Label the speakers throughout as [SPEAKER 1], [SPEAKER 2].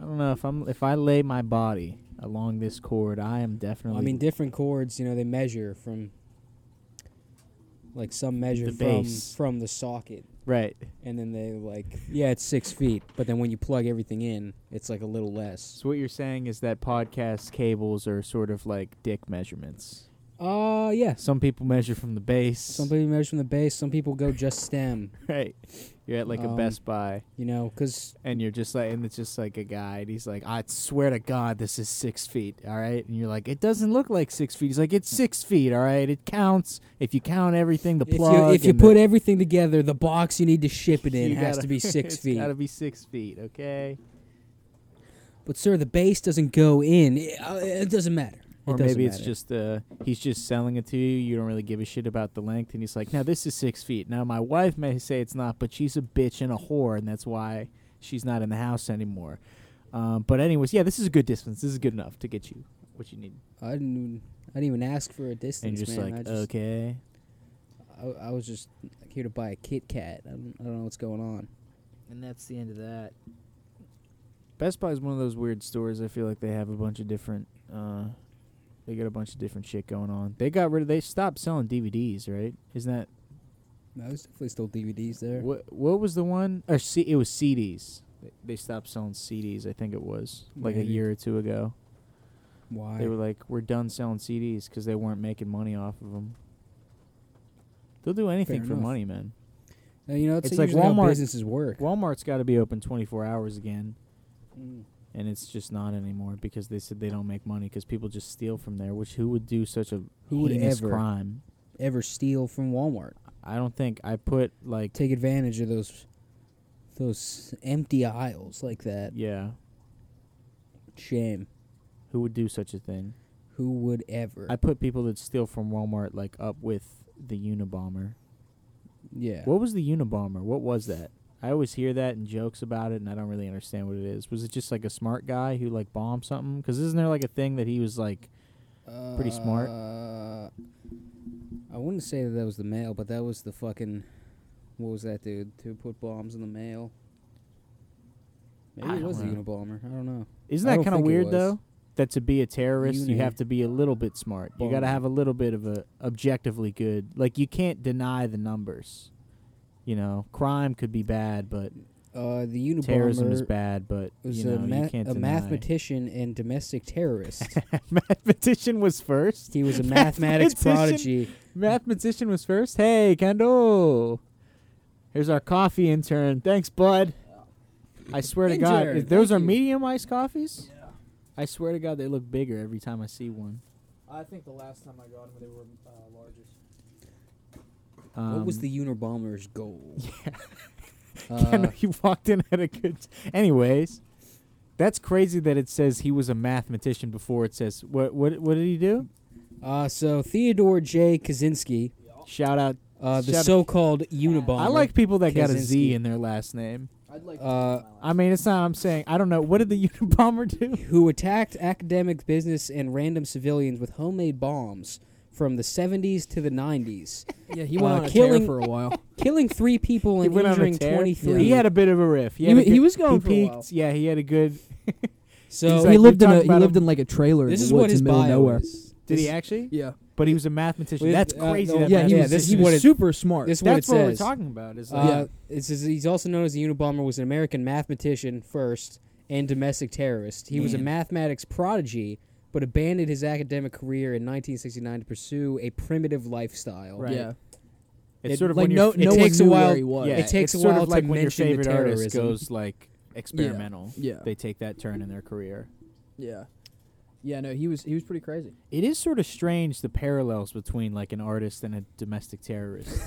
[SPEAKER 1] don't know if I'm if I lay my body along this cord, I am definitely.
[SPEAKER 2] I mean, different chords, you know, they measure from like some measure
[SPEAKER 1] The
[SPEAKER 2] from
[SPEAKER 1] base.
[SPEAKER 2] from the socket,
[SPEAKER 1] right.
[SPEAKER 2] and then they like yeah, it's six feet, but then when you plug everything in, it's like a little less.
[SPEAKER 1] So what you're saying is that podcast cables are sort of like dick measurements.
[SPEAKER 2] Uh, yes.
[SPEAKER 1] Some people measure from the base.
[SPEAKER 2] Some people measure from the base. Some people go just stem,
[SPEAKER 1] right. You're at like a
[SPEAKER 2] Um,
[SPEAKER 1] Best Buy,
[SPEAKER 2] you know, because
[SPEAKER 1] and you're just like, and it's just like a guy, and he's like, I swear to God, this is six feet, all right? And you're like, it doesn't look like six feet. He's like, it's six feet, all right? It counts if you count everything, the
[SPEAKER 2] if you
[SPEAKER 1] plug.
[SPEAKER 2] if you
[SPEAKER 1] and the-
[SPEAKER 2] put everything together, the box you need to ship it in
[SPEAKER 1] you
[SPEAKER 2] has
[SPEAKER 1] gotta-
[SPEAKER 2] to be six
[SPEAKER 1] it's
[SPEAKER 2] feet.
[SPEAKER 1] Gotta be six feet, okay?
[SPEAKER 2] But sir, the base doesn't go in. It, uh, it doesn't matter.
[SPEAKER 1] Or
[SPEAKER 2] it doesn't
[SPEAKER 1] maybe it's
[SPEAKER 2] matter.
[SPEAKER 1] just uh, he's just selling it to you. You don't really give a shit about the length, and he's like, "Now this is six feet." Now my wife may say it's not, but she's a bitch and a whore, and that's why she's not in the house anymore. Um, but anyways, yeah, this is a good distance. This is good enough to get you what you need.
[SPEAKER 2] I didn't. Even, I didn't even ask for a distance,
[SPEAKER 1] And you're just
[SPEAKER 2] man.
[SPEAKER 1] like,
[SPEAKER 2] I, just,
[SPEAKER 1] okay,
[SPEAKER 2] I, I was just here to buy a Kit Kat. I don't, I don't know what's going on.
[SPEAKER 1] and that's the end of that. Best Buy is one of those weird stores. I feel like they have a bunch of different. Uh, they got a bunch of different shit going on. They got rid of. They stopped selling DVDs, right? Isn't that
[SPEAKER 2] No, there's definitely still DVDs there.
[SPEAKER 1] What what was the one? Or C, it was CDs. They- They stopped selling CDs. I think it was like
[SPEAKER 2] Maybe.
[SPEAKER 1] a year or two ago.
[SPEAKER 2] Why?
[SPEAKER 1] They were like, "We're done selling CDs because they weren't making money off of them." They'll do anything
[SPEAKER 2] Fair
[SPEAKER 1] for
[SPEAKER 2] enough.
[SPEAKER 1] money, man.
[SPEAKER 2] Now, you know, it's,
[SPEAKER 1] it's like
[SPEAKER 2] like Walmart
[SPEAKER 1] Walmart-
[SPEAKER 2] businesses work.
[SPEAKER 1] Walmart's got to be open 24 hours again,
[SPEAKER 2] Mm.
[SPEAKER 1] and it's just not anymore because they said they don't make money because people just steal from there. Which who would do such a
[SPEAKER 2] Who would
[SPEAKER 1] heinous
[SPEAKER 2] ever?
[SPEAKER 1] crime?
[SPEAKER 2] Ever steal from Walmart?
[SPEAKER 1] I don't think I put like
[SPEAKER 2] Take advantage of those those empty aisles like that.
[SPEAKER 1] yeah.
[SPEAKER 2] Shame.
[SPEAKER 1] Who would do such a thing?
[SPEAKER 2] Who would ever?
[SPEAKER 1] I put people that steal from Walmart like up with the Unabomber.
[SPEAKER 2] yeah.
[SPEAKER 1] What was the Unabomber? What was that? I always hear that and jokes about it, and I don't really understand what it is. Was it just like a smart guy who like bombed something? Because isn't there like a thing that he was like, pretty smart.
[SPEAKER 2] Uh, I wouldn't say that that was the mail, but that was the fucking. What was that dude who put bombs in the mail? Maybe
[SPEAKER 1] I
[SPEAKER 2] it
[SPEAKER 1] don't
[SPEAKER 2] was the
[SPEAKER 1] know.
[SPEAKER 2] Unabomber. I don't know.
[SPEAKER 1] isn't
[SPEAKER 2] I
[SPEAKER 1] that
[SPEAKER 2] don't
[SPEAKER 1] kind of
[SPEAKER 2] think it
[SPEAKER 1] weird
[SPEAKER 2] was.
[SPEAKER 1] though? That to be a terrorist, you
[SPEAKER 2] Uni-
[SPEAKER 1] have to be a little bit smart. You got to
[SPEAKER 2] Bomber.
[SPEAKER 1] have a little bit of a objectively good. Like you can't deny the numbers. You know, crime could be bad, but
[SPEAKER 2] Uh, the Unabomber
[SPEAKER 1] terrorism is bad. But
[SPEAKER 2] was
[SPEAKER 1] you know,
[SPEAKER 2] a, ma-
[SPEAKER 1] you can't
[SPEAKER 2] a
[SPEAKER 1] deny.
[SPEAKER 2] mathematician and domestic terrorist.
[SPEAKER 1] mathematician was first.
[SPEAKER 2] he was a mathematics
[SPEAKER 1] Mathematician?
[SPEAKER 2] prodigy.
[SPEAKER 1] Mathematician was first. Hey, Kendall. Here's our coffee intern. Thanks, bud. I swear to God,
[SPEAKER 2] Intern,
[SPEAKER 1] if those are
[SPEAKER 2] thank you.
[SPEAKER 1] medium iced coffees. I swear to God, they look bigger every time I see one.
[SPEAKER 3] I think the last time I got them, they were uh, larger.
[SPEAKER 1] Um,
[SPEAKER 2] what was the Unabomber's goal?
[SPEAKER 1] Yeah.
[SPEAKER 2] Uh,
[SPEAKER 1] Um, he walked in at a good. Anyways, that's crazy that it says he was a mathematician before it says what. What? What did he do?
[SPEAKER 2] uh, so Theodore J. Kaczynski,
[SPEAKER 1] Shout out.
[SPEAKER 2] uh, the
[SPEAKER 1] Shut up.
[SPEAKER 2] so-called Unabomber.
[SPEAKER 1] I like people that got a
[SPEAKER 2] Kaczynski.
[SPEAKER 1] Z in their last name.
[SPEAKER 3] I'd like.
[SPEAKER 2] Uh,
[SPEAKER 3] to
[SPEAKER 1] I mean, it's not. I'm saying I don't know. What did the Unabomber do?
[SPEAKER 2] who attacked academic business and random civilians with homemade bombs from the 70s to the 90s,
[SPEAKER 3] yeah, he
[SPEAKER 2] went uh,
[SPEAKER 3] went
[SPEAKER 2] on
[SPEAKER 3] on
[SPEAKER 2] a
[SPEAKER 3] a
[SPEAKER 2] tear killing- for
[SPEAKER 3] for a while.
[SPEAKER 2] killing three people and injuring 23.
[SPEAKER 1] He had a bit of a riff. He,
[SPEAKER 3] He
[SPEAKER 1] had a
[SPEAKER 3] wa- he
[SPEAKER 1] good-
[SPEAKER 3] was going for a
[SPEAKER 1] peaked.
[SPEAKER 3] while.
[SPEAKER 1] Yeah, he had a good.
[SPEAKER 2] so
[SPEAKER 1] he's like,
[SPEAKER 3] he lived
[SPEAKER 1] we've
[SPEAKER 3] in a
[SPEAKER 1] talked
[SPEAKER 3] he
[SPEAKER 1] about
[SPEAKER 3] lived
[SPEAKER 1] him.
[SPEAKER 3] in like a trailer.
[SPEAKER 2] this
[SPEAKER 3] in
[SPEAKER 2] is
[SPEAKER 3] the woods
[SPEAKER 2] what his
[SPEAKER 3] in the middle
[SPEAKER 2] bio
[SPEAKER 3] of nowhere.
[SPEAKER 2] is.
[SPEAKER 1] Did he
[SPEAKER 2] This-
[SPEAKER 1] actually?
[SPEAKER 3] Yeah,
[SPEAKER 1] But he was a mathematician.
[SPEAKER 2] With-
[SPEAKER 1] That's
[SPEAKER 2] uh,
[SPEAKER 1] crazy.
[SPEAKER 2] no,
[SPEAKER 1] that
[SPEAKER 2] Yeah,
[SPEAKER 3] yeah, he was,
[SPEAKER 2] this
[SPEAKER 3] he
[SPEAKER 2] is what it-
[SPEAKER 3] was super smart.
[SPEAKER 2] This is what
[SPEAKER 1] That's
[SPEAKER 2] it
[SPEAKER 1] what, we're
[SPEAKER 2] says.
[SPEAKER 1] talking about. Is like,
[SPEAKER 2] Uh,
[SPEAKER 3] Um,
[SPEAKER 2] this is, he's also known as the Unabomber was an American mathematician first and domestic terrorist. He was a
[SPEAKER 3] Mm.
[SPEAKER 1] Man.
[SPEAKER 2] mathematics prodigy, but abandoned his academic career in 1969 to pursue a primitive lifestyle.
[SPEAKER 1] Right.
[SPEAKER 3] Yeah,
[SPEAKER 1] it's
[SPEAKER 2] it-
[SPEAKER 1] sort of
[SPEAKER 3] like
[SPEAKER 1] when
[SPEAKER 3] no,
[SPEAKER 1] your,
[SPEAKER 2] it
[SPEAKER 3] no one
[SPEAKER 2] takes a
[SPEAKER 3] knew
[SPEAKER 2] while-
[SPEAKER 3] where he was.
[SPEAKER 1] yeah,
[SPEAKER 2] it takes
[SPEAKER 1] it's
[SPEAKER 2] a
[SPEAKER 1] sort
[SPEAKER 2] while
[SPEAKER 1] of
[SPEAKER 2] to
[SPEAKER 1] like when your
[SPEAKER 2] mention the
[SPEAKER 1] favorite artist
[SPEAKER 2] terrorism.
[SPEAKER 1] goes like experimental.
[SPEAKER 3] Yeah.
[SPEAKER 1] they take that turn in their career.
[SPEAKER 3] yeah, yeah. No, he was he was pretty crazy.
[SPEAKER 1] It is sort of strange the parallels between like an artist and a domestic terrorist.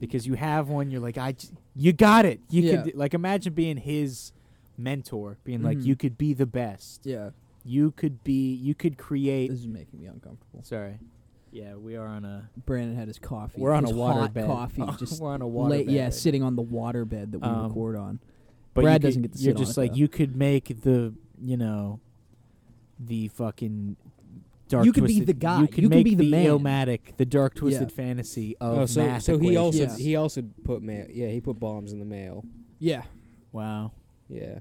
[SPEAKER 1] because you have one, you're like, I, j- you got it. You
[SPEAKER 3] Yeah.
[SPEAKER 1] can d- like imagine being his mentor, being like,
[SPEAKER 3] Mhm.
[SPEAKER 1] you could be the best.
[SPEAKER 3] Yeah,
[SPEAKER 1] You could be. You could create.
[SPEAKER 3] this is making me uncomfortable.
[SPEAKER 1] Sorry. Yeah, we are on a.
[SPEAKER 3] Brandon had his coffee.
[SPEAKER 1] We're on
[SPEAKER 3] his
[SPEAKER 1] a water
[SPEAKER 3] hot
[SPEAKER 1] bed.
[SPEAKER 3] Coffee, just
[SPEAKER 1] we're on a water
[SPEAKER 3] lay,
[SPEAKER 1] bed.
[SPEAKER 3] yeah, sitting on the water bed that we
[SPEAKER 1] Um,
[SPEAKER 3] record on.
[SPEAKER 1] But you
[SPEAKER 3] Brad
[SPEAKER 1] could-
[SPEAKER 3] doesn't get to
[SPEAKER 1] You're
[SPEAKER 3] sit on
[SPEAKER 1] just
[SPEAKER 3] it,
[SPEAKER 1] like
[SPEAKER 3] though.
[SPEAKER 1] you could make the you know, the fucking. Dark
[SPEAKER 3] You could be
[SPEAKER 1] twisted,
[SPEAKER 3] the guy.
[SPEAKER 1] You could
[SPEAKER 3] You could
[SPEAKER 1] make
[SPEAKER 3] be the man.
[SPEAKER 1] Illmatic, the dark twisted fantasy of
[SPEAKER 2] Oh, so
[SPEAKER 1] math
[SPEAKER 2] so he also
[SPEAKER 1] equations.
[SPEAKER 3] Yeah.
[SPEAKER 2] he also put mail. Yeah, he put bombs in the mail.
[SPEAKER 3] Yeah,
[SPEAKER 1] Wow.
[SPEAKER 2] Yeah.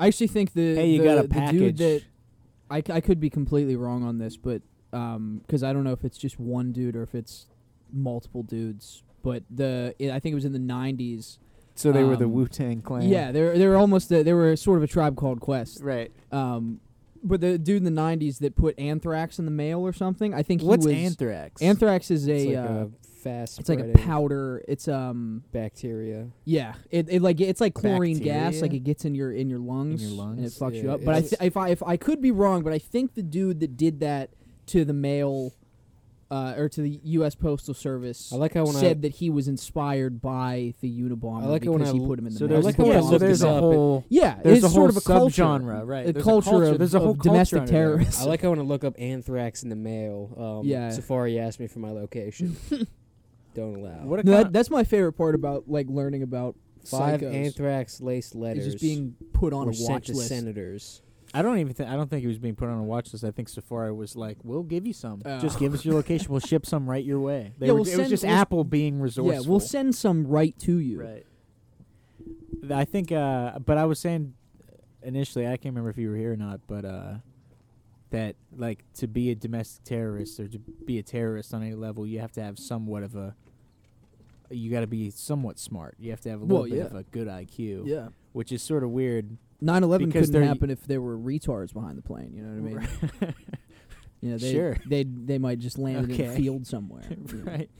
[SPEAKER 3] I actually think the
[SPEAKER 1] hey, you
[SPEAKER 3] the,
[SPEAKER 1] got a
[SPEAKER 3] the
[SPEAKER 1] package.
[SPEAKER 3] dude that I, c- I could be completely wrong on this, but because I don't know if it's just one dude or if it's multiple dudes. But the it, I think it was in the '90s.
[SPEAKER 1] so they were the
[SPEAKER 3] um,
[SPEAKER 1] Wu Tang Clan.
[SPEAKER 3] Yeah, they were, they were almost a, they were sort of a tribe called Quest.
[SPEAKER 1] Right.
[SPEAKER 3] Um, but the dude in the '90s that put anthrax in the mail or something. I think
[SPEAKER 1] What's
[SPEAKER 3] he was
[SPEAKER 1] anthrax?
[SPEAKER 3] anthrax is a
[SPEAKER 2] It's like
[SPEAKER 3] uh,
[SPEAKER 2] a fast
[SPEAKER 3] it's like a
[SPEAKER 2] spreading
[SPEAKER 3] powder. It's um
[SPEAKER 2] bacteria.
[SPEAKER 3] yeah, it, it like it's like chlorine gas,
[SPEAKER 1] Bacteria?
[SPEAKER 3] like it gets in your in your lungs, and it
[SPEAKER 1] lungs?
[SPEAKER 3] fucks you
[SPEAKER 2] Yeah,
[SPEAKER 3] up. But I
[SPEAKER 2] it's-
[SPEAKER 3] th- if I if I could be wrong, but I think the dude that did that to the mail, uh, or to the U.S. Postal Service,
[SPEAKER 2] I like how when I
[SPEAKER 3] said that he was inspired by the Unabomber
[SPEAKER 2] I like it
[SPEAKER 3] because
[SPEAKER 2] when I
[SPEAKER 3] he
[SPEAKER 2] l-
[SPEAKER 3] put him in the
[SPEAKER 1] So
[SPEAKER 3] mail.
[SPEAKER 1] there's,
[SPEAKER 2] like
[SPEAKER 3] He
[SPEAKER 2] how when
[SPEAKER 3] put
[SPEAKER 2] I
[SPEAKER 1] yeah,
[SPEAKER 3] bombs
[SPEAKER 1] so
[SPEAKER 2] looked
[SPEAKER 1] there's
[SPEAKER 2] it
[SPEAKER 1] a
[SPEAKER 2] up, it-
[SPEAKER 1] whole
[SPEAKER 3] yeah,
[SPEAKER 1] there's
[SPEAKER 3] it's
[SPEAKER 1] a whole
[SPEAKER 3] sort of a culture.
[SPEAKER 1] subgenre, right?
[SPEAKER 3] A
[SPEAKER 1] There's
[SPEAKER 3] culture, of,
[SPEAKER 1] there's a whole
[SPEAKER 3] of
[SPEAKER 1] culture
[SPEAKER 3] domestic
[SPEAKER 1] under there.
[SPEAKER 3] terrorists.
[SPEAKER 2] I like how when I look up anthrax in the mail. Um,
[SPEAKER 3] Yeah.
[SPEAKER 2] Safari asked me for my location. Don't allow.
[SPEAKER 1] What a
[SPEAKER 3] No, that,
[SPEAKER 1] con-
[SPEAKER 3] that's my favorite part about like learning about
[SPEAKER 2] Five
[SPEAKER 3] psychos
[SPEAKER 2] anthrax laced letters
[SPEAKER 3] is just being put on
[SPEAKER 2] were
[SPEAKER 3] a
[SPEAKER 2] sent
[SPEAKER 3] watch
[SPEAKER 2] to
[SPEAKER 3] list.
[SPEAKER 2] senators.
[SPEAKER 1] I don't even. Th- I don't think he was being put on a watch list. I think Sephora was like, "We'll give you some.
[SPEAKER 3] Oh.
[SPEAKER 1] Just give us your location. We'll ship some right your way." They
[SPEAKER 3] Yeah,
[SPEAKER 1] were,
[SPEAKER 3] we'll
[SPEAKER 1] it
[SPEAKER 3] send-
[SPEAKER 1] was just
[SPEAKER 3] we'll-
[SPEAKER 1] Apple being resourceful.
[SPEAKER 3] Yeah, we'll send some right to you.
[SPEAKER 1] Right. Th- I think, uh, but I was saying initially, I can't remember if you were here or not, but uh, that like to be a domestic terrorist or to be a terrorist on any level, you have to have somewhat of a. You got to be somewhat smart. You have to have a little
[SPEAKER 3] Well,
[SPEAKER 1] bit
[SPEAKER 3] yeah.
[SPEAKER 1] of a good IQ,
[SPEAKER 3] Yeah.
[SPEAKER 1] which is sort of weird.
[SPEAKER 3] 9/11
[SPEAKER 1] Because
[SPEAKER 3] couldn't
[SPEAKER 1] they're-
[SPEAKER 3] happen if there were retards behind the plane. You know what I mean? You know, they,
[SPEAKER 1] Sure.
[SPEAKER 3] They they might just land in a
[SPEAKER 1] Okay.
[SPEAKER 3] field somewhere. you know.
[SPEAKER 1] right?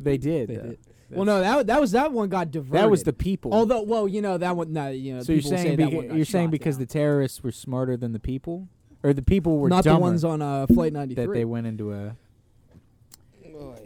[SPEAKER 1] They did.
[SPEAKER 2] They
[SPEAKER 1] though.
[SPEAKER 2] did.
[SPEAKER 3] Well, no, that that was that one got diverted.
[SPEAKER 1] that was the people.
[SPEAKER 3] Although, well, you know that one. No, you know.
[SPEAKER 1] so you're
[SPEAKER 3] people say
[SPEAKER 1] saying
[SPEAKER 3] that
[SPEAKER 1] beca-
[SPEAKER 3] one got
[SPEAKER 1] you're saying
[SPEAKER 3] shot
[SPEAKER 1] because
[SPEAKER 3] down.
[SPEAKER 1] the terrorists were smarter than the people, or the people were
[SPEAKER 3] not
[SPEAKER 1] dumber
[SPEAKER 3] the ones on uh, flight 93.
[SPEAKER 1] that they went into a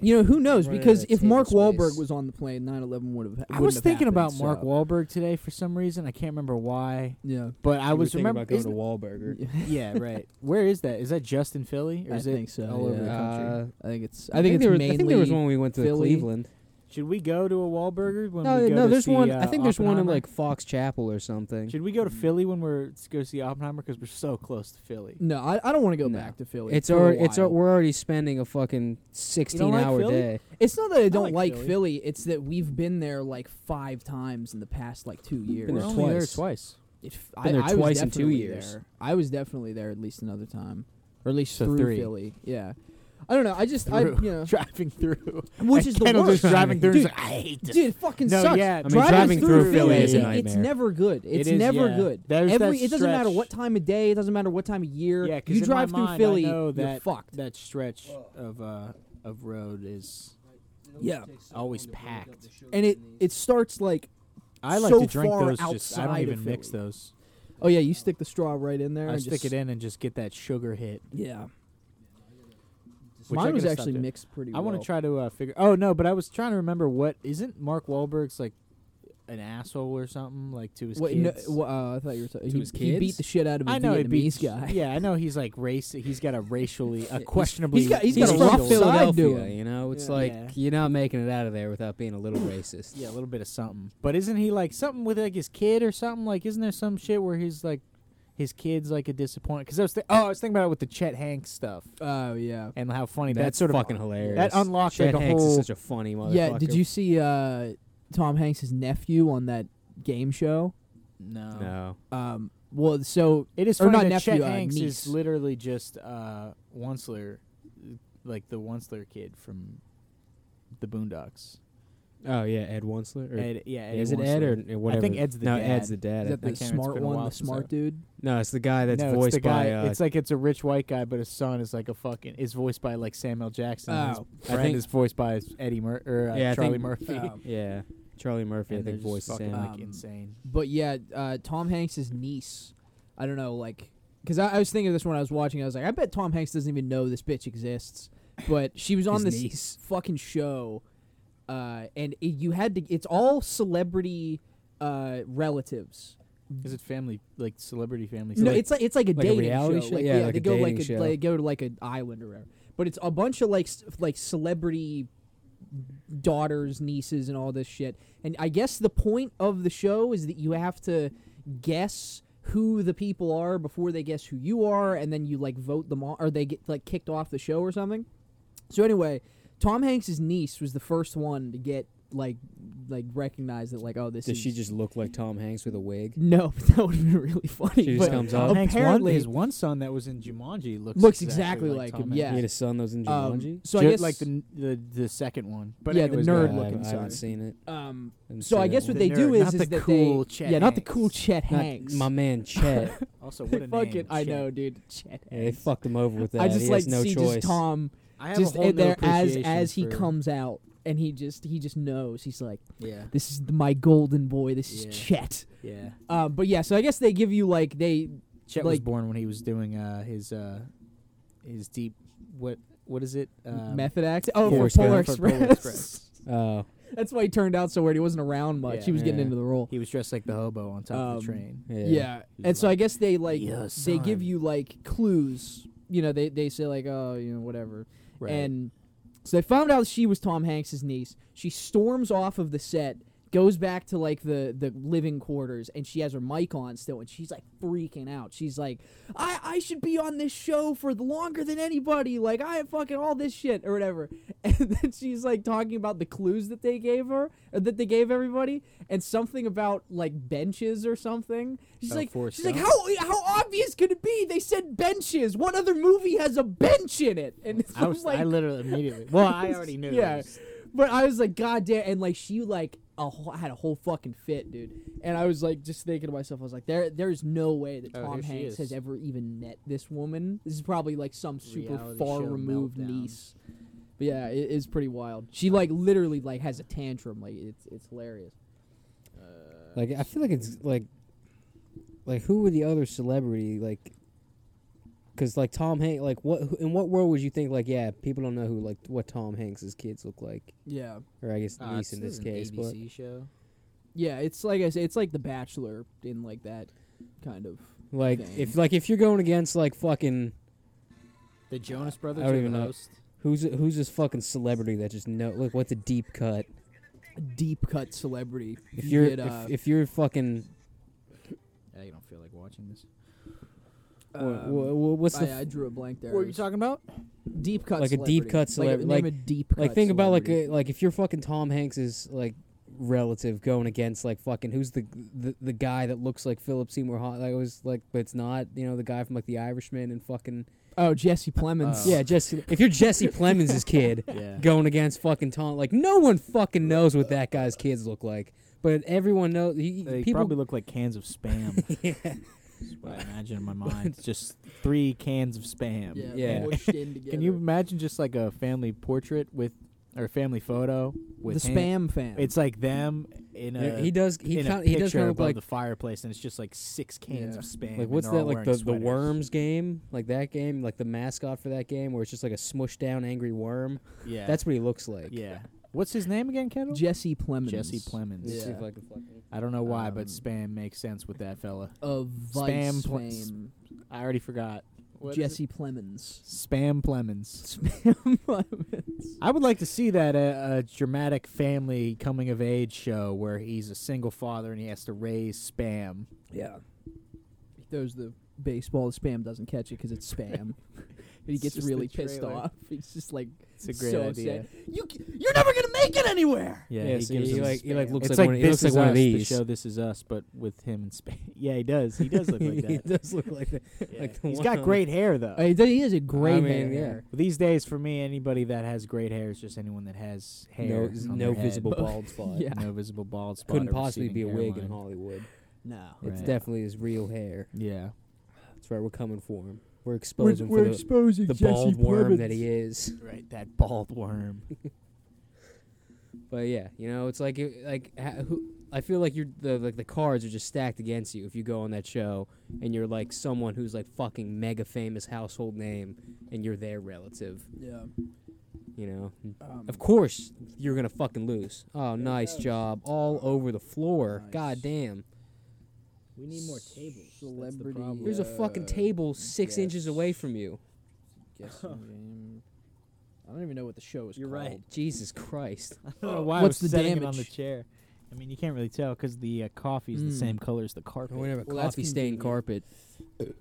[SPEAKER 3] you know who knows?
[SPEAKER 2] Running
[SPEAKER 3] Because
[SPEAKER 2] out of
[SPEAKER 3] if Mark
[SPEAKER 2] table
[SPEAKER 3] Wahlberg
[SPEAKER 2] space.
[SPEAKER 3] was on the plane, 9/11 would have.
[SPEAKER 1] I was thinking about Mark Wahlberg today for some reason. I can't remember why,
[SPEAKER 3] Yeah.
[SPEAKER 1] but I
[SPEAKER 2] You were
[SPEAKER 1] was
[SPEAKER 2] thinking
[SPEAKER 1] remember.
[SPEAKER 2] about going to
[SPEAKER 1] isn't-
[SPEAKER 2] Wahlburger.
[SPEAKER 1] yeah, right. Where is that? Is that just in Philly, or
[SPEAKER 3] I
[SPEAKER 1] is it
[SPEAKER 3] think so,
[SPEAKER 1] all over the
[SPEAKER 3] yeah.
[SPEAKER 1] country?
[SPEAKER 2] Uh,
[SPEAKER 3] I think it's. I think it's
[SPEAKER 2] there was,
[SPEAKER 3] mainly.
[SPEAKER 2] I think there was one we went to
[SPEAKER 3] Philly.
[SPEAKER 2] Cleveland.
[SPEAKER 1] Should we go to a Wahlburger when
[SPEAKER 2] No,
[SPEAKER 1] we go
[SPEAKER 2] no,
[SPEAKER 1] to
[SPEAKER 2] there's
[SPEAKER 1] see,
[SPEAKER 2] one.
[SPEAKER 1] uh,
[SPEAKER 2] I think there's one in
[SPEAKER 1] Oppenheimer?
[SPEAKER 2] like Fox Chapel or something.
[SPEAKER 1] Should we go to
[SPEAKER 3] Hmm.
[SPEAKER 1] Philly when we're to go see Oppenheimer because we're so close to Philly?
[SPEAKER 3] No, I, I don't want to go
[SPEAKER 2] No.
[SPEAKER 3] back to Philly.
[SPEAKER 2] It's
[SPEAKER 3] for a
[SPEAKER 2] already, it's al-
[SPEAKER 3] while.
[SPEAKER 2] we're already spending a fucking sixteen
[SPEAKER 1] like
[SPEAKER 2] hour
[SPEAKER 1] Philly?
[SPEAKER 2] day.
[SPEAKER 3] It's not that I don't
[SPEAKER 1] like
[SPEAKER 3] like,
[SPEAKER 1] Philly.
[SPEAKER 3] Philly. It's that we've been there like five times in the past like two years.
[SPEAKER 2] Been
[SPEAKER 1] we're
[SPEAKER 2] there
[SPEAKER 1] only there
[SPEAKER 2] twice.
[SPEAKER 1] twice.
[SPEAKER 3] It f-
[SPEAKER 2] Been there
[SPEAKER 3] I, I
[SPEAKER 2] twice
[SPEAKER 3] was
[SPEAKER 2] in two
[SPEAKER 3] definitely
[SPEAKER 2] years.
[SPEAKER 3] There. I was definitely there at least another time, or at least
[SPEAKER 1] So
[SPEAKER 3] through
[SPEAKER 1] three.
[SPEAKER 3] Philly. Yeah, I don't know. I just I
[SPEAKER 1] Through.
[SPEAKER 3] you know
[SPEAKER 1] Driving through,
[SPEAKER 3] which is the
[SPEAKER 1] Kendall
[SPEAKER 3] worst.
[SPEAKER 1] just driving through. and is
[SPEAKER 3] dude,
[SPEAKER 1] like, I hate this.
[SPEAKER 3] dude, it fucking
[SPEAKER 1] No,
[SPEAKER 3] sucks.
[SPEAKER 1] yeah, I mean,
[SPEAKER 3] driving,
[SPEAKER 2] driving
[SPEAKER 3] through,
[SPEAKER 1] through
[SPEAKER 3] Philly
[SPEAKER 1] Philly is a
[SPEAKER 3] It's
[SPEAKER 2] nightmare.
[SPEAKER 3] never good. It's
[SPEAKER 1] is,
[SPEAKER 3] never
[SPEAKER 1] yeah.
[SPEAKER 3] good.
[SPEAKER 1] There's that
[SPEAKER 3] Every it doesn't matter
[SPEAKER 1] stretch.
[SPEAKER 3] what time of day. It doesn't matter what time of year.
[SPEAKER 1] Yeah, 'cause
[SPEAKER 3] you
[SPEAKER 1] in
[SPEAKER 3] drive
[SPEAKER 1] my
[SPEAKER 3] through
[SPEAKER 1] mind, I
[SPEAKER 3] Philly,
[SPEAKER 1] know
[SPEAKER 3] you're
[SPEAKER 1] that-
[SPEAKER 3] fucked.
[SPEAKER 1] that stretch of uh of road is.
[SPEAKER 3] Yeah,
[SPEAKER 1] Always packed.
[SPEAKER 3] and it it starts like
[SPEAKER 1] I like
[SPEAKER 3] So
[SPEAKER 1] to drink
[SPEAKER 3] far
[SPEAKER 1] those. Just I don't
[SPEAKER 3] outside of
[SPEAKER 1] even mix
[SPEAKER 3] Philly.
[SPEAKER 1] those.
[SPEAKER 3] oh yeah, you stick the straw right in there.
[SPEAKER 1] I
[SPEAKER 3] and
[SPEAKER 1] stick
[SPEAKER 3] just,
[SPEAKER 1] it in and just get that sugar hit.
[SPEAKER 3] Yeah,
[SPEAKER 1] Which I
[SPEAKER 3] mine was
[SPEAKER 1] gotta stop
[SPEAKER 3] actually
[SPEAKER 1] doing.
[SPEAKER 3] mixed pretty.
[SPEAKER 1] I want
[SPEAKER 3] well.
[SPEAKER 1] to try to uh, figure. Oh no, but I was trying to remember what isn't Mark Wahlberg's like an asshole or something like to his
[SPEAKER 3] Wait, no,
[SPEAKER 1] kids.
[SPEAKER 3] wha- uh, I thought you were talking.
[SPEAKER 2] To
[SPEAKER 3] He,
[SPEAKER 2] his
[SPEAKER 3] he beat
[SPEAKER 2] kids?
[SPEAKER 3] the shit out of a
[SPEAKER 1] I know he
[SPEAKER 3] Vietnamese
[SPEAKER 1] beats
[SPEAKER 3] guy.
[SPEAKER 1] Yeah, I know he's like race. He's got a racially a
[SPEAKER 3] he's
[SPEAKER 1] questionably.
[SPEAKER 3] got- he's
[SPEAKER 2] He's
[SPEAKER 3] got a
[SPEAKER 1] racial-
[SPEAKER 3] rough
[SPEAKER 2] from
[SPEAKER 3] side
[SPEAKER 2] Philadelphia,
[SPEAKER 3] to him.
[SPEAKER 2] you know. It's
[SPEAKER 1] Yeah.
[SPEAKER 2] like
[SPEAKER 1] Yeah.
[SPEAKER 2] you're not making it out of there without being a little racist.
[SPEAKER 1] Yeah, a little bit of something. But isn't he like something with like his kid or something? Like, isn't there some shit where he's like, his kid's like a disappointment? Because I was thi- oh, I was thinking about it with the Chet Hanks stuff
[SPEAKER 3] Oh yeah.
[SPEAKER 1] and how funny
[SPEAKER 2] That's,
[SPEAKER 1] that sort of
[SPEAKER 2] fucking hilarious.
[SPEAKER 1] that unlocked,
[SPEAKER 2] Chet
[SPEAKER 1] like, a
[SPEAKER 2] Hanks
[SPEAKER 1] whole-
[SPEAKER 2] is such a funny motherfucker.
[SPEAKER 3] Yeah. Did you see uh, Tom Hanks' nephew on that game show?
[SPEAKER 1] No,
[SPEAKER 2] No.
[SPEAKER 3] Um, well, so
[SPEAKER 1] it is
[SPEAKER 3] Or
[SPEAKER 1] funny
[SPEAKER 3] not
[SPEAKER 1] that
[SPEAKER 3] nephew,
[SPEAKER 1] Chet
[SPEAKER 3] uh,
[SPEAKER 1] Hanks is
[SPEAKER 3] niece.
[SPEAKER 1] literally just uh, Onceler, like the Onceler kid from the Boondocks.
[SPEAKER 2] Oh yeah, Ed Wonsler. Or
[SPEAKER 1] Ed, yeah, Ed
[SPEAKER 2] is it Ed
[SPEAKER 1] Wonsler.
[SPEAKER 2] or or whatever?
[SPEAKER 1] think Ed's the
[SPEAKER 2] no,
[SPEAKER 1] dad.
[SPEAKER 2] Ed's the
[SPEAKER 3] is
[SPEAKER 2] dad.
[SPEAKER 3] that
[SPEAKER 1] I
[SPEAKER 3] the
[SPEAKER 1] can't- it's been
[SPEAKER 3] smart
[SPEAKER 1] a
[SPEAKER 3] one,
[SPEAKER 1] while
[SPEAKER 3] the
[SPEAKER 1] since
[SPEAKER 3] smart
[SPEAKER 1] I-
[SPEAKER 3] dude?
[SPEAKER 2] no, it's the guy that's
[SPEAKER 1] no,
[SPEAKER 2] voiced
[SPEAKER 1] it's the guy.
[SPEAKER 2] by. Uh,
[SPEAKER 1] it's like it's a rich white guy, but his son is like a fucking. Is voiced by like Samuel Jackson. and his
[SPEAKER 3] Oh.
[SPEAKER 2] I
[SPEAKER 1] friend
[SPEAKER 2] think-
[SPEAKER 1] is voiced by Eddie Mur- or uh,
[SPEAKER 2] Yeah, I
[SPEAKER 1] Charlie
[SPEAKER 2] think-
[SPEAKER 1] Murphy.
[SPEAKER 3] Um,
[SPEAKER 2] yeah, Charlie Murphy. I
[SPEAKER 1] and they're
[SPEAKER 2] think
[SPEAKER 1] just
[SPEAKER 2] voices
[SPEAKER 1] fucking
[SPEAKER 2] him.
[SPEAKER 3] up.
[SPEAKER 1] like
[SPEAKER 3] Um,
[SPEAKER 1] insane.
[SPEAKER 3] But yeah, uh, Tom Hanks' niece. I don't know, like, because I, I was thinking of this when I was watching. I was like, I bet Tom Hanks doesn't even know this bitch exists. But she was on
[SPEAKER 2] His
[SPEAKER 3] this
[SPEAKER 2] niece.
[SPEAKER 3] fucking show, uh, and it, you had to. It's all celebrity uh, relatives.
[SPEAKER 1] Is it family like celebrity family?
[SPEAKER 3] no,
[SPEAKER 1] like,
[SPEAKER 3] it's like it's like a
[SPEAKER 2] like a
[SPEAKER 3] dating
[SPEAKER 2] reality
[SPEAKER 3] show.
[SPEAKER 2] show?
[SPEAKER 3] Like,
[SPEAKER 2] Yeah, like
[SPEAKER 3] they
[SPEAKER 2] a
[SPEAKER 3] go like
[SPEAKER 2] dating
[SPEAKER 3] a,
[SPEAKER 2] show.
[SPEAKER 3] they go to like an island or whatever. But it's a bunch of like s- like celebrity daughters, nieces, and all this shit. And I guess the point of the show is that you have to guess who the people are before they guess who you are, and then you like vote them off, or they get like kicked off the show or something. So anyway, Tom Hanks' niece was the first one to get like like recognize that like oh this
[SPEAKER 2] Does
[SPEAKER 3] is
[SPEAKER 2] she just look like Tom Hanks with a wig?
[SPEAKER 3] no but that would have been really funny.
[SPEAKER 2] She just
[SPEAKER 3] but
[SPEAKER 2] comes
[SPEAKER 1] Tom
[SPEAKER 2] up.
[SPEAKER 1] Hanks' one,
[SPEAKER 3] Apparently-
[SPEAKER 1] his one son that was in Jumanji looks
[SPEAKER 3] Looks
[SPEAKER 1] exactly,
[SPEAKER 3] exactly
[SPEAKER 1] like,
[SPEAKER 3] like
[SPEAKER 1] Tom
[SPEAKER 3] him,
[SPEAKER 1] Hanks.
[SPEAKER 3] yeah.
[SPEAKER 2] He had a son that was in
[SPEAKER 3] um,
[SPEAKER 2] Jumanji.
[SPEAKER 3] so
[SPEAKER 1] Ju-
[SPEAKER 3] I guess
[SPEAKER 1] like the, the the second one, but
[SPEAKER 3] Yeah, the
[SPEAKER 1] anyways,
[SPEAKER 3] nerd
[SPEAKER 1] go
[SPEAKER 2] Uh,
[SPEAKER 1] ahead.
[SPEAKER 2] I,
[SPEAKER 3] looking
[SPEAKER 2] I
[SPEAKER 3] son.
[SPEAKER 2] haven't seen it.
[SPEAKER 3] um
[SPEAKER 2] I haven't
[SPEAKER 3] so
[SPEAKER 2] seen
[SPEAKER 3] I
[SPEAKER 2] that
[SPEAKER 3] guess
[SPEAKER 2] one.
[SPEAKER 3] what they
[SPEAKER 1] The
[SPEAKER 3] do
[SPEAKER 1] nerd,
[SPEAKER 3] is
[SPEAKER 1] not
[SPEAKER 3] is
[SPEAKER 1] the
[SPEAKER 3] that
[SPEAKER 1] cool
[SPEAKER 3] they
[SPEAKER 1] Chet
[SPEAKER 3] yeah not the
[SPEAKER 1] Hanks.
[SPEAKER 3] cool Chet
[SPEAKER 2] Not-
[SPEAKER 3] Hanks.
[SPEAKER 2] my man Chet.
[SPEAKER 1] Also, what a
[SPEAKER 3] Fucking,
[SPEAKER 1] name!
[SPEAKER 3] I
[SPEAKER 1] shit.
[SPEAKER 3] know, dude. Chet
[SPEAKER 2] yeah, they
[SPEAKER 3] Hanks.
[SPEAKER 2] fucked him over with that.
[SPEAKER 3] I just
[SPEAKER 2] he
[SPEAKER 3] like
[SPEAKER 2] has no
[SPEAKER 3] see
[SPEAKER 2] choice.
[SPEAKER 3] just Tom
[SPEAKER 1] I have
[SPEAKER 3] just
[SPEAKER 1] a whole
[SPEAKER 3] in
[SPEAKER 1] new
[SPEAKER 3] there as
[SPEAKER 1] appreciation
[SPEAKER 3] as he
[SPEAKER 1] for-
[SPEAKER 3] comes out, and he just he just knows he's like
[SPEAKER 1] Yeah,
[SPEAKER 3] this is my golden boy. This
[SPEAKER 1] Yeah.
[SPEAKER 3] is Chet.
[SPEAKER 1] yeah.
[SPEAKER 3] Uh, but yeah, so I guess they give you like they
[SPEAKER 1] Chet was
[SPEAKER 3] Like-
[SPEAKER 1] born when he was doing uh, his uh, his deep what what is it? Um,
[SPEAKER 3] method act. Oh,
[SPEAKER 2] Polar
[SPEAKER 3] for
[SPEAKER 2] Express.
[SPEAKER 3] Polar
[SPEAKER 1] For Polar
[SPEAKER 3] Express.
[SPEAKER 1] Express.
[SPEAKER 2] Oh,
[SPEAKER 3] That's why he turned out so weird. He wasn't around much.
[SPEAKER 1] Yeah.
[SPEAKER 3] he was getting
[SPEAKER 2] Yeah.
[SPEAKER 3] into the role.
[SPEAKER 1] He was dressed like the hobo on top of the
[SPEAKER 3] Um,
[SPEAKER 1] train.
[SPEAKER 2] yeah.
[SPEAKER 3] Yeah. And so I guess they like
[SPEAKER 1] "Yeah,
[SPEAKER 3] they give
[SPEAKER 1] son."
[SPEAKER 3] you like clues. You know, they they say like oh you know whatever. And so they found out she was Tom Hanks's niece. She storms off of the set, goes back to like the the living quarters, and she has her mic on still, and she's like freaking out. She's like, I I should be on this show for longer than anybody. Like I have fucking all this shit or whatever. And then she's like talking about the clues that they gave her, or that they gave everybody, and something about like benches or something. She's
[SPEAKER 1] Oh,
[SPEAKER 3] like,
[SPEAKER 1] Forrest
[SPEAKER 3] she's like,
[SPEAKER 1] Gump.
[SPEAKER 3] how how obvious could it be? They said benches. What other movie has a bench in it? And it's
[SPEAKER 1] I was
[SPEAKER 3] like,
[SPEAKER 1] I literally immediately. Well, I already knew. it
[SPEAKER 3] Yeah.
[SPEAKER 1] was-
[SPEAKER 3] but I was like, God damn, and like she like a whole, had a whole fucking fit, dude. And I was like, just thinking to myself, I was like, there, there is no way that
[SPEAKER 1] Oh,
[SPEAKER 3] Tom
[SPEAKER 1] here she
[SPEAKER 3] Hanks
[SPEAKER 1] is.
[SPEAKER 3] has ever even met this woman. This is probably like some super
[SPEAKER 1] Reality
[SPEAKER 3] far
[SPEAKER 1] show
[SPEAKER 3] removed
[SPEAKER 1] meltdown.
[SPEAKER 3] niece. But yeah, it is pretty wild. She like literally like has a tantrum, like it's it's hilarious.
[SPEAKER 2] Like I feel like it's like, like who were the other celebrity like? Because like Tom Hanks, like what who- in what world would you think like yeah people don't know who like what Tom Hanks's kids look like
[SPEAKER 3] Yeah,
[SPEAKER 2] or I guess
[SPEAKER 3] Oh,
[SPEAKER 1] Uh,
[SPEAKER 2] niece in this
[SPEAKER 1] is an
[SPEAKER 2] case, but
[SPEAKER 1] ABC show.
[SPEAKER 3] yeah, it's like I say, it's like The Bachelor in like that kind of.
[SPEAKER 2] like
[SPEAKER 3] thing.
[SPEAKER 2] if like if you're going against like fucking
[SPEAKER 1] The Jonas Brothers.
[SPEAKER 2] I don't
[SPEAKER 1] are
[SPEAKER 2] even
[SPEAKER 1] the
[SPEAKER 2] know.
[SPEAKER 1] host.
[SPEAKER 2] who's who's this fucking celebrity that just know look what's a deep cut
[SPEAKER 3] deep cut celebrity.
[SPEAKER 2] if
[SPEAKER 3] You
[SPEAKER 2] you're
[SPEAKER 3] get, uh,
[SPEAKER 2] if, if you're fucking
[SPEAKER 1] I don't feel like watching this.
[SPEAKER 2] wha-
[SPEAKER 3] um,
[SPEAKER 2] wha- wha- what's the
[SPEAKER 3] I, I drew a blank there.
[SPEAKER 1] What
[SPEAKER 3] It
[SPEAKER 1] you
[SPEAKER 3] was
[SPEAKER 1] talking about?
[SPEAKER 3] deep cut,
[SPEAKER 2] Like a
[SPEAKER 3] celebrity.
[SPEAKER 2] deep cut celeb-
[SPEAKER 3] Like,
[SPEAKER 2] like-
[SPEAKER 3] name a deep cut
[SPEAKER 2] like think about like
[SPEAKER 3] celebrity.
[SPEAKER 2] a, like if you're fucking Tom Hanks's like relative going against like fucking who's the the, the guy that looks like Philip Seymour Hoffman like it was like but it's not you know the guy from like The Irishman and fucking
[SPEAKER 3] oh Jesse Plemons.
[SPEAKER 1] Oh.
[SPEAKER 2] yeah Jesse if you're Jesse Plemons' kid
[SPEAKER 1] Yeah.
[SPEAKER 2] going against fucking Tom like no one fucking knows what that guy's kids look like but everyone knows he,
[SPEAKER 1] They
[SPEAKER 2] people
[SPEAKER 1] probably look like cans of spam.
[SPEAKER 2] yeah.
[SPEAKER 1] That's what I imagine in my mind. It's just three cans of spam.
[SPEAKER 3] yeah,
[SPEAKER 2] yeah.
[SPEAKER 3] mushed in together.
[SPEAKER 1] Can you imagine just like a family portrait with or family photo
[SPEAKER 3] the
[SPEAKER 1] with him?
[SPEAKER 3] spam fan?
[SPEAKER 1] It's like them in a
[SPEAKER 2] he does he
[SPEAKER 1] in
[SPEAKER 2] kind
[SPEAKER 1] a
[SPEAKER 2] he
[SPEAKER 1] picture
[SPEAKER 2] does kind of
[SPEAKER 1] above
[SPEAKER 2] like
[SPEAKER 1] the fireplace, and it's just like six cans
[SPEAKER 3] Yeah.
[SPEAKER 1] of spam.
[SPEAKER 2] Like
[SPEAKER 1] and
[SPEAKER 2] what's that?
[SPEAKER 1] they're all
[SPEAKER 2] Like
[SPEAKER 1] wearing
[SPEAKER 2] the, the
[SPEAKER 1] sweaters.
[SPEAKER 2] worms game, like that game, like the mascot for that game, where it's just like a smushed down angry worm.
[SPEAKER 1] Yeah,
[SPEAKER 2] That's what he looks like.
[SPEAKER 1] yeah. What's his name again, Kendall?
[SPEAKER 3] Jesse Plemons.
[SPEAKER 1] Jesse Plemons.
[SPEAKER 2] Let's see if
[SPEAKER 3] Yeah.
[SPEAKER 2] I can fucking-
[SPEAKER 1] I don't know why, but
[SPEAKER 3] Um,
[SPEAKER 1] spam makes sense with that fella.
[SPEAKER 3] of Vice
[SPEAKER 1] Spam Ple-
[SPEAKER 3] fame.
[SPEAKER 1] I already forgot. What is it?
[SPEAKER 3] Jesse Plemons.
[SPEAKER 1] Spam Plemons.
[SPEAKER 3] Spam Plemons.
[SPEAKER 1] I would like to see that uh, a dramatic family coming of age show where he's a single father and he has to raise spam.
[SPEAKER 3] Yeah. He throws the baseball. The spam doesn't catch it because it's spam. and he
[SPEAKER 1] It's
[SPEAKER 3] gets
[SPEAKER 1] just
[SPEAKER 3] really
[SPEAKER 1] the
[SPEAKER 3] pissed
[SPEAKER 1] trailer.
[SPEAKER 3] off. He's just like
[SPEAKER 1] It's a great
[SPEAKER 3] so
[SPEAKER 1] idea.
[SPEAKER 3] Upset. You c- you're never gonna make it anywhere.
[SPEAKER 1] Yeah,
[SPEAKER 2] Yeah,
[SPEAKER 1] he
[SPEAKER 2] so
[SPEAKER 1] gives
[SPEAKER 2] he
[SPEAKER 1] him
[SPEAKER 2] like- he, like,
[SPEAKER 1] spam.
[SPEAKER 2] looks like
[SPEAKER 1] it's like,
[SPEAKER 2] one of- he looks
[SPEAKER 1] this
[SPEAKER 2] like
[SPEAKER 1] is
[SPEAKER 2] one of
[SPEAKER 1] us,
[SPEAKER 2] these.
[SPEAKER 1] The show This Is Us, but with him in Spain. Yeah, he does. He does look like
[SPEAKER 2] he
[SPEAKER 1] that.
[SPEAKER 2] does look like that.
[SPEAKER 1] Yeah.
[SPEAKER 2] like the
[SPEAKER 1] He's
[SPEAKER 2] one
[SPEAKER 1] got
[SPEAKER 2] on-
[SPEAKER 1] great hair though.
[SPEAKER 3] Uh, he does- he has a great
[SPEAKER 2] mean,
[SPEAKER 3] hair.
[SPEAKER 1] These days, for me, anybody that has great hair is just anyone that has hair.
[SPEAKER 2] No,
[SPEAKER 1] on
[SPEAKER 2] no
[SPEAKER 1] their
[SPEAKER 2] visible
[SPEAKER 1] head.
[SPEAKER 2] bald spot.
[SPEAKER 3] Yeah.
[SPEAKER 1] no visible bald spot.
[SPEAKER 2] Couldn't
[SPEAKER 1] or
[SPEAKER 2] possibly be a
[SPEAKER 1] receding
[SPEAKER 2] wig in
[SPEAKER 1] hairline.
[SPEAKER 2] Hollywood.
[SPEAKER 3] No.
[SPEAKER 2] It's
[SPEAKER 1] Right.
[SPEAKER 2] definitely his real hair.
[SPEAKER 1] Yeah,
[SPEAKER 2] That's right. We're coming for him. We're exposing
[SPEAKER 3] we're
[SPEAKER 2] for the,
[SPEAKER 3] exposing
[SPEAKER 2] the
[SPEAKER 3] Jesse
[SPEAKER 2] bald worm that
[SPEAKER 3] Plemons.
[SPEAKER 2] he is.
[SPEAKER 1] right. That bald worm.
[SPEAKER 2] But yeah, you know, it's like it- like ha- who. I feel like you're the like the cards are just stacked against you if you go on that show and you're like someone who's like fucking mega famous household name and you're their relative,
[SPEAKER 3] Yeah.
[SPEAKER 2] you know.
[SPEAKER 3] Um,
[SPEAKER 2] Of course you're gonna fucking lose. Oh, nice job, all over the floor.
[SPEAKER 3] Nice.
[SPEAKER 2] God damn.
[SPEAKER 1] We
[SPEAKER 3] need more tables. That's the Celebrity, problem.
[SPEAKER 2] There's a fucking
[SPEAKER 3] Yeah,
[SPEAKER 2] table six
[SPEAKER 3] yes.
[SPEAKER 2] inches away from you.
[SPEAKER 3] guessing game. I don't even know what the show is
[SPEAKER 1] You're
[SPEAKER 3] called.
[SPEAKER 1] right.
[SPEAKER 2] Jesus Christ.
[SPEAKER 1] why
[SPEAKER 3] What's
[SPEAKER 1] I was
[SPEAKER 3] the
[SPEAKER 1] setting it on the
[SPEAKER 3] damage?
[SPEAKER 1] chair. I mean, you can't really tell because the uh, coffee is the
[SPEAKER 3] Mm.
[SPEAKER 1] same color as the carpet.
[SPEAKER 2] Or whatever,
[SPEAKER 3] Well, that's
[SPEAKER 2] coffee stained
[SPEAKER 3] convenient.
[SPEAKER 2] carpet.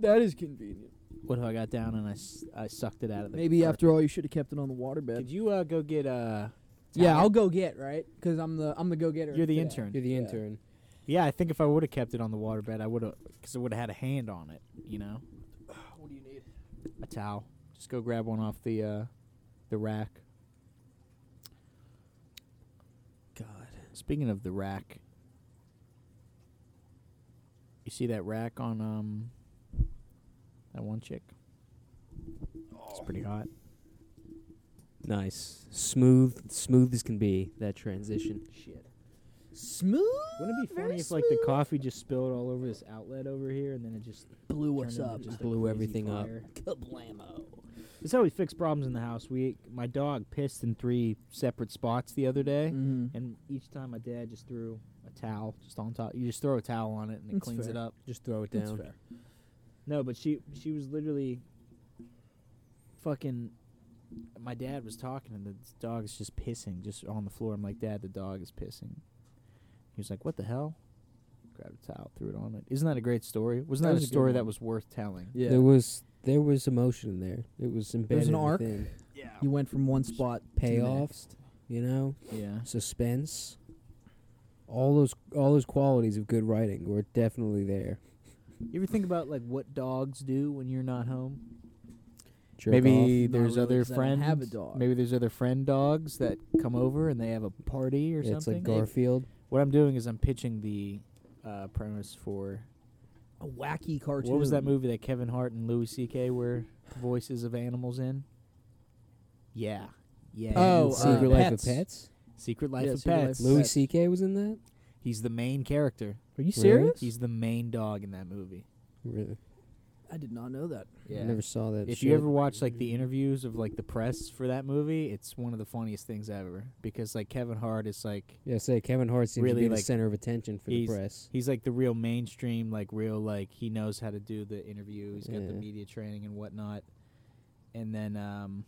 [SPEAKER 3] That is convenient.
[SPEAKER 1] What if I got down and I, s- I sucked it out of the
[SPEAKER 3] Maybe
[SPEAKER 1] carpet?
[SPEAKER 3] after all, you should have kept it on the waterbed.
[SPEAKER 1] Could you uh, go get uh,
[SPEAKER 3] Yeah, I'll go get right because I'm the I'm the go getter.
[SPEAKER 1] You're the intern.
[SPEAKER 2] You're the
[SPEAKER 3] Yeah.
[SPEAKER 2] intern.
[SPEAKER 1] Yeah, I think if I would have kept it on the waterbed, I would have, because I would have had a hand on it, you know?
[SPEAKER 3] What do you need?
[SPEAKER 1] A towel. Just go grab one off the uh, the rack.
[SPEAKER 2] God.
[SPEAKER 1] Speaking of the rack, you see that rack on um that one chick? It's
[SPEAKER 3] Oh,
[SPEAKER 1] pretty hot.
[SPEAKER 2] Nice. Smooth, smooth as can be, that transition.
[SPEAKER 1] Shit.
[SPEAKER 3] Smooth.
[SPEAKER 1] Wouldn't it be
[SPEAKER 3] very
[SPEAKER 1] funny if like the
[SPEAKER 3] smooth.
[SPEAKER 1] coffee just spilled all over this outlet over here and then it just
[SPEAKER 3] blew
[SPEAKER 1] turned
[SPEAKER 3] us
[SPEAKER 1] into
[SPEAKER 3] up?
[SPEAKER 1] just a
[SPEAKER 2] Blew
[SPEAKER 1] crazy
[SPEAKER 2] everything up.
[SPEAKER 1] fire?
[SPEAKER 3] Kablamo.
[SPEAKER 1] This is how we fix problems in the house. We my dog pissed in three separate spots the other day.
[SPEAKER 3] Mm-hmm.
[SPEAKER 1] And each time my dad just threw a towel just on top. You just throw a towel on it and it
[SPEAKER 3] That's
[SPEAKER 1] cleans it
[SPEAKER 3] fair.
[SPEAKER 1] up.
[SPEAKER 2] Just throw it
[SPEAKER 3] That's
[SPEAKER 2] down.
[SPEAKER 3] fair.
[SPEAKER 1] No, but she she was literally fucking my dad was talking and the dog is just pissing just on the floor. I'm like, "Dad, the dog is pissing." He was like, "What the hell?" Grabbed a towel, threw it on it. Isn't that a great story? Wasn't
[SPEAKER 3] That
[SPEAKER 1] that,
[SPEAKER 3] was
[SPEAKER 1] a
[SPEAKER 3] a good
[SPEAKER 1] story that
[SPEAKER 3] one.
[SPEAKER 1] was worth telling?
[SPEAKER 3] Yeah.
[SPEAKER 2] There was there was emotion in there. It was embedded
[SPEAKER 3] an arc.
[SPEAKER 2] within.
[SPEAKER 1] Yeah.
[SPEAKER 3] you went from one spot to the
[SPEAKER 2] Payoffs,
[SPEAKER 3] next.
[SPEAKER 2] you know,
[SPEAKER 1] Yeah.
[SPEAKER 2] suspense. All those all those qualities of good writing were definitely there.
[SPEAKER 1] You ever think about like what dogs do when you're not home?
[SPEAKER 2] Jerk
[SPEAKER 1] maybe
[SPEAKER 3] off. Not
[SPEAKER 1] there's
[SPEAKER 3] really,
[SPEAKER 1] other
[SPEAKER 3] 'cause I don't
[SPEAKER 1] friends.
[SPEAKER 3] have a dog.
[SPEAKER 1] Maybe there's other friend dogs that come over and they have a party or
[SPEAKER 2] off. it's like
[SPEAKER 1] something.
[SPEAKER 2] Garfield.
[SPEAKER 1] what I'm doing is I'm pitching the uh, premise for
[SPEAKER 3] A wacky cartoon.
[SPEAKER 1] what was that movie that Kevin Hart and Louis C.K. were voices of animals in? Yeah, yeah.
[SPEAKER 3] Oh, uh,
[SPEAKER 2] Secret Life
[SPEAKER 3] Pets.
[SPEAKER 2] of Pets.
[SPEAKER 1] Secret Life
[SPEAKER 3] yeah,
[SPEAKER 1] of
[SPEAKER 3] Secret Life
[SPEAKER 1] Pets.
[SPEAKER 3] of
[SPEAKER 2] Louis
[SPEAKER 3] Pets.
[SPEAKER 2] C.K. was in that.
[SPEAKER 1] He's the main character.
[SPEAKER 3] Are
[SPEAKER 2] Really?
[SPEAKER 3] you serious?
[SPEAKER 1] He's the main dog in that movie.
[SPEAKER 2] Really?
[SPEAKER 3] I did not know that.
[SPEAKER 2] I never saw that.
[SPEAKER 1] if
[SPEAKER 2] shit.
[SPEAKER 1] you ever watch like the interviews of like the press for that movie, it's one of the funniest things ever because like Kevin Hart is like
[SPEAKER 2] yeah, say Kevin Hart seems
[SPEAKER 1] Really,
[SPEAKER 2] to be
[SPEAKER 1] like,
[SPEAKER 2] the center of attention for the
[SPEAKER 1] he's-
[SPEAKER 2] press.
[SPEAKER 1] He's like the real mainstream, like real, like he knows how to do the interview. He's got the
[SPEAKER 2] Yeah.
[SPEAKER 1] media training and whatnot. And then um,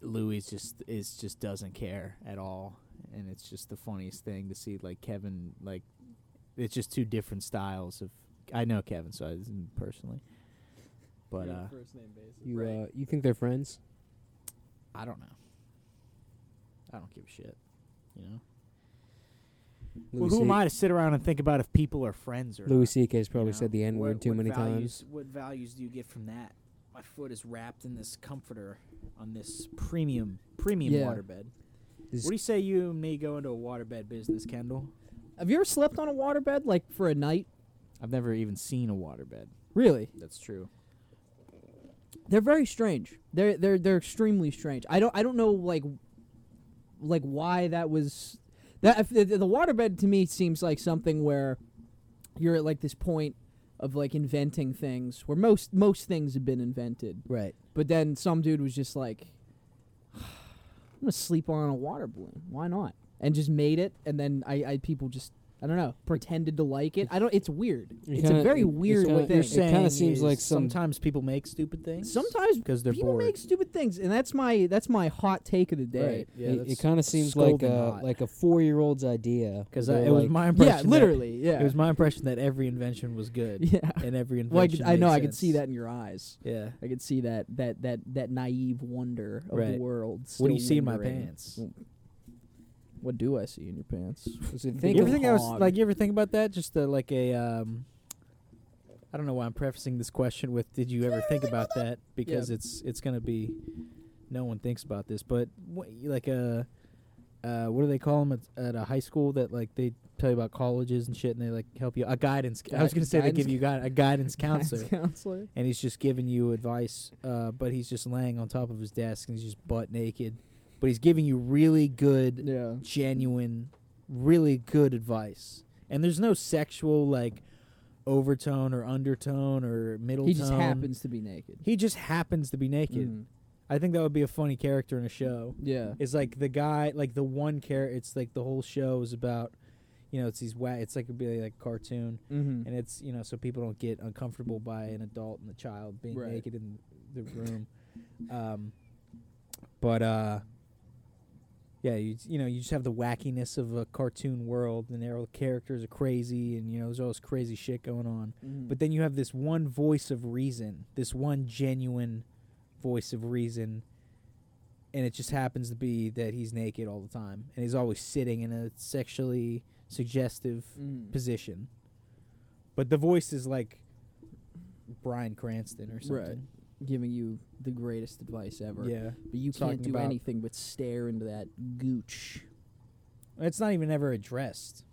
[SPEAKER 1] Louis just is just doesn't care at all, and it's just the funniest thing to see. Like Kevin, like it's just two different styles of. I know Kevin, so I didn't personally, but uh,
[SPEAKER 3] first name basis.
[SPEAKER 2] You uh, you think they're friends?
[SPEAKER 1] I don't know. I don't give a shit, you know. Well,
[SPEAKER 2] Louis
[SPEAKER 1] who am
[SPEAKER 2] C-
[SPEAKER 1] I to sit around and think about if people are friends or
[SPEAKER 2] Louis
[SPEAKER 1] not?
[SPEAKER 2] C.K.'s probably
[SPEAKER 1] know,
[SPEAKER 2] said the N word
[SPEAKER 1] what-
[SPEAKER 2] too
[SPEAKER 1] what
[SPEAKER 2] many
[SPEAKER 1] values-
[SPEAKER 2] times.
[SPEAKER 1] What values do you get from that? My foot is wrapped in this comforter on this premium premium
[SPEAKER 3] Yeah.
[SPEAKER 1] waterbed.
[SPEAKER 2] This-
[SPEAKER 1] What do you say you and me go into a waterbed business, Kendall?
[SPEAKER 3] Have you ever slept on a waterbed like for a night?
[SPEAKER 1] I've never even seen a waterbed.
[SPEAKER 3] Really?
[SPEAKER 1] That's true.
[SPEAKER 3] They're very strange. They're they're they're extremely strange. I don't I don't know like like why that was that if the, the waterbed to me seems like something where you're at like this point of like inventing things where most most things have been invented,
[SPEAKER 2] right.
[SPEAKER 3] but then some dude was just like I'm going to sleep on a water balloon. Why not? And just made it and then I, I people just I don't know, pretended to like it. I don't it's weird.
[SPEAKER 2] You
[SPEAKER 3] it's
[SPEAKER 2] kinda-
[SPEAKER 3] a very
[SPEAKER 2] it's
[SPEAKER 3] weird
[SPEAKER 2] kinda-
[SPEAKER 3] thing.
[SPEAKER 2] You're saying kinda seems like some-
[SPEAKER 1] sometimes people make stupid things.
[SPEAKER 3] Sometimes
[SPEAKER 1] because they're
[SPEAKER 3] people
[SPEAKER 1] bored.
[SPEAKER 3] make stupid things, and that's my that's my hot take of the day.
[SPEAKER 1] Right. Yeah,
[SPEAKER 2] it
[SPEAKER 1] that's
[SPEAKER 2] kind of seems like
[SPEAKER 1] scalding
[SPEAKER 2] a
[SPEAKER 1] hot.
[SPEAKER 2] like a four year old's idea.
[SPEAKER 1] because
[SPEAKER 2] where
[SPEAKER 1] it
[SPEAKER 2] they're
[SPEAKER 1] was
[SPEAKER 2] like,
[SPEAKER 1] my
[SPEAKER 3] Yeah,
[SPEAKER 1] impression.
[SPEAKER 3] literally. Yeah.
[SPEAKER 1] That, it was my impression that every invention was good
[SPEAKER 3] yeah.
[SPEAKER 1] and every
[SPEAKER 3] Well, I,
[SPEAKER 1] invention.
[SPEAKER 3] could, I
[SPEAKER 1] made
[SPEAKER 3] know I could see
[SPEAKER 1] sense.
[SPEAKER 3] that in your eyes.
[SPEAKER 1] Yeah.
[SPEAKER 3] I could see that that that that naive wonder of the
[SPEAKER 1] Right.
[SPEAKER 3] world.
[SPEAKER 1] What do you
[SPEAKER 3] still
[SPEAKER 1] see in my
[SPEAKER 3] lingering.
[SPEAKER 1] pants?
[SPEAKER 3] What do I see in your pants?
[SPEAKER 2] so
[SPEAKER 1] Think
[SPEAKER 2] think
[SPEAKER 1] you
[SPEAKER 2] of
[SPEAKER 1] ever think I was
[SPEAKER 3] hog.
[SPEAKER 1] like you ever think about that? Just uh like a um I don't know why I'm prefacing this question with did you ever think about that because it's it's going to be no one thinks about this, but what, like a uh, what do they call them at, at a high school that like they tell you about colleges and shit and they like help you a guidance I was
[SPEAKER 3] Guid-
[SPEAKER 1] going to say they give
[SPEAKER 3] guidance-
[SPEAKER 1] you guide, a guidance counselor
[SPEAKER 3] Guidance counselor.
[SPEAKER 1] and he's just giving you advice, uh, but he's just laying on top of his desk and he's just butt naked, but he's giving you really good
[SPEAKER 3] Yeah.
[SPEAKER 1] genuine, really good advice. And there's no sexual like overtone or undertone or middle
[SPEAKER 3] He just
[SPEAKER 1] tone.
[SPEAKER 3] happens to be naked.
[SPEAKER 1] He just happens to be naked.
[SPEAKER 3] Mhm.
[SPEAKER 1] I think that would be a funny character in a show.
[SPEAKER 3] Yeah.
[SPEAKER 1] It's like the guy, like the one character. It's like the whole show is about, you know, it's these whack. It's like a be like a cartoon,
[SPEAKER 3] Mm-hmm.
[SPEAKER 1] and it's you know so people don't get uncomfortable by an adult and a child being
[SPEAKER 3] Right.
[SPEAKER 1] naked in the room um but uh yeah you you know you just have the wackiness of a cartoon world and their characters are crazy and you know there's all this crazy shit going on
[SPEAKER 3] Mm. Mm-hmm.
[SPEAKER 1] but then you have this one voice of reason this one genuine voice of reason and it just happens to be that he's naked all the time, and he's always sitting in a sexually suggestive
[SPEAKER 3] Mm-hmm.
[SPEAKER 1] position. But the voice is like Brian Cranston or something.
[SPEAKER 3] Giving you the greatest advice ever.
[SPEAKER 1] Yeah,
[SPEAKER 3] But you
[SPEAKER 1] Talking
[SPEAKER 3] can't do
[SPEAKER 1] about-
[SPEAKER 3] anything but stare into that gooch.
[SPEAKER 1] it's not even ever addressed.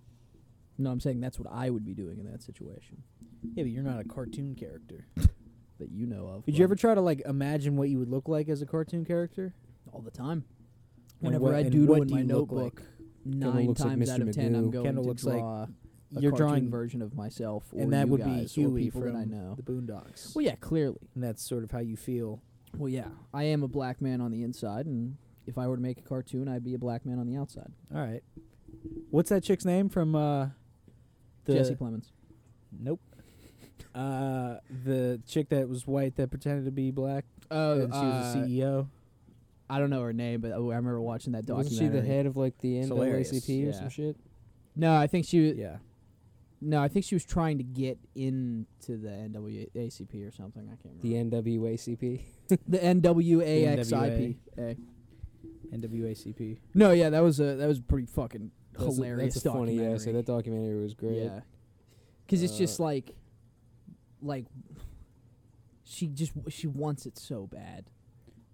[SPEAKER 3] No, I'm saying that's what I would be doing in that situation
[SPEAKER 1] Yeah, but you're not a cartoon character.
[SPEAKER 3] that you know of.
[SPEAKER 1] Did you ever try to like imagine what you would look like as a cartoon character?
[SPEAKER 3] All the time.
[SPEAKER 1] And
[SPEAKER 3] Whenever
[SPEAKER 1] what-
[SPEAKER 3] I
[SPEAKER 1] and
[SPEAKER 3] doodle
[SPEAKER 1] what
[SPEAKER 3] in
[SPEAKER 1] do
[SPEAKER 3] my
[SPEAKER 1] you look
[SPEAKER 3] notebook,
[SPEAKER 2] Kendall
[SPEAKER 3] nine
[SPEAKER 2] looks like
[SPEAKER 3] times
[SPEAKER 2] Mr.
[SPEAKER 3] out of ten, I'm
[SPEAKER 2] Magoo.
[SPEAKER 3] going
[SPEAKER 1] Kendall
[SPEAKER 3] to
[SPEAKER 1] looks like
[SPEAKER 3] draw a
[SPEAKER 1] You're
[SPEAKER 3] cartoon
[SPEAKER 1] drawing,
[SPEAKER 3] version of myself, or
[SPEAKER 1] and that
[SPEAKER 3] you
[SPEAKER 1] would be
[SPEAKER 3] guys, or
[SPEAKER 1] Huey
[SPEAKER 3] people
[SPEAKER 1] from
[SPEAKER 3] that I know.
[SPEAKER 1] the Boondocks.
[SPEAKER 3] Well, yeah, clearly.
[SPEAKER 1] and that's sort of how you feel.
[SPEAKER 3] Well, yeah, I am a black man on the inside, and if I were to make a cartoon, I'd be a black man on the outside.
[SPEAKER 1] All right, what's that chick's name from uh, the
[SPEAKER 3] Jesse Plemons.
[SPEAKER 1] Nope. Uh, the chick that was white that pretended to be black,
[SPEAKER 3] Oh,
[SPEAKER 1] and she was the E CEO.
[SPEAKER 3] I don't know her name, but oh, I remember watching that
[SPEAKER 2] Wasn't
[SPEAKER 3] documentary.
[SPEAKER 2] she the head of like the
[SPEAKER 1] It's hilarious.
[SPEAKER 2] NAACP or
[SPEAKER 3] Yeah.
[SPEAKER 2] some shit?
[SPEAKER 3] No, I think she. Was,
[SPEAKER 1] Yeah,
[SPEAKER 3] No, I think she was trying to get into the NWACP or something. I can't
[SPEAKER 2] The
[SPEAKER 1] Mm-hmm.
[SPEAKER 3] remember.
[SPEAKER 2] NWACP.
[SPEAKER 3] The, NWAXIP. Eh.
[SPEAKER 1] NWACP.
[SPEAKER 3] No, yeah, that was a that was pretty fucking
[SPEAKER 2] That's a-
[SPEAKER 3] hilarious.
[SPEAKER 2] That's a funny
[SPEAKER 3] documentary.
[SPEAKER 2] essay. That documentary was great.
[SPEAKER 3] Yeah, because it's just
[SPEAKER 2] Uh,
[SPEAKER 3] like, like, she just she wants it so bad,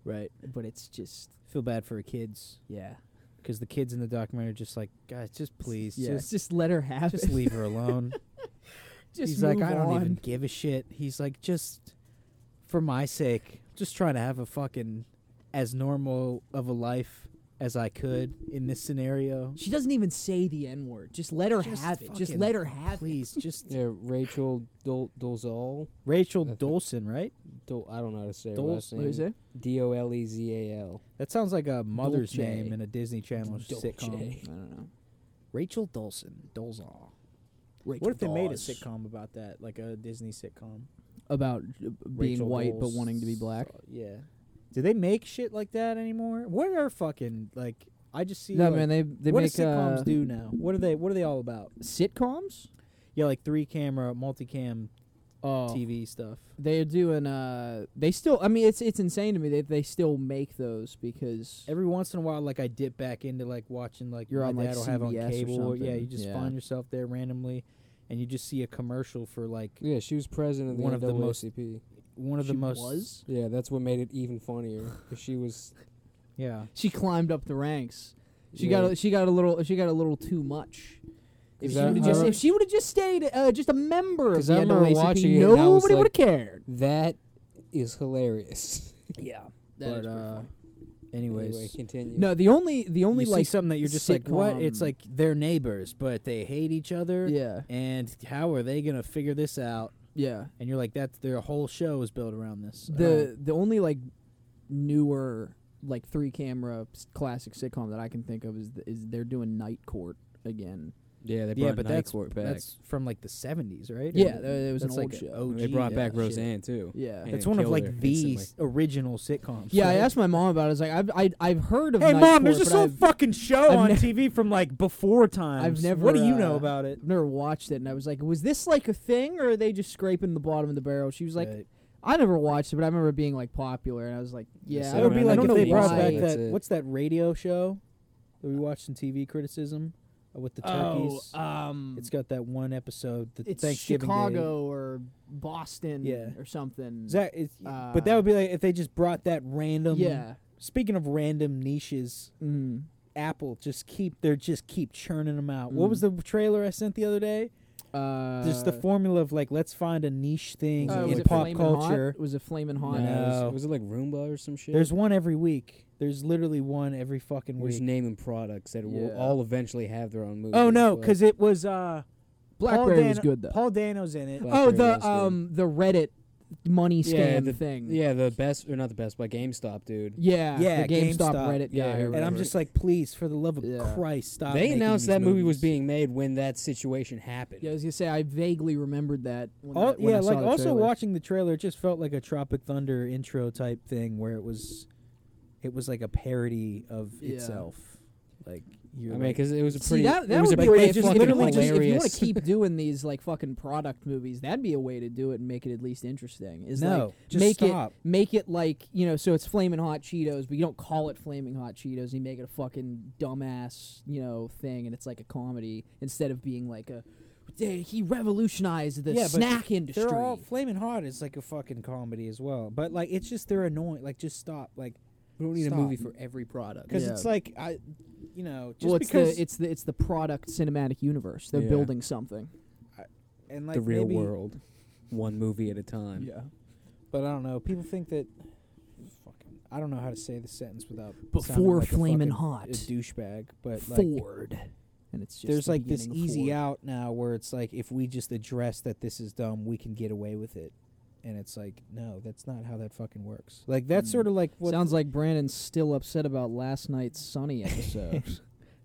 [SPEAKER 1] Right.
[SPEAKER 3] but it's just
[SPEAKER 1] Feel bad for her kids
[SPEAKER 3] yeah.
[SPEAKER 1] because the kids in the documentary are just like, guys, just please,
[SPEAKER 3] yeah.
[SPEAKER 1] just
[SPEAKER 3] Just, let her have
[SPEAKER 1] just
[SPEAKER 3] it.
[SPEAKER 1] leave her alone.
[SPEAKER 3] just
[SPEAKER 1] He's like,
[SPEAKER 3] move
[SPEAKER 1] I don't
[SPEAKER 3] on.
[SPEAKER 1] even give a shit. He's like, just for my sake, just trying to have a fucking as normal of a life as I could in this scenario.
[SPEAKER 3] She doesn't even say the n word. Just let her
[SPEAKER 1] Just
[SPEAKER 3] have it. Just
[SPEAKER 1] fucking
[SPEAKER 3] let her have it.
[SPEAKER 1] Please, just
[SPEAKER 2] Yeah, Rachel Dol- Dolezal.
[SPEAKER 1] Rachel
[SPEAKER 2] That's-
[SPEAKER 1] Dolson, right?
[SPEAKER 2] Dol- I don't know how to say her
[SPEAKER 1] Dol-
[SPEAKER 2] last name. D O L E Z A L.
[SPEAKER 1] That sounds like a mother's
[SPEAKER 3] Dolce.
[SPEAKER 1] name in a Disney Channel
[SPEAKER 2] Dolce.
[SPEAKER 1] sitcom.
[SPEAKER 3] I don't know.
[SPEAKER 1] Rachel Dolson, Dolzall.
[SPEAKER 3] Rachel
[SPEAKER 1] What if they made a
[SPEAKER 3] Dawes.
[SPEAKER 1] sitcom about that, like a Disney sitcom?
[SPEAKER 3] about uh, being
[SPEAKER 1] Rachel
[SPEAKER 3] white but
[SPEAKER 1] Dolezal.
[SPEAKER 3] wanting to be black?
[SPEAKER 1] Yeah. Do they make shit like that anymore? What are fucking like? I just see.
[SPEAKER 3] No,
[SPEAKER 1] like,
[SPEAKER 3] man. They they
[SPEAKER 1] what
[SPEAKER 3] make
[SPEAKER 1] do sitcoms
[SPEAKER 3] uh,
[SPEAKER 1] do now? What are they? What are they all about?
[SPEAKER 3] sitcoms.
[SPEAKER 1] Yeah, like three camera, multicam
[SPEAKER 3] Oh,
[SPEAKER 1] TV stuff.
[SPEAKER 3] they're doing. Uh, they still. I mean, it's it's insane to me that they still make those because
[SPEAKER 1] Every once in a while, like I dip back into like watching like
[SPEAKER 3] You're
[SPEAKER 1] my
[SPEAKER 3] on, like,
[SPEAKER 1] dad will have on
[SPEAKER 3] CBS or
[SPEAKER 1] cable. yeah,
[SPEAKER 3] something.
[SPEAKER 1] you just
[SPEAKER 3] Yeah.
[SPEAKER 1] find yourself there randomly, and you just see a commercial for like
[SPEAKER 2] Yeah, she was president of the
[SPEAKER 1] One of the most-
[SPEAKER 2] NAACP.
[SPEAKER 1] one of
[SPEAKER 3] she
[SPEAKER 1] the most.
[SPEAKER 3] was.
[SPEAKER 2] Yeah, that's what made it even funnier. 'cause she was.
[SPEAKER 1] Yeah.
[SPEAKER 3] She climbed up the ranks. She
[SPEAKER 2] yeah.
[SPEAKER 3] got a, she got a little she got a little too much. If
[SPEAKER 2] Is
[SPEAKER 3] she
[SPEAKER 2] that-
[SPEAKER 3] would have
[SPEAKER 2] I
[SPEAKER 3] just
[SPEAKER 2] re-
[SPEAKER 3] if she would have just stayed uh, just a member of
[SPEAKER 2] 'Cause
[SPEAKER 3] the
[SPEAKER 2] I remember
[SPEAKER 3] NAACP,
[SPEAKER 2] watching it and I was
[SPEAKER 3] nobody
[SPEAKER 2] like-
[SPEAKER 3] would have cared.
[SPEAKER 2] That is hilarious.
[SPEAKER 3] Yeah,
[SPEAKER 1] but uh, anyways,
[SPEAKER 2] Anyway, continue.
[SPEAKER 3] no. The only the only
[SPEAKER 1] you see
[SPEAKER 3] like
[SPEAKER 1] something that you're just like, what? It's
[SPEAKER 3] sitcom-
[SPEAKER 1] like they're neighbors, but they hate each other.
[SPEAKER 3] yeah
[SPEAKER 1] And how are they gonna figure this out?
[SPEAKER 3] yeah
[SPEAKER 1] And you're like, that's their whole show is built around this. Oh. I don't-
[SPEAKER 2] uh,
[SPEAKER 3] the the only like newer like three camera s- classic sitcom that I can think of is th- is they're doing Night Court again.
[SPEAKER 2] Yeah, they
[SPEAKER 1] yeah, but that's
[SPEAKER 2] Court
[SPEAKER 1] that's from like the '70s, right?
[SPEAKER 3] Yeah,
[SPEAKER 1] Or-
[SPEAKER 3] that- it was an
[SPEAKER 1] that's
[SPEAKER 3] old
[SPEAKER 1] like
[SPEAKER 3] show.
[SPEAKER 1] OG
[SPEAKER 2] they brought back
[SPEAKER 1] uh, shit.
[SPEAKER 2] Roseanne too.
[SPEAKER 3] Yeah.
[SPEAKER 2] And
[SPEAKER 1] That's one of
[SPEAKER 2] killed
[SPEAKER 1] like
[SPEAKER 2] her
[SPEAKER 1] the
[SPEAKER 2] instantly.
[SPEAKER 1] original sitcoms.
[SPEAKER 3] Yeah, I
[SPEAKER 1] right?
[SPEAKER 3] asked my mom about it. I was like, I've I, I've heard of.
[SPEAKER 1] Hey,
[SPEAKER 3] Night
[SPEAKER 1] mom, there's
[SPEAKER 3] Court,
[SPEAKER 1] this
[SPEAKER 3] but
[SPEAKER 1] old
[SPEAKER 3] I've-
[SPEAKER 1] fucking show
[SPEAKER 3] I've
[SPEAKER 1] on
[SPEAKER 3] ne-
[SPEAKER 1] TV from like before times.
[SPEAKER 3] never,
[SPEAKER 1] What do you know
[SPEAKER 3] uh,
[SPEAKER 1] about it?
[SPEAKER 3] I've never watched it, and I was like, was this like a thing, or are they just scraping the bottom of the barrel? She was like,
[SPEAKER 1] Right.
[SPEAKER 3] I never watched it, but I remember it being like popular, and I was like,
[SPEAKER 2] Yeah,
[SPEAKER 3] yeah,
[SPEAKER 2] so
[SPEAKER 1] That would
[SPEAKER 2] I
[SPEAKER 1] be
[SPEAKER 2] don't
[SPEAKER 1] like
[SPEAKER 2] know
[SPEAKER 1] if they brought
[SPEAKER 2] why.
[SPEAKER 1] back
[SPEAKER 2] That's
[SPEAKER 1] that.
[SPEAKER 2] it.
[SPEAKER 1] What's that radio show that we watched in TV criticism uh, with the
[SPEAKER 4] Oh,
[SPEAKER 1] turkeys?
[SPEAKER 3] Oh, um,
[SPEAKER 1] it's got that one episode. The
[SPEAKER 3] it's
[SPEAKER 1] Thanksgiving Day.
[SPEAKER 3] Chicago or Boston,
[SPEAKER 1] Yeah.
[SPEAKER 3] or something.
[SPEAKER 1] Is that- it's-
[SPEAKER 3] Uh,
[SPEAKER 1] but that would be like if they just brought that random.
[SPEAKER 3] yeah,
[SPEAKER 1] Speaking of random niches,
[SPEAKER 3] mm.
[SPEAKER 1] Apple just keep they're just keep churning them out. What was
[SPEAKER 3] Mm.
[SPEAKER 1] the trailer I sent the other day?
[SPEAKER 3] uh,
[SPEAKER 1] just the formula of like let's find a niche thing
[SPEAKER 3] uh, was
[SPEAKER 1] in
[SPEAKER 3] it
[SPEAKER 1] pop
[SPEAKER 3] Flamin' Hot?
[SPEAKER 1] culture.
[SPEAKER 3] Was it flaming hot?
[SPEAKER 1] No.
[SPEAKER 2] Was, was it like Roomba or some shit?
[SPEAKER 1] There's one every week. There's literally one every fucking
[SPEAKER 2] We're just
[SPEAKER 1] week.
[SPEAKER 2] naming products that will
[SPEAKER 3] Yeah.
[SPEAKER 2] all eventually have their own movie.
[SPEAKER 1] Oh no,
[SPEAKER 2] but
[SPEAKER 1] because it was uh
[SPEAKER 3] Blackberry
[SPEAKER 1] Paul
[SPEAKER 3] was
[SPEAKER 1] Dano-
[SPEAKER 3] good though.
[SPEAKER 1] Paul Dano's in it.
[SPEAKER 2] Black
[SPEAKER 3] Oh,
[SPEAKER 2] Berry was
[SPEAKER 3] the
[SPEAKER 2] good.
[SPEAKER 3] um the Reddit money scam
[SPEAKER 2] Yeah, the-
[SPEAKER 3] thing.
[SPEAKER 2] yeah, the best or not the best, but GameStop, dude.
[SPEAKER 3] yeah,
[SPEAKER 1] Yeah,
[SPEAKER 3] The
[SPEAKER 1] GameStop.
[SPEAKER 3] GameStop, Reddit
[SPEAKER 2] Yeah,
[SPEAKER 3] guy.
[SPEAKER 2] I
[SPEAKER 1] And
[SPEAKER 3] or
[SPEAKER 1] I'm
[SPEAKER 3] whatever.
[SPEAKER 2] remember.
[SPEAKER 1] just like, please, for the love of
[SPEAKER 3] Yeah.
[SPEAKER 1] Christ, stop.
[SPEAKER 2] they
[SPEAKER 1] making
[SPEAKER 2] announced
[SPEAKER 1] these
[SPEAKER 2] that movie was
[SPEAKER 1] movies.
[SPEAKER 2] being made when that situation happened.
[SPEAKER 3] Yeah, I was gonna say I vaguely remembered that. When
[SPEAKER 1] Al-
[SPEAKER 3] that- when I
[SPEAKER 1] yeah,
[SPEAKER 3] saw
[SPEAKER 1] like
[SPEAKER 3] the
[SPEAKER 1] also
[SPEAKER 3] trailer.
[SPEAKER 1] watching the trailer, it just felt like a Tropic Thunder intro type thing where it was, it was like a parody of
[SPEAKER 3] Yeah.
[SPEAKER 1] itself.
[SPEAKER 2] Like
[SPEAKER 5] You're
[SPEAKER 2] I mean,
[SPEAKER 5] like-
[SPEAKER 2] because it was a
[SPEAKER 3] See
[SPEAKER 2] pretty.
[SPEAKER 3] that
[SPEAKER 2] it
[SPEAKER 3] that
[SPEAKER 2] was
[SPEAKER 3] would
[SPEAKER 2] a
[SPEAKER 3] be a way.
[SPEAKER 2] pretty
[SPEAKER 3] If, you-
[SPEAKER 2] fucking
[SPEAKER 3] literally just, if you want
[SPEAKER 2] hilarious-
[SPEAKER 3] to keep doing these like fucking product movies, that'd be a way to do it and make it at least interesting. Is
[SPEAKER 2] no,
[SPEAKER 3] like
[SPEAKER 2] just
[SPEAKER 3] make
[SPEAKER 2] stop.
[SPEAKER 3] it make it like you know, so it's flaming hot Cheetos, but you don't call it flaming hot Cheetos. You make it a fucking dumbass you know thing, and it's like a comedy instead of being like a. "Hey, He revolutionized the
[SPEAKER 1] Yeah, but
[SPEAKER 3] snack industry.
[SPEAKER 1] They're all flaming hot. It's like a fucking comedy as well. But like, it's just they're annoying. Like, just stop. Like,
[SPEAKER 2] We don't need
[SPEAKER 1] Stop.
[SPEAKER 2] a movie for every product.
[SPEAKER 1] because
[SPEAKER 3] Yeah.
[SPEAKER 1] it's like I, you know, just
[SPEAKER 3] well, it's
[SPEAKER 1] because
[SPEAKER 3] the it's the it's the product cinematic universe. They're
[SPEAKER 2] Yeah.
[SPEAKER 3] building something.
[SPEAKER 1] and like
[SPEAKER 2] the real
[SPEAKER 1] maybe-
[SPEAKER 2] world, one movie at a time.
[SPEAKER 3] Yeah.
[SPEAKER 1] But I don't know. People think that. Fucking, I don't know how to say the sentence without sounding
[SPEAKER 3] Before
[SPEAKER 1] like a
[SPEAKER 3] Flamin'
[SPEAKER 1] fucking-
[SPEAKER 3] Hot.
[SPEAKER 1] a douchebag. But like,
[SPEAKER 3] Ford. And it's just
[SPEAKER 1] there's
[SPEAKER 3] the
[SPEAKER 1] like this
[SPEAKER 3] beginning of
[SPEAKER 1] easy
[SPEAKER 3] Ford.
[SPEAKER 1] out now where it's like if we just address that this is dumb, we can get away with it. And it's like, no, that's not how that fucking works. Like that's
[SPEAKER 5] Mm.
[SPEAKER 1] sort of like what
[SPEAKER 3] Sounds like Brandon's still upset about last night's Sunny episode.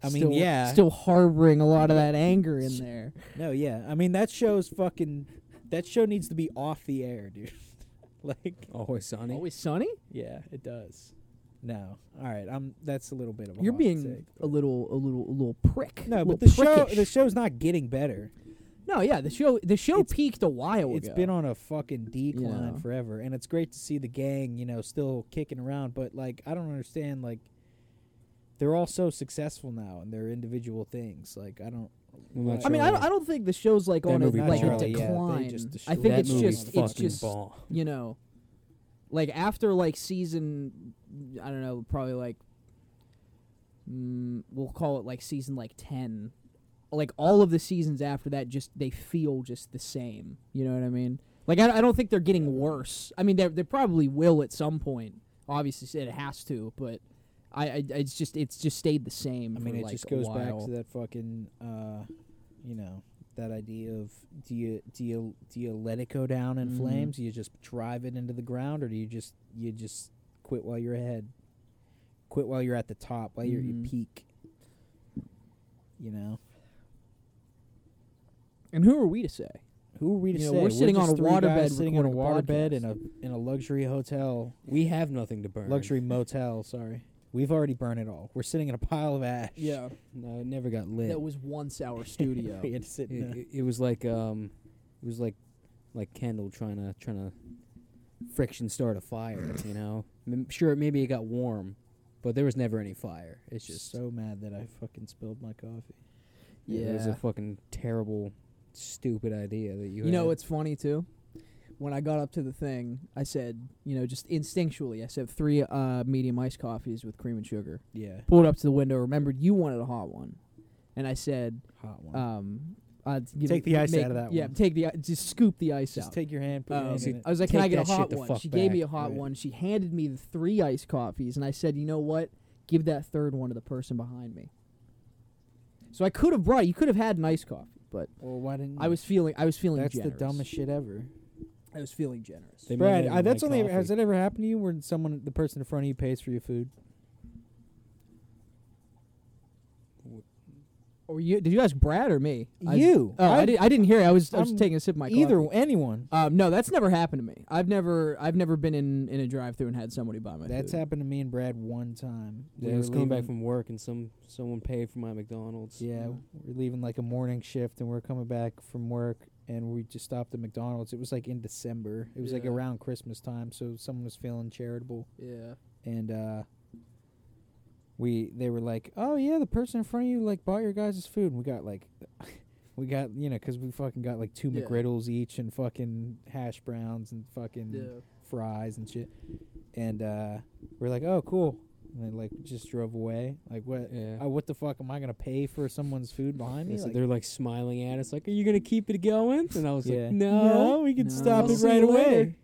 [SPEAKER 1] I mean,
[SPEAKER 3] Still-
[SPEAKER 1] yeah.
[SPEAKER 3] Still harboring a lot of that anger in there.
[SPEAKER 1] No, yeah. I mean, that show's fucking. That show needs to be off the air, dude. like,
[SPEAKER 2] Always Sunny.
[SPEAKER 3] Always Sunny?
[SPEAKER 1] yeah, it does. No, all right. I'm. That's a little bit of. A
[SPEAKER 3] You're
[SPEAKER 1] hot
[SPEAKER 3] being
[SPEAKER 1] take,
[SPEAKER 3] a
[SPEAKER 1] but-
[SPEAKER 3] little, a little, a little prick.
[SPEAKER 1] No,
[SPEAKER 3] Little
[SPEAKER 1] but the show.
[SPEAKER 3] prickish.
[SPEAKER 1] The show's not getting better.
[SPEAKER 3] no, yeah, the show, the show
[SPEAKER 1] It's-
[SPEAKER 3] peaked a while
[SPEAKER 1] It's
[SPEAKER 3] ago.
[SPEAKER 1] been on a fucking decline
[SPEAKER 3] Yeah.
[SPEAKER 1] forever, and it's great to see the gang, you know, still kicking around. But like, I don't understand. Like, they're all so successful now in their individual things. Like, I don't.
[SPEAKER 2] Well,
[SPEAKER 1] why-
[SPEAKER 2] not
[SPEAKER 3] I mean, I
[SPEAKER 2] Charlie.
[SPEAKER 3] don't, I don't think the show's like
[SPEAKER 2] That
[SPEAKER 3] on a,
[SPEAKER 2] movie
[SPEAKER 3] like a
[SPEAKER 2] bombed. Charlie,
[SPEAKER 1] yeah, they
[SPEAKER 3] decline.
[SPEAKER 1] just
[SPEAKER 3] I
[SPEAKER 1] destroyed
[SPEAKER 3] think
[SPEAKER 2] that
[SPEAKER 3] it's
[SPEAKER 2] movie
[SPEAKER 3] just,
[SPEAKER 2] fucking
[SPEAKER 3] it's just,
[SPEAKER 2] bomb.
[SPEAKER 3] you know, like after like season, I don't know, probably like, mm, we'll call it like season like ten. Like all of the seasons after that, just they feel just the same. You know what I mean? Like I, I don't think they're getting worse. I mean, they they probably will at some point. Obviously, it has to, but I, I it's just it's just stayed the same.
[SPEAKER 1] I mean,
[SPEAKER 3] for,
[SPEAKER 1] it
[SPEAKER 3] like,
[SPEAKER 1] just
[SPEAKER 3] a
[SPEAKER 1] goes back
[SPEAKER 3] while.
[SPEAKER 1] to that fucking, uh, you know, that idea of do you do you do you let it go down in
[SPEAKER 3] Mhm.
[SPEAKER 1] flames? Do you just drive it into the ground, or do you just you just quit while you're ahead? Quit while you're at the top, while you're at your
[SPEAKER 3] Mhm.
[SPEAKER 1] peak. You know,
[SPEAKER 3] And who are we to say?
[SPEAKER 1] who are we to
[SPEAKER 3] You know,
[SPEAKER 1] say?
[SPEAKER 3] we're sitting on
[SPEAKER 1] just
[SPEAKER 3] a
[SPEAKER 1] three
[SPEAKER 3] waterbed
[SPEAKER 1] guys sitting on a
[SPEAKER 3] recording a
[SPEAKER 1] waterbed
[SPEAKER 3] podcast.
[SPEAKER 1] in a in a luxury hotel,
[SPEAKER 2] we have nothing to burn.
[SPEAKER 1] luxury motel. Sorry, we've already burned it all. We're sitting in a pile of ash.
[SPEAKER 2] No, it never got lit.
[SPEAKER 3] that was once our studio.
[SPEAKER 1] we had to sit in
[SPEAKER 2] it,
[SPEAKER 1] a-
[SPEAKER 2] it, it was like um, it was like like Kendall trying to trying to friction start a fire. you know, M- sure maybe it got warm, but there was never any fire. It's just
[SPEAKER 1] so mad that I fucking spilled my coffee.
[SPEAKER 2] it was
[SPEAKER 3] Yeah.
[SPEAKER 2] a fucking terrible, stupid idea that you.
[SPEAKER 3] You know,
[SPEAKER 2] had.
[SPEAKER 3] it's funny too. When I got up to the thing, I said, you know, just instinctually, I said three uh, medium iced coffees with cream and sugar.
[SPEAKER 1] Yeah,
[SPEAKER 3] Pulled up to the window, remembered you wanted a hot one, and I said,
[SPEAKER 1] hot one.
[SPEAKER 3] um, I'd give
[SPEAKER 1] Take
[SPEAKER 3] it-
[SPEAKER 1] the ice
[SPEAKER 3] make-
[SPEAKER 1] out of that
[SPEAKER 3] Yeah,
[SPEAKER 1] one.
[SPEAKER 3] take the i- just scoop the ice
[SPEAKER 1] Just
[SPEAKER 3] out.
[SPEAKER 1] take your hand, put your
[SPEAKER 3] Um,
[SPEAKER 1] hand in it.
[SPEAKER 3] I was like, "Can
[SPEAKER 2] Take
[SPEAKER 3] I get a
[SPEAKER 2] that shit
[SPEAKER 3] hot
[SPEAKER 2] the
[SPEAKER 3] one?"
[SPEAKER 2] fuck
[SPEAKER 3] She gave
[SPEAKER 2] back.
[SPEAKER 3] me a hot
[SPEAKER 1] Right.
[SPEAKER 3] one. She handed me the three iced coffees, and I said, "You know what? Give that third one to the person behind me." So I could have brought. You could have had an iced coffee, but
[SPEAKER 1] Well, why didn't
[SPEAKER 3] I was feeling. I was feeling.
[SPEAKER 1] Mm. That's
[SPEAKER 3] generous.
[SPEAKER 1] the dumbest shit ever.
[SPEAKER 3] I was feeling generous.
[SPEAKER 2] They might
[SPEAKER 1] Brad,
[SPEAKER 2] not
[SPEAKER 1] uh,
[SPEAKER 2] even
[SPEAKER 1] that's
[SPEAKER 2] like
[SPEAKER 1] only
[SPEAKER 2] coffee.
[SPEAKER 1] has that ever happened to you when someone, the person in front of you, pays for your food?
[SPEAKER 3] Or you? Did you ask Brad or me? I-
[SPEAKER 1] You.
[SPEAKER 3] oh, I,
[SPEAKER 1] I-
[SPEAKER 3] did, I didn't hear. it. I was. I was
[SPEAKER 1] I'm-
[SPEAKER 3] taking a sip of my
[SPEAKER 1] Either
[SPEAKER 3] coffee.
[SPEAKER 1] anyone.
[SPEAKER 3] Um, no, that's never happened to me. I've never. I've never been in in a drive through and had somebody buy my.
[SPEAKER 1] That's
[SPEAKER 3] food.
[SPEAKER 1] happened to me and Brad one time.
[SPEAKER 2] Yeah,
[SPEAKER 1] We
[SPEAKER 2] I
[SPEAKER 1] were
[SPEAKER 2] was coming back
[SPEAKER 1] leaving-
[SPEAKER 2] from work and some someone paid for my McDonald's.
[SPEAKER 1] Yeah, we were leaving like a morning shift and we are coming back from work and we just stopped at McDonald's. It was like in December. It was like
[SPEAKER 3] Yeah.
[SPEAKER 1] around Christmas time, so someone was feeling charitable.
[SPEAKER 3] Yeah.
[SPEAKER 1] and uh we they were like oh yeah the person in front of you like bought your guys' food and we got like we got you know, 'cause we fucking got like two
[SPEAKER 3] Yeah.
[SPEAKER 1] mcgriddles each and fucking hash browns and fucking fries and shit and uh we're like oh cool and they like just drove away like what
[SPEAKER 2] Yeah.
[SPEAKER 1] uh, what the fuck am i gonna pay for someone's food behind me
[SPEAKER 2] They said-
[SPEAKER 1] Like,
[SPEAKER 2] they're like smiling at us, like, "Are you gonna keep it going?" And I was
[SPEAKER 1] Yeah.
[SPEAKER 2] like, "No."
[SPEAKER 1] we can
[SPEAKER 3] No.
[SPEAKER 1] stop
[SPEAKER 2] We'll
[SPEAKER 1] it
[SPEAKER 2] see
[SPEAKER 1] right
[SPEAKER 2] you
[SPEAKER 1] away
[SPEAKER 2] later.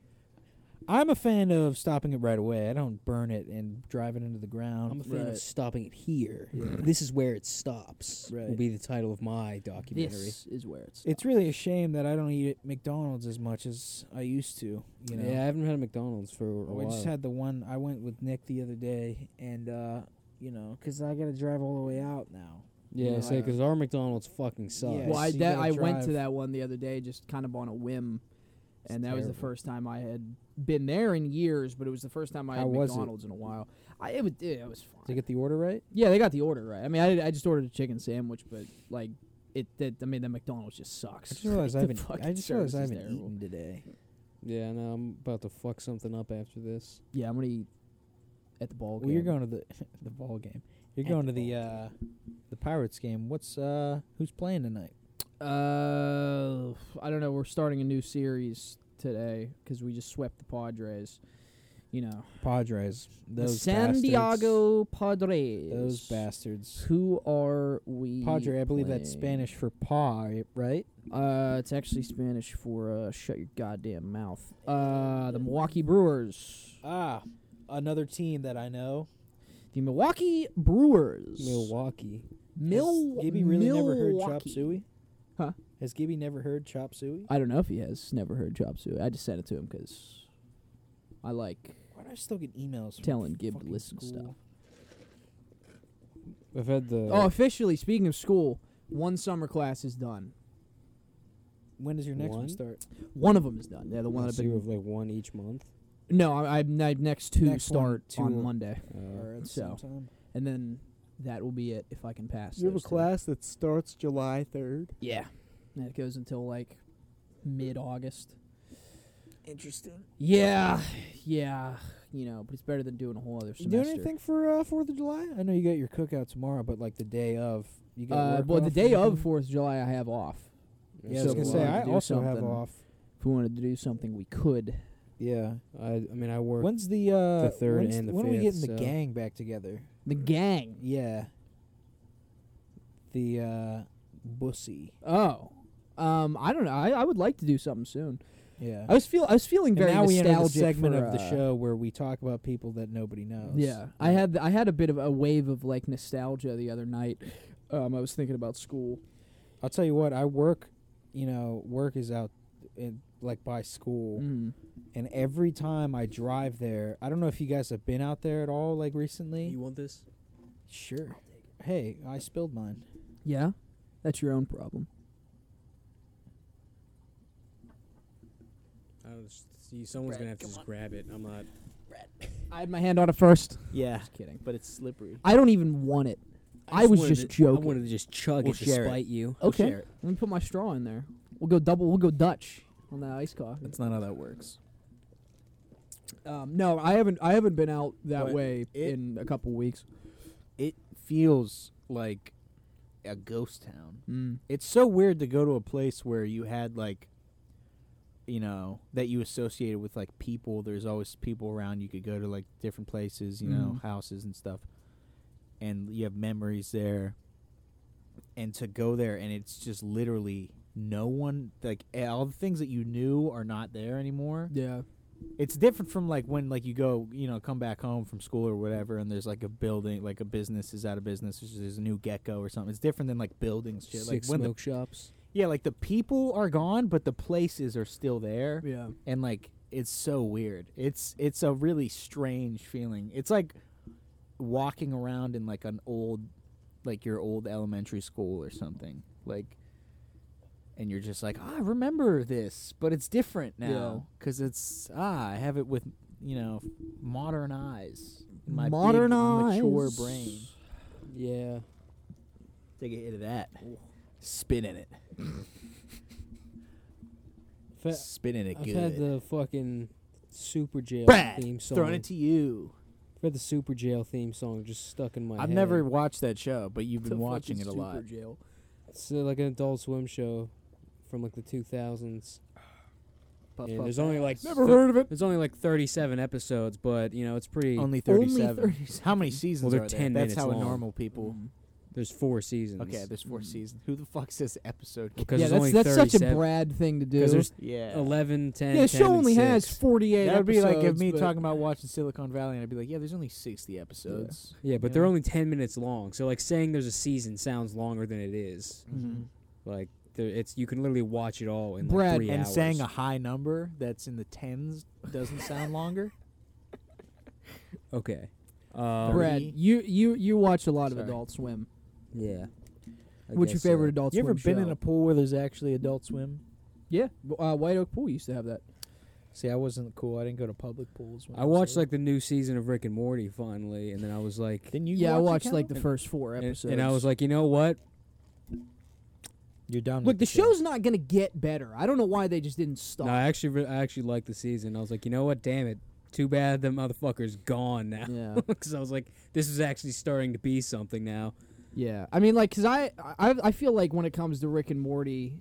[SPEAKER 1] i'm a fan of stopping it right away i don't burn it and drive it into the ground
[SPEAKER 2] I'm a fan
[SPEAKER 3] Right.
[SPEAKER 2] of stopping it here. This is where it stops. Will
[SPEAKER 1] Right.
[SPEAKER 2] be the title of my documentary.
[SPEAKER 3] This is where it's.
[SPEAKER 1] It's really a shame that I don't eat at McDonald's as much as I used to. You know,
[SPEAKER 2] Yeah, I haven't had a McDonald's for a
[SPEAKER 1] I
[SPEAKER 2] while.
[SPEAKER 1] just had the one. I went with Nick the other day, and uh, you know, 'cause I got to drive all the way out now.
[SPEAKER 2] yeah,
[SPEAKER 1] Yeah.
[SPEAKER 2] say because our McDonald's fucking sucks.
[SPEAKER 1] Yeah,
[SPEAKER 3] Well, I,
[SPEAKER 1] so you
[SPEAKER 3] that,
[SPEAKER 1] gotta
[SPEAKER 3] I went to
[SPEAKER 1] drive.
[SPEAKER 3] that one the other day just kind of on a whim,
[SPEAKER 1] It's
[SPEAKER 3] and that was the
[SPEAKER 1] terrible.
[SPEAKER 3] first time I had been there in years. But it was the first time I
[SPEAKER 1] How
[SPEAKER 3] had
[SPEAKER 1] was it?
[SPEAKER 3] McDonald's in a while. I, it was yeah, it was fine.
[SPEAKER 4] Did I get the order right?
[SPEAKER 3] Yeah, they got the order right. I mean, I, did, I just ordered a chicken sandwich, but like it that I mean, the McDonald's just sucks.
[SPEAKER 4] I just realized I
[SPEAKER 3] The
[SPEAKER 4] haven't.
[SPEAKER 3] fucking
[SPEAKER 4] I just realized I
[SPEAKER 3] service
[SPEAKER 4] haven't
[SPEAKER 3] is terrible.
[SPEAKER 4] eaten today.
[SPEAKER 2] Yeah, no, I'm about to fuck something up after this.
[SPEAKER 3] Yeah, I'm gonna eat at the ball game.
[SPEAKER 4] Well, you're going to the the ball game. You're
[SPEAKER 3] At
[SPEAKER 4] going
[SPEAKER 3] the
[SPEAKER 4] to the
[SPEAKER 3] ball
[SPEAKER 4] uh, the Pirates game. What's uh who's playing tonight?
[SPEAKER 3] Uh, I don't know. We're starting a new series today because we just swept the Padres. You know,
[SPEAKER 4] Padres.
[SPEAKER 3] the
[SPEAKER 4] Those
[SPEAKER 3] San
[SPEAKER 4] bastards.
[SPEAKER 3] Diego Padres.
[SPEAKER 4] Those bastards.
[SPEAKER 3] Who are we?
[SPEAKER 4] Padre, I believe that's
[SPEAKER 3] playing?
[SPEAKER 4] Spanish for paw, right?
[SPEAKER 3] Uh, it's actually Spanish for uh, "shut your goddamn mouth." Uh, the Milwaukee Brewers.
[SPEAKER 4] Ah, another team that I know.
[SPEAKER 3] The Milwaukee Brewers.
[SPEAKER 4] Milwaukee.
[SPEAKER 3] Mil-
[SPEAKER 4] Has Gibby really never heard chop
[SPEAKER 3] Milwaukee.
[SPEAKER 4] suey?
[SPEAKER 3] Huh?
[SPEAKER 4] Has Gibby never heard chop suey?
[SPEAKER 3] I don't know if he has never heard chop suey. I just sent it to him because I like
[SPEAKER 4] Why do I still get emails? From
[SPEAKER 3] telling Gib to
[SPEAKER 4] fucking
[SPEAKER 3] listen to
[SPEAKER 4] school?
[SPEAKER 3] stuff.
[SPEAKER 2] I've had the
[SPEAKER 3] Oh, officially, speaking of school, one summer class is done.
[SPEAKER 4] When does your next one,
[SPEAKER 2] One?
[SPEAKER 4] start?
[SPEAKER 3] One of them is done. Yeah, the one I've
[SPEAKER 2] so you
[SPEAKER 3] been.
[SPEAKER 2] have like one each month.
[SPEAKER 3] No, I, I, I next two
[SPEAKER 4] Next one,
[SPEAKER 3] start
[SPEAKER 4] two
[SPEAKER 3] on
[SPEAKER 4] will-
[SPEAKER 3] Monday,
[SPEAKER 2] Uh,
[SPEAKER 4] Or at
[SPEAKER 3] so.
[SPEAKER 4] some time?
[SPEAKER 3] and then that will be it if I can pass.
[SPEAKER 1] You have a
[SPEAKER 3] those two.
[SPEAKER 1] class that starts July third.
[SPEAKER 3] Yeah, and it goes until like mid August.
[SPEAKER 4] Interesting.
[SPEAKER 3] Yeah, yeah, you know, but it's better than doing a whole other
[SPEAKER 4] You
[SPEAKER 3] semester.
[SPEAKER 4] doing anything for uh, Fourth of July? I know you got your cookout tomorrow, but like the day of, you got.
[SPEAKER 3] Uh,
[SPEAKER 4] work
[SPEAKER 3] well, the
[SPEAKER 4] off
[SPEAKER 3] day
[SPEAKER 4] or
[SPEAKER 3] of
[SPEAKER 4] anything?
[SPEAKER 3] Fourth of July, I have off.
[SPEAKER 4] Yeah,
[SPEAKER 3] so
[SPEAKER 4] I was
[SPEAKER 3] if
[SPEAKER 4] gonna
[SPEAKER 3] we
[SPEAKER 4] say
[SPEAKER 3] wanted
[SPEAKER 4] I
[SPEAKER 3] to do
[SPEAKER 4] also have
[SPEAKER 3] something-
[SPEAKER 4] off.
[SPEAKER 3] If we wanted to do something, we could.
[SPEAKER 4] Yeah.
[SPEAKER 2] I, I mean, I work.
[SPEAKER 4] When's the uh
[SPEAKER 2] The third
[SPEAKER 4] when's
[SPEAKER 2] and the
[SPEAKER 4] when are we
[SPEAKER 2] fifth,
[SPEAKER 4] getting the
[SPEAKER 2] so-
[SPEAKER 4] gang back together?
[SPEAKER 3] The gang.
[SPEAKER 4] Yeah. The uh bussy.
[SPEAKER 3] Oh, um, I don't know. I, I would like to do something soon.
[SPEAKER 4] Yeah.
[SPEAKER 3] I was feel I was feeling
[SPEAKER 4] And
[SPEAKER 3] very
[SPEAKER 4] now we enter the
[SPEAKER 3] nostalgic
[SPEAKER 4] segment
[SPEAKER 3] for,
[SPEAKER 4] of the
[SPEAKER 3] uh,
[SPEAKER 4] show where we talk about people that nobody knows.
[SPEAKER 3] Yeah, I had I had a bit of a wave of like nostalgia the other night. Um, I was thinking about school.
[SPEAKER 4] I'll tell you what, I work, you know, work is out in like by school
[SPEAKER 3] Mm.
[SPEAKER 4] and every time I drive there, I don't know if you guys have been out there at all like recently.
[SPEAKER 2] want this?
[SPEAKER 4] sure. Hey, I spilled mine.
[SPEAKER 3] Yeah, that's your own problem.
[SPEAKER 2] I don't s- see, someone's gonna have to just grab it. I'm not.
[SPEAKER 3] I had my hand on it first.
[SPEAKER 1] Yeah,
[SPEAKER 3] Just kidding.
[SPEAKER 1] but it's slippery.
[SPEAKER 3] I don't even want it. I, was
[SPEAKER 2] wanted
[SPEAKER 3] just
[SPEAKER 2] to-
[SPEAKER 3] joking.
[SPEAKER 2] I wanted to just chug
[SPEAKER 4] We'll
[SPEAKER 2] it to
[SPEAKER 4] share it.
[SPEAKER 2] spite you.
[SPEAKER 3] okay,
[SPEAKER 4] share it.
[SPEAKER 3] let me put my straw in there. We'll go double. We'll go Dutch on that ice coffee.
[SPEAKER 1] That's not how that works.
[SPEAKER 3] Um, no, I haven't. I haven't been out that
[SPEAKER 1] But
[SPEAKER 3] way
[SPEAKER 1] it-
[SPEAKER 3] in a couple weeks.
[SPEAKER 1] It feels like a ghost town.
[SPEAKER 3] Mm.
[SPEAKER 1] It's so weird to go to a place where you had like, you know, that you associated with like people. There's always people around. You could go to like different places, you know,
[SPEAKER 3] Mhm.
[SPEAKER 1] houses and stuff, and you have memories there. And to go there, and it's just literally no one. Like all the things that you knew are not there anymore.
[SPEAKER 3] Yeah.
[SPEAKER 1] it's different from like when like you go you know come back home from school or whatever and there's like a building like a business is out of business or there's a new gecko or something it's different than like buildings shit like
[SPEAKER 2] Six
[SPEAKER 1] when the,
[SPEAKER 2] smoke shops.
[SPEAKER 1] yeah like the people are gone but the places are still there
[SPEAKER 3] Yeah.
[SPEAKER 1] and like it's so weird it's it's a really strange feeling it's like walking around in like an old like your old elementary school or something like and you're just like ah, i remember this but it's different now because it's ah i have it with you know modern eyes in my
[SPEAKER 3] Modern
[SPEAKER 1] big, mature
[SPEAKER 3] eyes.
[SPEAKER 1] brain
[SPEAKER 2] Yeah.
[SPEAKER 1] take a hit of that spin in it spin in it
[SPEAKER 2] I've had
[SPEAKER 1] good
[SPEAKER 2] the fucking Super Jail
[SPEAKER 1] Brad,
[SPEAKER 2] theme song.
[SPEAKER 1] throwing it to you
[SPEAKER 2] I've had the Super Jail theme song just stuck in my
[SPEAKER 1] I've
[SPEAKER 2] head.
[SPEAKER 1] never e watched that show, but you've
[SPEAKER 3] The
[SPEAKER 1] been
[SPEAKER 3] fuck
[SPEAKER 1] watching
[SPEAKER 3] is
[SPEAKER 1] it a
[SPEAKER 3] super
[SPEAKER 1] lot.
[SPEAKER 3] Jail.
[SPEAKER 2] It's uh, like an Adult Swim show from like the 2000s.
[SPEAKER 1] Puff,
[SPEAKER 2] and
[SPEAKER 1] puff,
[SPEAKER 2] there's only like
[SPEAKER 1] Never
[SPEAKER 2] thir-
[SPEAKER 1] heard of it.
[SPEAKER 2] There's only like 37 episodes, but you know it's pretty.
[SPEAKER 1] Only
[SPEAKER 3] Only
[SPEAKER 1] 37.
[SPEAKER 3] 37.
[SPEAKER 1] How many seasons
[SPEAKER 2] Well, they're
[SPEAKER 1] are
[SPEAKER 2] 10
[SPEAKER 1] there? That's
[SPEAKER 2] minutes
[SPEAKER 1] how
[SPEAKER 2] long.
[SPEAKER 1] normal people.
[SPEAKER 3] Mm.
[SPEAKER 2] There's four seasons.
[SPEAKER 1] Okay, there's four
[SPEAKER 3] Mm.
[SPEAKER 1] seasons. Who the fuck says episode? count?
[SPEAKER 2] because
[SPEAKER 3] yeah,
[SPEAKER 2] there's
[SPEAKER 3] that's
[SPEAKER 2] only
[SPEAKER 3] that's such a
[SPEAKER 2] 37
[SPEAKER 3] Brad thing to do.
[SPEAKER 2] Because there's
[SPEAKER 1] Yeah.
[SPEAKER 2] 11, 10,
[SPEAKER 3] yeah, the
[SPEAKER 2] 10,
[SPEAKER 3] show
[SPEAKER 2] and
[SPEAKER 3] only has
[SPEAKER 2] six.
[SPEAKER 3] forty-eight.
[SPEAKER 1] That would be like if
[SPEAKER 3] episodes,
[SPEAKER 1] me
[SPEAKER 3] but-
[SPEAKER 1] talking about watching Silicon Valley, and I'd be like, yeah, there's only 60 episodes.
[SPEAKER 2] Yeah, but
[SPEAKER 1] you
[SPEAKER 2] they're
[SPEAKER 1] know?
[SPEAKER 2] only 10 minutes long. So like saying there's a season sounds longer than it is.
[SPEAKER 1] Mhm.
[SPEAKER 2] Like there, it's you can literally watch it all in like
[SPEAKER 3] Brad,
[SPEAKER 2] three
[SPEAKER 1] And
[SPEAKER 2] hours.
[SPEAKER 1] saying a high number that's in the tens doesn't sound longer.
[SPEAKER 2] okay. Um,
[SPEAKER 3] Brad,
[SPEAKER 1] Three.
[SPEAKER 3] you you you watch a lot of
[SPEAKER 1] Sorry.
[SPEAKER 3] Adult Swim.
[SPEAKER 2] Yeah. I
[SPEAKER 3] What's your
[SPEAKER 2] guess so.
[SPEAKER 3] favorite Adult
[SPEAKER 4] You
[SPEAKER 3] Swim
[SPEAKER 4] ever been in
[SPEAKER 3] show?
[SPEAKER 4] a pool where there's actually Adult Swim?
[SPEAKER 3] yeah, b- uh, White Oak Pool used to have that.
[SPEAKER 4] See, I wasn't cool. I didn't go to public pools. When
[SPEAKER 2] I watched
[SPEAKER 4] was
[SPEAKER 2] like the new season of Rick and Morty finally, and then I was like,
[SPEAKER 4] Didn't you?
[SPEAKER 3] yeah, I
[SPEAKER 4] watch it,
[SPEAKER 3] watched like
[SPEAKER 4] Cal?
[SPEAKER 3] the first four
[SPEAKER 2] and-
[SPEAKER 3] episodes.
[SPEAKER 2] and, I was like, you know what?
[SPEAKER 4] You're done.
[SPEAKER 3] look,
[SPEAKER 4] with
[SPEAKER 3] the
[SPEAKER 4] show.
[SPEAKER 3] show's not gonna get better. I don't know why they just didn't stop.
[SPEAKER 2] No, I actually, re- I actually liked the season. I was like, you know what? Damn it! Too bad the motherfucker's gone now.
[SPEAKER 3] yeah,
[SPEAKER 2] Because I was like, this is actually starting to be something now.
[SPEAKER 3] yeah. I mean, like, cause I, I, I feel like when it comes to Rick and Morty,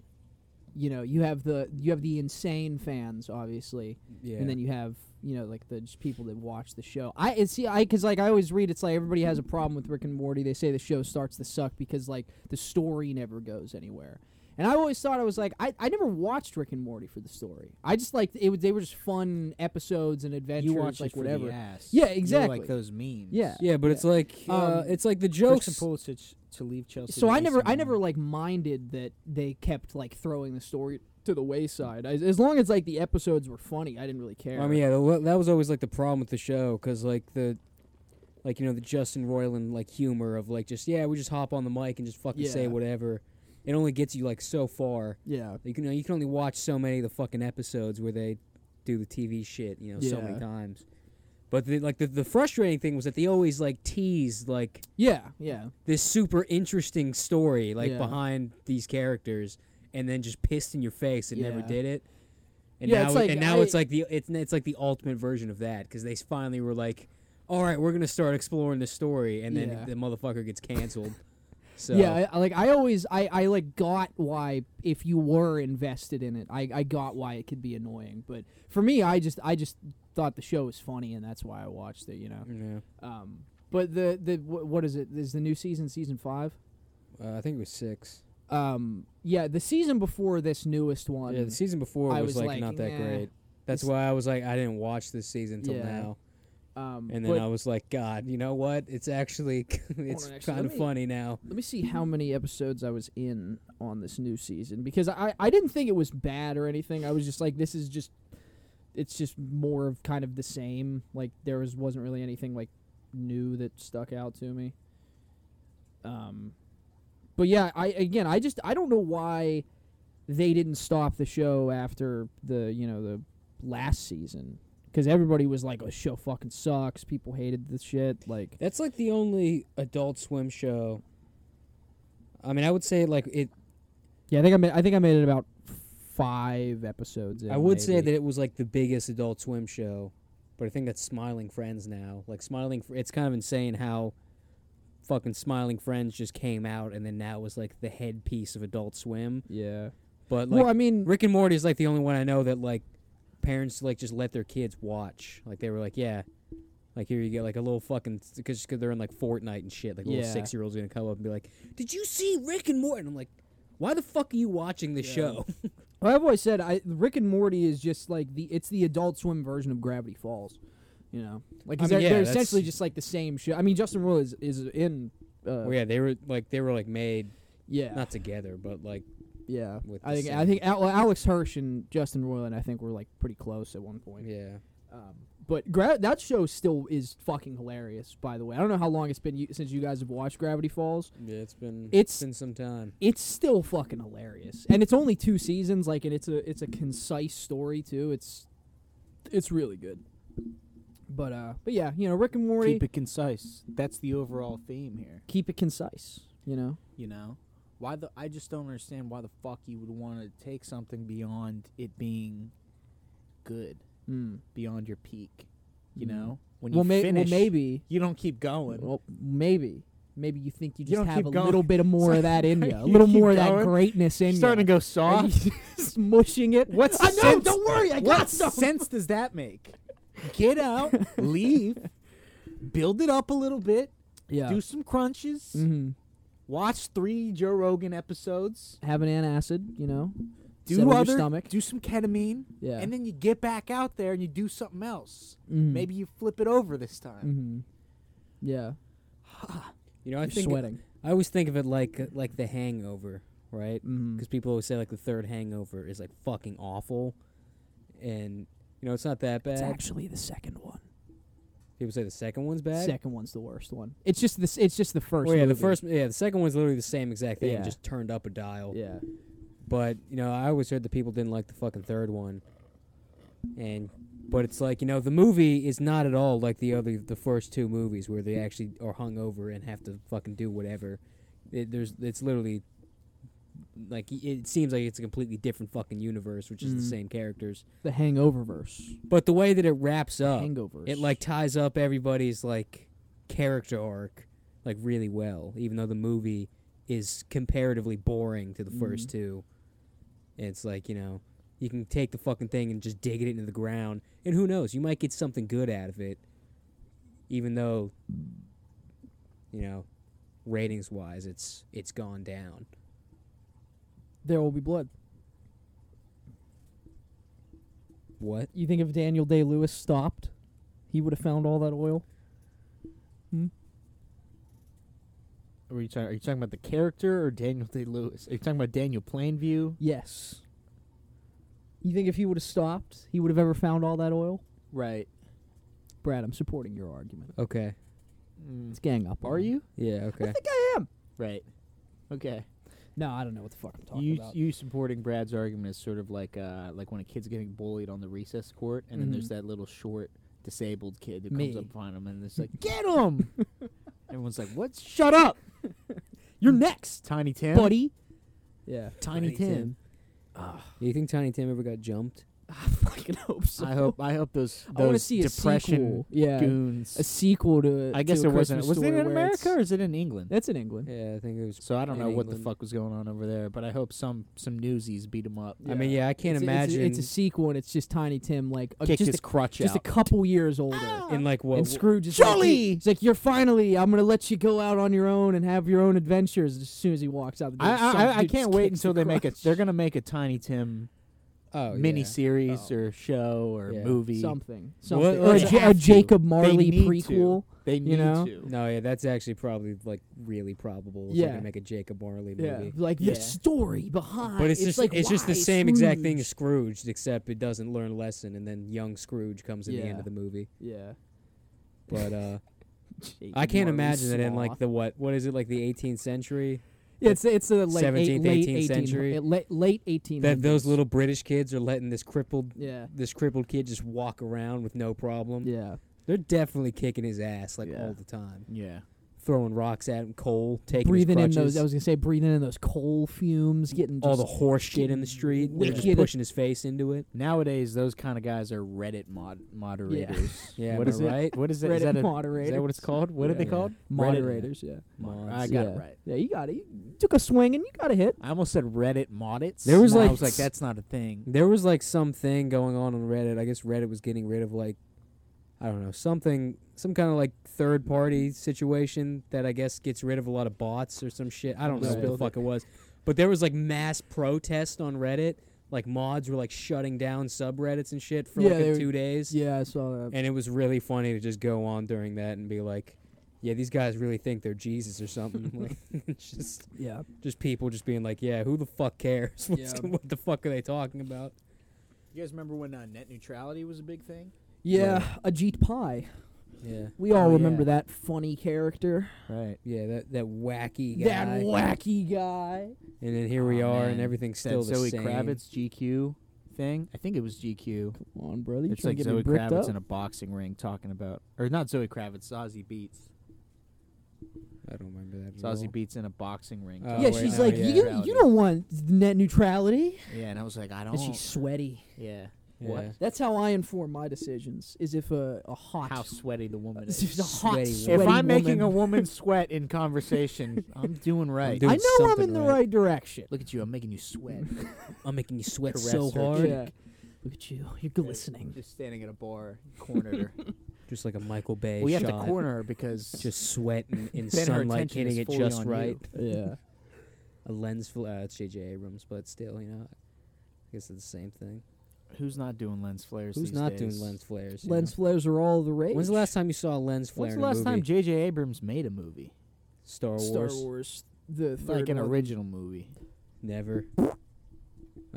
[SPEAKER 3] you know, you have the you have the insane fans, obviously,
[SPEAKER 2] Yeah.
[SPEAKER 3] and then you have you know like the just people that watch the show. I and see, I because like I always read, it's like everybody has a problem with Rick and Morty. They say the show starts to suck because like the story never goes anywhere. And I always thought I was like I, I never watched Rick and Morty for the story. I just like it was they were just fun episodes and adventures,
[SPEAKER 4] you watched
[SPEAKER 3] like
[SPEAKER 4] like
[SPEAKER 3] whatever.
[SPEAKER 4] For the ass.
[SPEAKER 3] Yeah,
[SPEAKER 4] You
[SPEAKER 3] exactly.
[SPEAKER 4] like those memes.
[SPEAKER 3] Yeah.
[SPEAKER 2] yeah, but it's like, uh,
[SPEAKER 3] Um,
[SPEAKER 2] it's like the
[SPEAKER 4] Jokes
[SPEAKER 2] jokes.
[SPEAKER 4] supposed to, to leave Chelsea.
[SPEAKER 3] so
[SPEAKER 4] to
[SPEAKER 3] I never,
[SPEAKER 4] Iceman.
[SPEAKER 3] I never like minded that they kept like throwing the story to the wayside. I, as long as like the episodes were funny, I didn't really care.
[SPEAKER 2] I mean, yeah, the, that was always like the problem with the show because like the, like you know the Justin Roiland like humor of like just yeah we just hop on the mic and just fucking say
[SPEAKER 3] Yeah.
[SPEAKER 2] whatever. It only gets you like so far.
[SPEAKER 3] yeah,
[SPEAKER 2] You can you can only watch so many of the fucking episodes where they do the TV shit, you know, so many
[SPEAKER 3] Yeah.
[SPEAKER 2] times. But the, like the, the frustrating thing was that they always like teased like
[SPEAKER 3] yeah, yeah,
[SPEAKER 2] this super interesting story like
[SPEAKER 3] Yeah.
[SPEAKER 2] behind these characters, and then just pissed in your face and never
[SPEAKER 3] Yeah.
[SPEAKER 2] did it. And
[SPEAKER 3] Yeah,
[SPEAKER 2] now
[SPEAKER 3] it's
[SPEAKER 2] it-
[SPEAKER 3] like,
[SPEAKER 2] and now
[SPEAKER 3] I-
[SPEAKER 2] it's like the it's it's like the ultimate version of that because they finally were like, all right, we're gonna start exploring the story, and then
[SPEAKER 3] Yeah.
[SPEAKER 2] the motherfucker gets canceled. so
[SPEAKER 3] yeah. I- I, like I always, I, I like got why if you were invested in it, I, I got why it could be annoying. But for me, I just, I just thought the show was funny, and that's why I watched it. You know.
[SPEAKER 2] yeah,
[SPEAKER 3] Um, but the the wh- what is it? Is the new season season five?
[SPEAKER 2] uh, I think it was six.
[SPEAKER 3] Um, yeah, the season before this newest one.
[SPEAKER 2] Yeah, the season before
[SPEAKER 3] I
[SPEAKER 2] was,
[SPEAKER 3] was
[SPEAKER 2] like,
[SPEAKER 3] like,
[SPEAKER 2] not that
[SPEAKER 3] nah,
[SPEAKER 2] great. That's
[SPEAKER 3] it's-
[SPEAKER 2] why I was like, I didn't watch this season till
[SPEAKER 3] Yeah.
[SPEAKER 2] now,
[SPEAKER 3] um,
[SPEAKER 2] and then
[SPEAKER 3] but-
[SPEAKER 2] I was like, God, you know what? It's actually it's
[SPEAKER 3] on, actually,
[SPEAKER 2] kind
[SPEAKER 3] let
[SPEAKER 2] of
[SPEAKER 3] me-
[SPEAKER 2] funny now.
[SPEAKER 3] Let me see how many episodes I was in on this new season because I, I didn't think it was bad or anything. I was just like, this is just, it's just more of kind of the same. Like there was wasn't really anything like new that stuck out to me. Um, but yeah, I again, I just I don't know why they didn't stop the show after the you know the last season because everybody was like, oh, show fucking sucks. People hated the shit. Like
[SPEAKER 2] That's like the only Adult Swim show. I mean, I would say like it.
[SPEAKER 3] Yeah, I think I made, I think I made it about five episodes. In,
[SPEAKER 2] I would say
[SPEAKER 3] maybe.
[SPEAKER 2] that it was like the biggest Adult Swim show, but I think that's Smiling Friends now. Like Smiling, Fr- it's kind of insane how fucking Smiling Friends just came out, and then now was like the headpiece of Adult Swim.
[SPEAKER 3] Yeah.
[SPEAKER 2] But like,
[SPEAKER 3] well, I mean,
[SPEAKER 2] Rick and Morty is like the only one I know that like parents like just let their kids watch. Like they were like, yeah, like here you get like a little fucking because because they're in like Fortnite and shit. Like a little
[SPEAKER 3] Yeah.
[SPEAKER 2] six year old's gonna come up and be like, did you see Rick and Morty? And I'm like, why the fuck are you watching the show?
[SPEAKER 3] I've always said I, Rick and Morty is just like the it's the Adult Swim version of Gravity Falls. You know, like 'cause
[SPEAKER 2] I mean,
[SPEAKER 3] they're,
[SPEAKER 2] yeah,
[SPEAKER 3] they're
[SPEAKER 2] that's-
[SPEAKER 3] essentially just like the same show. I mean, Justin Roiland is, is in. Uh,
[SPEAKER 2] well, yeah, they were like they were like made
[SPEAKER 3] yeah,
[SPEAKER 2] not together, but like
[SPEAKER 3] yeah.
[SPEAKER 2] with
[SPEAKER 3] I
[SPEAKER 2] the
[SPEAKER 3] think I
[SPEAKER 2] same-
[SPEAKER 3] think Al- Alex Hirsch and Justin Roiland I think were like pretty close at one point.
[SPEAKER 2] yeah.
[SPEAKER 3] Um, but gra- that show still is fucking hilarious. By the way, I don't know how long it's been you- since you guys have watched Gravity Falls.
[SPEAKER 2] Yeah, it's been
[SPEAKER 3] It's-
[SPEAKER 2] been some time.
[SPEAKER 3] it's still fucking hilarious and it's only two seasons like and it's a it's a concise story too it's it's really good but uh but yeah you know rick and morty
[SPEAKER 1] Keep
[SPEAKER 3] keep it,
[SPEAKER 1] it concise. That's the overall theme here.
[SPEAKER 3] concise you know
[SPEAKER 1] You know, why the? I just don't understand why the fuck you would want to take something beyond it being good,
[SPEAKER 3] mm.
[SPEAKER 1] beyond your peak. You
[SPEAKER 3] Mhm.
[SPEAKER 1] know, when
[SPEAKER 3] well,
[SPEAKER 1] you
[SPEAKER 3] may- well
[SPEAKER 1] finish,
[SPEAKER 3] maybe
[SPEAKER 1] you don't keep going.
[SPEAKER 3] well maybe maybe you think you
[SPEAKER 1] You
[SPEAKER 3] just
[SPEAKER 1] don't
[SPEAKER 3] have
[SPEAKER 1] keep
[SPEAKER 3] a
[SPEAKER 1] going.
[SPEAKER 3] little bit of more of that in you a
[SPEAKER 1] You
[SPEAKER 3] little
[SPEAKER 1] keep
[SPEAKER 3] more of that
[SPEAKER 1] going.
[SPEAKER 3] greatness in
[SPEAKER 1] You're
[SPEAKER 3] you
[SPEAKER 1] starting to go soft.
[SPEAKER 3] smushing it
[SPEAKER 1] What's
[SPEAKER 3] i know
[SPEAKER 1] sense-
[SPEAKER 3] don't worry i
[SPEAKER 1] what
[SPEAKER 3] got some
[SPEAKER 1] sense does that make? Get out, leave, build it up a little bit,
[SPEAKER 3] yeah
[SPEAKER 1] do some crunches,
[SPEAKER 3] hmm
[SPEAKER 1] watch three Joe Rogan episodes,
[SPEAKER 3] have an antacid you know
[SPEAKER 1] do
[SPEAKER 3] settle your
[SPEAKER 1] other,
[SPEAKER 3] stomach
[SPEAKER 1] do some ketamine,
[SPEAKER 3] yeah
[SPEAKER 1] and then you get back out there and you do something else.
[SPEAKER 3] Mhm.
[SPEAKER 1] Maybe you flip it over this time.
[SPEAKER 3] hmm yeah
[SPEAKER 2] You know, I
[SPEAKER 3] You're
[SPEAKER 2] think
[SPEAKER 3] sweating.
[SPEAKER 2] I always think of it like like the Hangover, right?
[SPEAKER 1] Mm-hmm.
[SPEAKER 3] Mm.
[SPEAKER 2] because people always say like the third hangover is like fucking awful and you know it's not that bad
[SPEAKER 3] It's actually the second one.
[SPEAKER 2] people say the second one's bad
[SPEAKER 3] Second one's the worst one. It's just this. It's just the first.
[SPEAKER 2] well, yeah the
[SPEAKER 3] movie.
[SPEAKER 2] first yeah the second one's literally the same exact thing
[SPEAKER 3] Yeah.
[SPEAKER 2] just turned up a dial
[SPEAKER 3] Yeah.
[SPEAKER 2] but you know i always heard that people didn't like the fucking third one and but it's like you know the movie is not at all like the other the first two movies where they actually are hung over and have to fucking do whatever. It, there's it's literally like it seems like it's a completely different fucking universe, which is the
[SPEAKER 3] Mm.
[SPEAKER 2] same characters.
[SPEAKER 3] The Hangover verse.
[SPEAKER 2] But the way that it wraps up,
[SPEAKER 3] Hangovers.
[SPEAKER 2] Oh. it like ties up everybody's like character arc like really well, even though the movie is comparatively boring to the
[SPEAKER 1] Mm-hmm.
[SPEAKER 2] first
[SPEAKER 3] Mhm.
[SPEAKER 2] two. It's like, you know, you can take the fucking thing and just dig it into the ground and who knows, you might get something good out of it. Even though you know, ratings wise it's it's gone down.
[SPEAKER 3] there will be blood.
[SPEAKER 2] What?
[SPEAKER 3] You think if Daniel Day Lewis stopped, he would have found all that oil?
[SPEAKER 1] Mm-hmm. Are you, talking, are you talking about the character or Daniel Day Lewis? Are you talking about Daniel Plainview?
[SPEAKER 3] Yes. You think if he would have stopped, he would have ever found all that oil?
[SPEAKER 1] Right.
[SPEAKER 3] Brad, I'm supporting your argument.
[SPEAKER 2] Okay.
[SPEAKER 1] Mm.
[SPEAKER 3] It's gang up.
[SPEAKER 1] Are
[SPEAKER 3] on him.
[SPEAKER 1] you?
[SPEAKER 2] Yeah, okay.
[SPEAKER 1] Right. Okay.
[SPEAKER 3] No, I don't know what the fuck I'm talking
[SPEAKER 1] you
[SPEAKER 3] about.
[SPEAKER 1] you supporting Brad's argument is sort of like uh like when a kid's getting bullied on the recess court, and then there's
[SPEAKER 3] Mhm.
[SPEAKER 1] that little short disabled kid that
[SPEAKER 3] Me.
[SPEAKER 1] comes up behind him and it's like, "Get him!" Everyone's like, "What? Shut up! You're next, Tiny Tim,
[SPEAKER 3] Buddy.
[SPEAKER 2] Yeah.
[SPEAKER 1] Tiny,
[SPEAKER 2] Tiny
[SPEAKER 1] Tim."
[SPEAKER 2] Tim. You think Tiny Tim ever got jumped?
[SPEAKER 3] I fucking hope so.
[SPEAKER 1] I hope I hope those
[SPEAKER 3] I want to
[SPEAKER 1] those
[SPEAKER 3] see a
[SPEAKER 1] depression
[SPEAKER 3] sequel. Yeah.
[SPEAKER 1] goons.
[SPEAKER 3] A sequel to.
[SPEAKER 1] I guess
[SPEAKER 3] to
[SPEAKER 1] it
[SPEAKER 3] a Christmas
[SPEAKER 1] wasn't. Was it
[SPEAKER 3] Story
[SPEAKER 1] in
[SPEAKER 3] where it's-
[SPEAKER 1] America or is it in England?
[SPEAKER 3] That's in England.
[SPEAKER 2] Yeah, I think it was
[SPEAKER 1] So I don't
[SPEAKER 2] in
[SPEAKER 1] know what the
[SPEAKER 2] England.
[SPEAKER 1] fuck was going on over there, but I hope some some newsies beat him up.
[SPEAKER 2] I mean, yeah, I can't
[SPEAKER 3] It's a- it's a-
[SPEAKER 2] imagine.
[SPEAKER 3] It's a, sequel, and it's just Tiny Tim, like uh,
[SPEAKER 1] Kick
[SPEAKER 3] just
[SPEAKER 1] his
[SPEAKER 3] a,
[SPEAKER 1] crutch
[SPEAKER 3] just a
[SPEAKER 1] out. Ah!
[SPEAKER 3] couple years older.
[SPEAKER 2] in like what?
[SPEAKER 3] and Scrooge is like,
[SPEAKER 1] Jolly!
[SPEAKER 3] "Hey," he's like, "You're finally. I'm gonna let you go out on your own and have your own adventures." As soon as he walks out the door,
[SPEAKER 1] I,
[SPEAKER 3] some
[SPEAKER 1] I, I
[SPEAKER 3] dude
[SPEAKER 1] can't
[SPEAKER 3] just
[SPEAKER 1] wait
[SPEAKER 3] kicks the
[SPEAKER 1] until they make a.
[SPEAKER 3] crotch.
[SPEAKER 1] They're gonna make a Tiny Tim
[SPEAKER 2] oh,
[SPEAKER 1] mini
[SPEAKER 2] yeah.
[SPEAKER 1] series or show or
[SPEAKER 2] Yeah.
[SPEAKER 1] movie.
[SPEAKER 2] Well,
[SPEAKER 3] something, something,
[SPEAKER 2] well,
[SPEAKER 3] or a,
[SPEAKER 2] they
[SPEAKER 3] J- a
[SPEAKER 1] have to.
[SPEAKER 3] Jacob
[SPEAKER 1] they
[SPEAKER 3] Marley
[SPEAKER 1] need
[SPEAKER 3] prequel.
[SPEAKER 1] To. They need
[SPEAKER 3] know?
[SPEAKER 1] to.
[SPEAKER 2] No, yeah, that's actually probably like really probable. If yeah,
[SPEAKER 3] Yeah.
[SPEAKER 2] gonna make a Jacob Marley
[SPEAKER 3] Yeah,
[SPEAKER 2] movie.
[SPEAKER 3] like
[SPEAKER 1] Yeah.
[SPEAKER 3] the story behind.
[SPEAKER 2] But it's, just
[SPEAKER 3] like
[SPEAKER 2] it's just the
[SPEAKER 3] why
[SPEAKER 2] same exact thing as
[SPEAKER 3] Scrooge-
[SPEAKER 2] Scrooge, except it doesn't learn a lesson, and then young Scrooge comes at the end
[SPEAKER 3] Yeah.
[SPEAKER 2] of the movie.
[SPEAKER 3] Yeah,
[SPEAKER 2] But uh,
[SPEAKER 3] Jacob
[SPEAKER 2] I can't
[SPEAKER 3] Marley
[SPEAKER 2] imagine that in
[SPEAKER 3] Sloth.
[SPEAKER 2] like the what what is it like the 18th century
[SPEAKER 3] yeah, it's it's the like
[SPEAKER 2] 17th,
[SPEAKER 3] late
[SPEAKER 2] 18th
[SPEAKER 3] 18th
[SPEAKER 2] century.
[SPEAKER 3] late late 18th.
[SPEAKER 2] that those little British kids are letting this crippled
[SPEAKER 3] yeah
[SPEAKER 2] this crippled kid just walk around with no problem.
[SPEAKER 3] yeah
[SPEAKER 2] They're definitely kicking his ass like
[SPEAKER 1] Yeah.
[SPEAKER 2] all the time,
[SPEAKER 1] Yeah.
[SPEAKER 2] throwing rocks at him, coal, taking his
[SPEAKER 3] breathing in
[SPEAKER 2] crutches.
[SPEAKER 3] those. I was gonna say breathing in those coal fumes, getting
[SPEAKER 2] all
[SPEAKER 3] just
[SPEAKER 2] the horse shit in the street. They're just
[SPEAKER 3] wicked.
[SPEAKER 2] pushing his face into it.
[SPEAKER 1] Nowadays, those kind of guys are Reddit mod moderators.
[SPEAKER 2] Yeah,
[SPEAKER 1] What
[SPEAKER 2] am I
[SPEAKER 1] is it?
[SPEAKER 2] right?
[SPEAKER 1] What is it?
[SPEAKER 3] Reddit
[SPEAKER 1] Is that, a,
[SPEAKER 3] moderators.
[SPEAKER 1] is that what it's called? What are they
[SPEAKER 2] Yeah.
[SPEAKER 1] called?
[SPEAKER 3] moderators. Yeah,
[SPEAKER 1] Mods.
[SPEAKER 2] Mods.
[SPEAKER 1] I got
[SPEAKER 3] Yeah.
[SPEAKER 1] it right.
[SPEAKER 3] yeah, you got it. You took a swing and you got a hit.
[SPEAKER 1] I almost said Reddit modits.
[SPEAKER 2] There was
[SPEAKER 1] and I
[SPEAKER 2] like-
[SPEAKER 1] was like, that's not a thing.
[SPEAKER 2] There was like something going on on Reddit. I guess Reddit was getting rid of like, I don't know, something, some kind of like third party situation that I guess gets rid of a lot of bots or some shit. I don't know what the
[SPEAKER 1] Spilled
[SPEAKER 2] fuck it was, but there was like mass protest on Reddit. Like mods were like shutting down subreddits and shit for
[SPEAKER 3] Yeah,
[SPEAKER 2] like
[SPEAKER 3] they
[SPEAKER 2] a
[SPEAKER 3] were-
[SPEAKER 2] two days.
[SPEAKER 3] Yeah, I saw that.
[SPEAKER 2] And it was really funny to just go on during that and be like, yeah, these guys really think they're Jesus or something. like, it's just
[SPEAKER 3] Yeah,
[SPEAKER 2] just people just being like, yeah, who the fuck cares? What's,
[SPEAKER 3] Yeah.
[SPEAKER 2] What the fuck are they talking about?
[SPEAKER 1] You guys remember when uh, net neutrality was a big thing?
[SPEAKER 3] yeah.
[SPEAKER 2] Yeah.
[SPEAKER 3] Ajit Pai.
[SPEAKER 2] Yeah,
[SPEAKER 3] We all
[SPEAKER 1] Oh,
[SPEAKER 3] remember
[SPEAKER 1] yeah.
[SPEAKER 3] that funny character,
[SPEAKER 1] Right.
[SPEAKER 2] yeah, that that wacky guy.
[SPEAKER 3] that wacky guy.
[SPEAKER 2] and then here we
[SPEAKER 1] Aw,
[SPEAKER 2] are, and
[SPEAKER 1] Oh, man.
[SPEAKER 2] everything's
[SPEAKER 1] That
[SPEAKER 2] still the
[SPEAKER 1] Zoe
[SPEAKER 2] same.
[SPEAKER 1] Kravitz GQ thing. I think it was GQ.
[SPEAKER 3] Come on, brother. You
[SPEAKER 1] it's
[SPEAKER 3] trying
[SPEAKER 1] like
[SPEAKER 3] to get me
[SPEAKER 1] Zoe
[SPEAKER 3] bricked
[SPEAKER 1] Kravitz
[SPEAKER 3] up?
[SPEAKER 1] in a boxing ring talking about, or not Zoe Kravitz, Ozzy Beats.
[SPEAKER 2] I don't remember that. At all.
[SPEAKER 1] Ozzy Beats in a boxing ring.
[SPEAKER 2] Oh,
[SPEAKER 1] talking
[SPEAKER 3] yeah,
[SPEAKER 2] wait,
[SPEAKER 3] she's
[SPEAKER 2] no,
[SPEAKER 1] about
[SPEAKER 3] like,
[SPEAKER 2] yeah.
[SPEAKER 1] net
[SPEAKER 3] you,
[SPEAKER 1] neutrality."
[SPEAKER 3] you don't want net neutrality.
[SPEAKER 1] Yeah, and I was like, I don't.
[SPEAKER 3] And she's sweaty.
[SPEAKER 1] yeah.
[SPEAKER 2] Yeah.
[SPEAKER 1] What?
[SPEAKER 3] That's how I inform my decisions. Is if a, a hot,
[SPEAKER 1] How sweaty the woman
[SPEAKER 3] is
[SPEAKER 1] is.
[SPEAKER 3] if a hot,
[SPEAKER 2] Sweaty
[SPEAKER 3] sweaty
[SPEAKER 2] woman.
[SPEAKER 1] If I'm making a
[SPEAKER 3] woman,
[SPEAKER 1] woman sweat in conversation, I'm doing right.
[SPEAKER 2] doing-
[SPEAKER 3] I know I'm
[SPEAKER 2] something
[SPEAKER 3] in the
[SPEAKER 2] right.
[SPEAKER 3] right, direction.
[SPEAKER 1] Look at you, I'm making you sweat.
[SPEAKER 2] I'm making you sweat
[SPEAKER 1] Caress
[SPEAKER 2] so
[SPEAKER 1] her
[SPEAKER 2] hard,
[SPEAKER 3] Yeah. Look at you. You're glistening.
[SPEAKER 1] Just standing at a bar, cornered her.
[SPEAKER 2] just like a Michael Bay
[SPEAKER 1] we have
[SPEAKER 2] shot.
[SPEAKER 1] to corner her because
[SPEAKER 2] Just sweating in
[SPEAKER 1] Then her
[SPEAKER 2] sunlight,
[SPEAKER 1] attention
[SPEAKER 2] hitting
[SPEAKER 1] is
[SPEAKER 2] it
[SPEAKER 1] fully
[SPEAKER 2] just
[SPEAKER 1] on you.
[SPEAKER 2] right.
[SPEAKER 3] yeah.
[SPEAKER 2] A lens flare. Uh, it's J.J. Abrams, but still, you know, I guess it's the same thing.
[SPEAKER 1] who's not doing lens flares?
[SPEAKER 2] Who's
[SPEAKER 1] these
[SPEAKER 2] not
[SPEAKER 1] days?
[SPEAKER 2] doing lens flares? you
[SPEAKER 3] Lens
[SPEAKER 2] know?
[SPEAKER 3] flares are all the rage.
[SPEAKER 2] When's the last time you saw a lens flare?
[SPEAKER 1] When's
[SPEAKER 2] in
[SPEAKER 1] the
[SPEAKER 2] a
[SPEAKER 1] last time
[SPEAKER 2] movie?
[SPEAKER 1] J.J. Abrams made a movie?
[SPEAKER 2] Star Wars?
[SPEAKER 3] Star Wars, the third
[SPEAKER 1] like an
[SPEAKER 3] one.
[SPEAKER 1] original movie.
[SPEAKER 2] Never.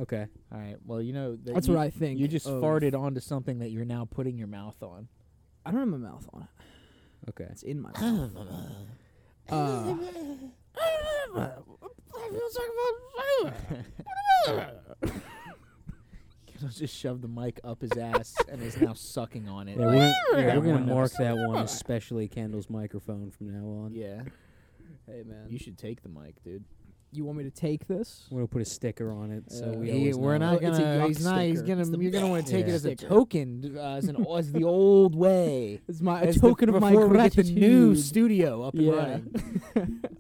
[SPEAKER 2] Okay.
[SPEAKER 1] All right. Well, you know that
[SPEAKER 3] That's
[SPEAKER 1] you,
[SPEAKER 3] what I think.
[SPEAKER 1] You just
[SPEAKER 3] of-
[SPEAKER 1] farted onto something that you're now putting your mouth on.
[SPEAKER 3] I don't have my mouth on it.
[SPEAKER 2] Okay.
[SPEAKER 3] It's in my mouth. Uh,
[SPEAKER 1] Get also just shoved the mic up his ass and is now sucking on it.
[SPEAKER 2] Yeah, we're, yeah,
[SPEAKER 1] That
[SPEAKER 2] we're gonna
[SPEAKER 1] one
[SPEAKER 2] mark
[SPEAKER 1] episode.
[SPEAKER 2] that one, especially Kendall's microphone from now on.
[SPEAKER 1] Yeah,
[SPEAKER 3] Hey man,
[SPEAKER 1] you should take the mic, dude.
[SPEAKER 3] you want me to take this?
[SPEAKER 2] We're gonna put a sticker on it, so
[SPEAKER 3] Uh,
[SPEAKER 2] we
[SPEAKER 3] he-
[SPEAKER 2] always
[SPEAKER 1] we're
[SPEAKER 2] know.
[SPEAKER 1] not
[SPEAKER 3] Well, it's a
[SPEAKER 1] gonna.
[SPEAKER 3] yuck
[SPEAKER 1] He's not. He's
[SPEAKER 3] sticker.
[SPEAKER 1] gonna.
[SPEAKER 3] It's the-
[SPEAKER 1] You're gonna want to take
[SPEAKER 2] Yeah.
[SPEAKER 1] it as a
[SPEAKER 3] Sticker.
[SPEAKER 1] token, uh, as an as the old way.
[SPEAKER 3] It's my a
[SPEAKER 1] As the-
[SPEAKER 3] token of my
[SPEAKER 1] before we get the
[SPEAKER 3] gratitude.
[SPEAKER 1] new studio up and
[SPEAKER 3] Yeah.
[SPEAKER 1] running.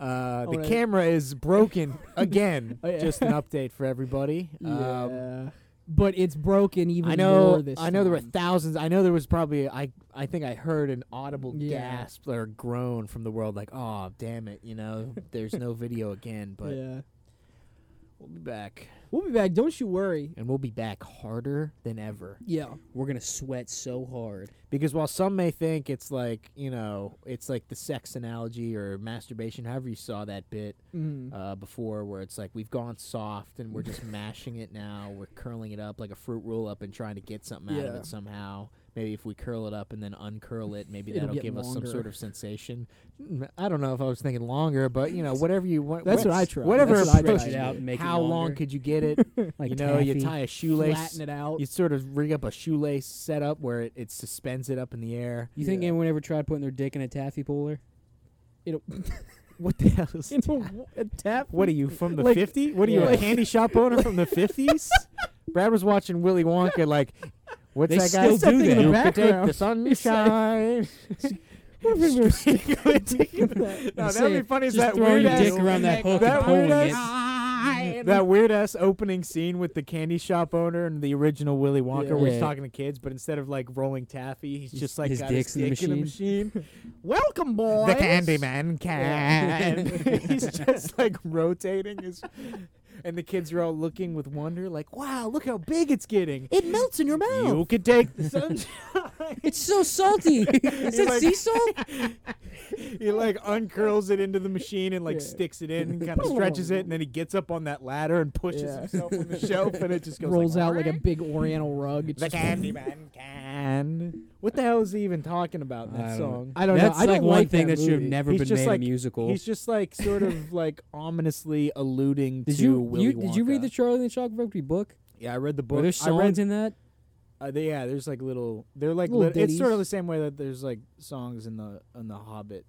[SPEAKER 1] Uh, the
[SPEAKER 3] Alright.
[SPEAKER 1] camera is broken again.
[SPEAKER 3] Oh, yeah.
[SPEAKER 1] Just an update for everybody. Um,
[SPEAKER 3] yeah. But it's broken even
[SPEAKER 1] I know.
[SPEAKER 3] more this
[SPEAKER 1] I know there were
[SPEAKER 3] time.
[SPEAKER 1] thousands. I know there was probably. I I think I heard an audible
[SPEAKER 3] Yeah.
[SPEAKER 1] gasp or groan from the world, like, "Oh, damn it!" You know, there's no video again, but
[SPEAKER 3] yeah.
[SPEAKER 1] we'll be back,
[SPEAKER 3] We'll be back. Don't you worry.
[SPEAKER 1] and we'll be back harder than ever.
[SPEAKER 3] Yeah.
[SPEAKER 2] We're gonna sweat so hard.
[SPEAKER 1] Because while some may think it's like you know, it's like the sex analogy or masturbation, however you saw that bit
[SPEAKER 3] Mm.
[SPEAKER 1] uh, before, where it's like we've gone soft and we're just mashing it now. We're curling it up like a fruit roll up and trying to get something out of
[SPEAKER 3] Yeah.
[SPEAKER 1] it somehow. Maybe if we curl it up and then uncurl it, maybe
[SPEAKER 3] It'll
[SPEAKER 1] that'll
[SPEAKER 3] get
[SPEAKER 1] give us some
[SPEAKER 3] longer.
[SPEAKER 1] sort of sensation. Mm, I don't know if I was thinking longer, but you know, whatever you want.
[SPEAKER 3] That's what I tried.
[SPEAKER 1] Whatever
[SPEAKER 3] That's what I
[SPEAKER 1] approach
[SPEAKER 3] tried.
[SPEAKER 2] Stretch it out and make it
[SPEAKER 1] How long
[SPEAKER 2] longer.
[SPEAKER 1] could you get it?
[SPEAKER 2] Like
[SPEAKER 1] you know, you
[SPEAKER 2] taffy.
[SPEAKER 1] tie a
[SPEAKER 3] Flatten
[SPEAKER 1] shoelace.
[SPEAKER 3] it out.
[SPEAKER 1] You sort of rig up a shoelace setup where it, it suspends it up in the air.
[SPEAKER 2] You think
[SPEAKER 3] Yeah.
[SPEAKER 2] anyone ever tried putting their dick in a taffy puller?
[SPEAKER 3] It'll,
[SPEAKER 1] What the hell is
[SPEAKER 3] it'll a tap.
[SPEAKER 1] What are you from the
[SPEAKER 3] Like-
[SPEAKER 1] 50? What are you
[SPEAKER 3] Yeah.
[SPEAKER 1] a candy shop owner from the 50s? Brad was watching Willy Wonka like what's
[SPEAKER 2] They
[SPEAKER 1] that guy
[SPEAKER 2] still do
[SPEAKER 1] You
[SPEAKER 2] that.
[SPEAKER 1] can take
[SPEAKER 3] background.
[SPEAKER 1] the sunshine. no, that'd be
[SPEAKER 2] Saying,
[SPEAKER 1] funny. Is
[SPEAKER 2] just
[SPEAKER 1] that
[SPEAKER 2] throwing
[SPEAKER 1] weird
[SPEAKER 2] your
[SPEAKER 1] ass,
[SPEAKER 2] dick around that hook
[SPEAKER 1] that
[SPEAKER 2] and pulling
[SPEAKER 1] weird
[SPEAKER 2] it.
[SPEAKER 1] ass, that weird ass opening scene with the candy shop owner and the original Willy Wonka, where
[SPEAKER 2] Yeah.
[SPEAKER 1] he's talking to kids, but instead of like rolling taffy, he's
[SPEAKER 2] His-
[SPEAKER 1] just like
[SPEAKER 2] his
[SPEAKER 1] got
[SPEAKER 2] dick's
[SPEAKER 1] his
[SPEAKER 2] in the
[SPEAKER 1] dick in the machine. Welcome, boy. The Candyman can. he's just like rotating his. And the kids are all looking with wonder, like, "Wow, look how big it's getting! It melts in your mouth. You could take the sunshine."
[SPEAKER 2] It's so salty. Is
[SPEAKER 1] You're
[SPEAKER 2] it
[SPEAKER 1] like-
[SPEAKER 2] sea salt?
[SPEAKER 1] he like uncurls it into the machine and like
[SPEAKER 3] Yeah.
[SPEAKER 1] sticks it in and kind of stretches it and then he gets up on that ladder and pushes
[SPEAKER 3] Yeah.
[SPEAKER 1] himself on the shelf and it just goes
[SPEAKER 3] rolls
[SPEAKER 1] like,
[SPEAKER 3] out like a big Oriental rug. It's
[SPEAKER 1] the
[SPEAKER 3] just-
[SPEAKER 1] Candyman can. What the hell is he even talking about in that
[SPEAKER 2] I don't know.
[SPEAKER 1] song?
[SPEAKER 3] I don't
[SPEAKER 2] That's
[SPEAKER 3] know. I don't
[SPEAKER 2] like one
[SPEAKER 3] like
[SPEAKER 2] thing
[SPEAKER 3] that,
[SPEAKER 2] that should have
[SPEAKER 3] movie.
[SPEAKER 2] never
[SPEAKER 1] He's
[SPEAKER 2] been
[SPEAKER 1] just
[SPEAKER 2] made a
[SPEAKER 1] like-
[SPEAKER 2] musical.
[SPEAKER 1] He's just like sort of like ominously alluding
[SPEAKER 2] Did
[SPEAKER 1] to
[SPEAKER 2] you,
[SPEAKER 1] Willy
[SPEAKER 2] you did you read
[SPEAKER 1] Wonka.
[SPEAKER 2] the Charlie and the Chocolate Factory book?
[SPEAKER 1] Yeah, I read the
[SPEAKER 2] Were
[SPEAKER 1] book.
[SPEAKER 2] there
[SPEAKER 1] I
[SPEAKER 2] songs
[SPEAKER 1] read
[SPEAKER 2] in that?
[SPEAKER 1] Uh, they, yeah, there's like little. They're like
[SPEAKER 3] Little
[SPEAKER 1] lit- it's sort
[SPEAKER 3] ditties.
[SPEAKER 1] of the same way that there's like songs in the in the Hobbit.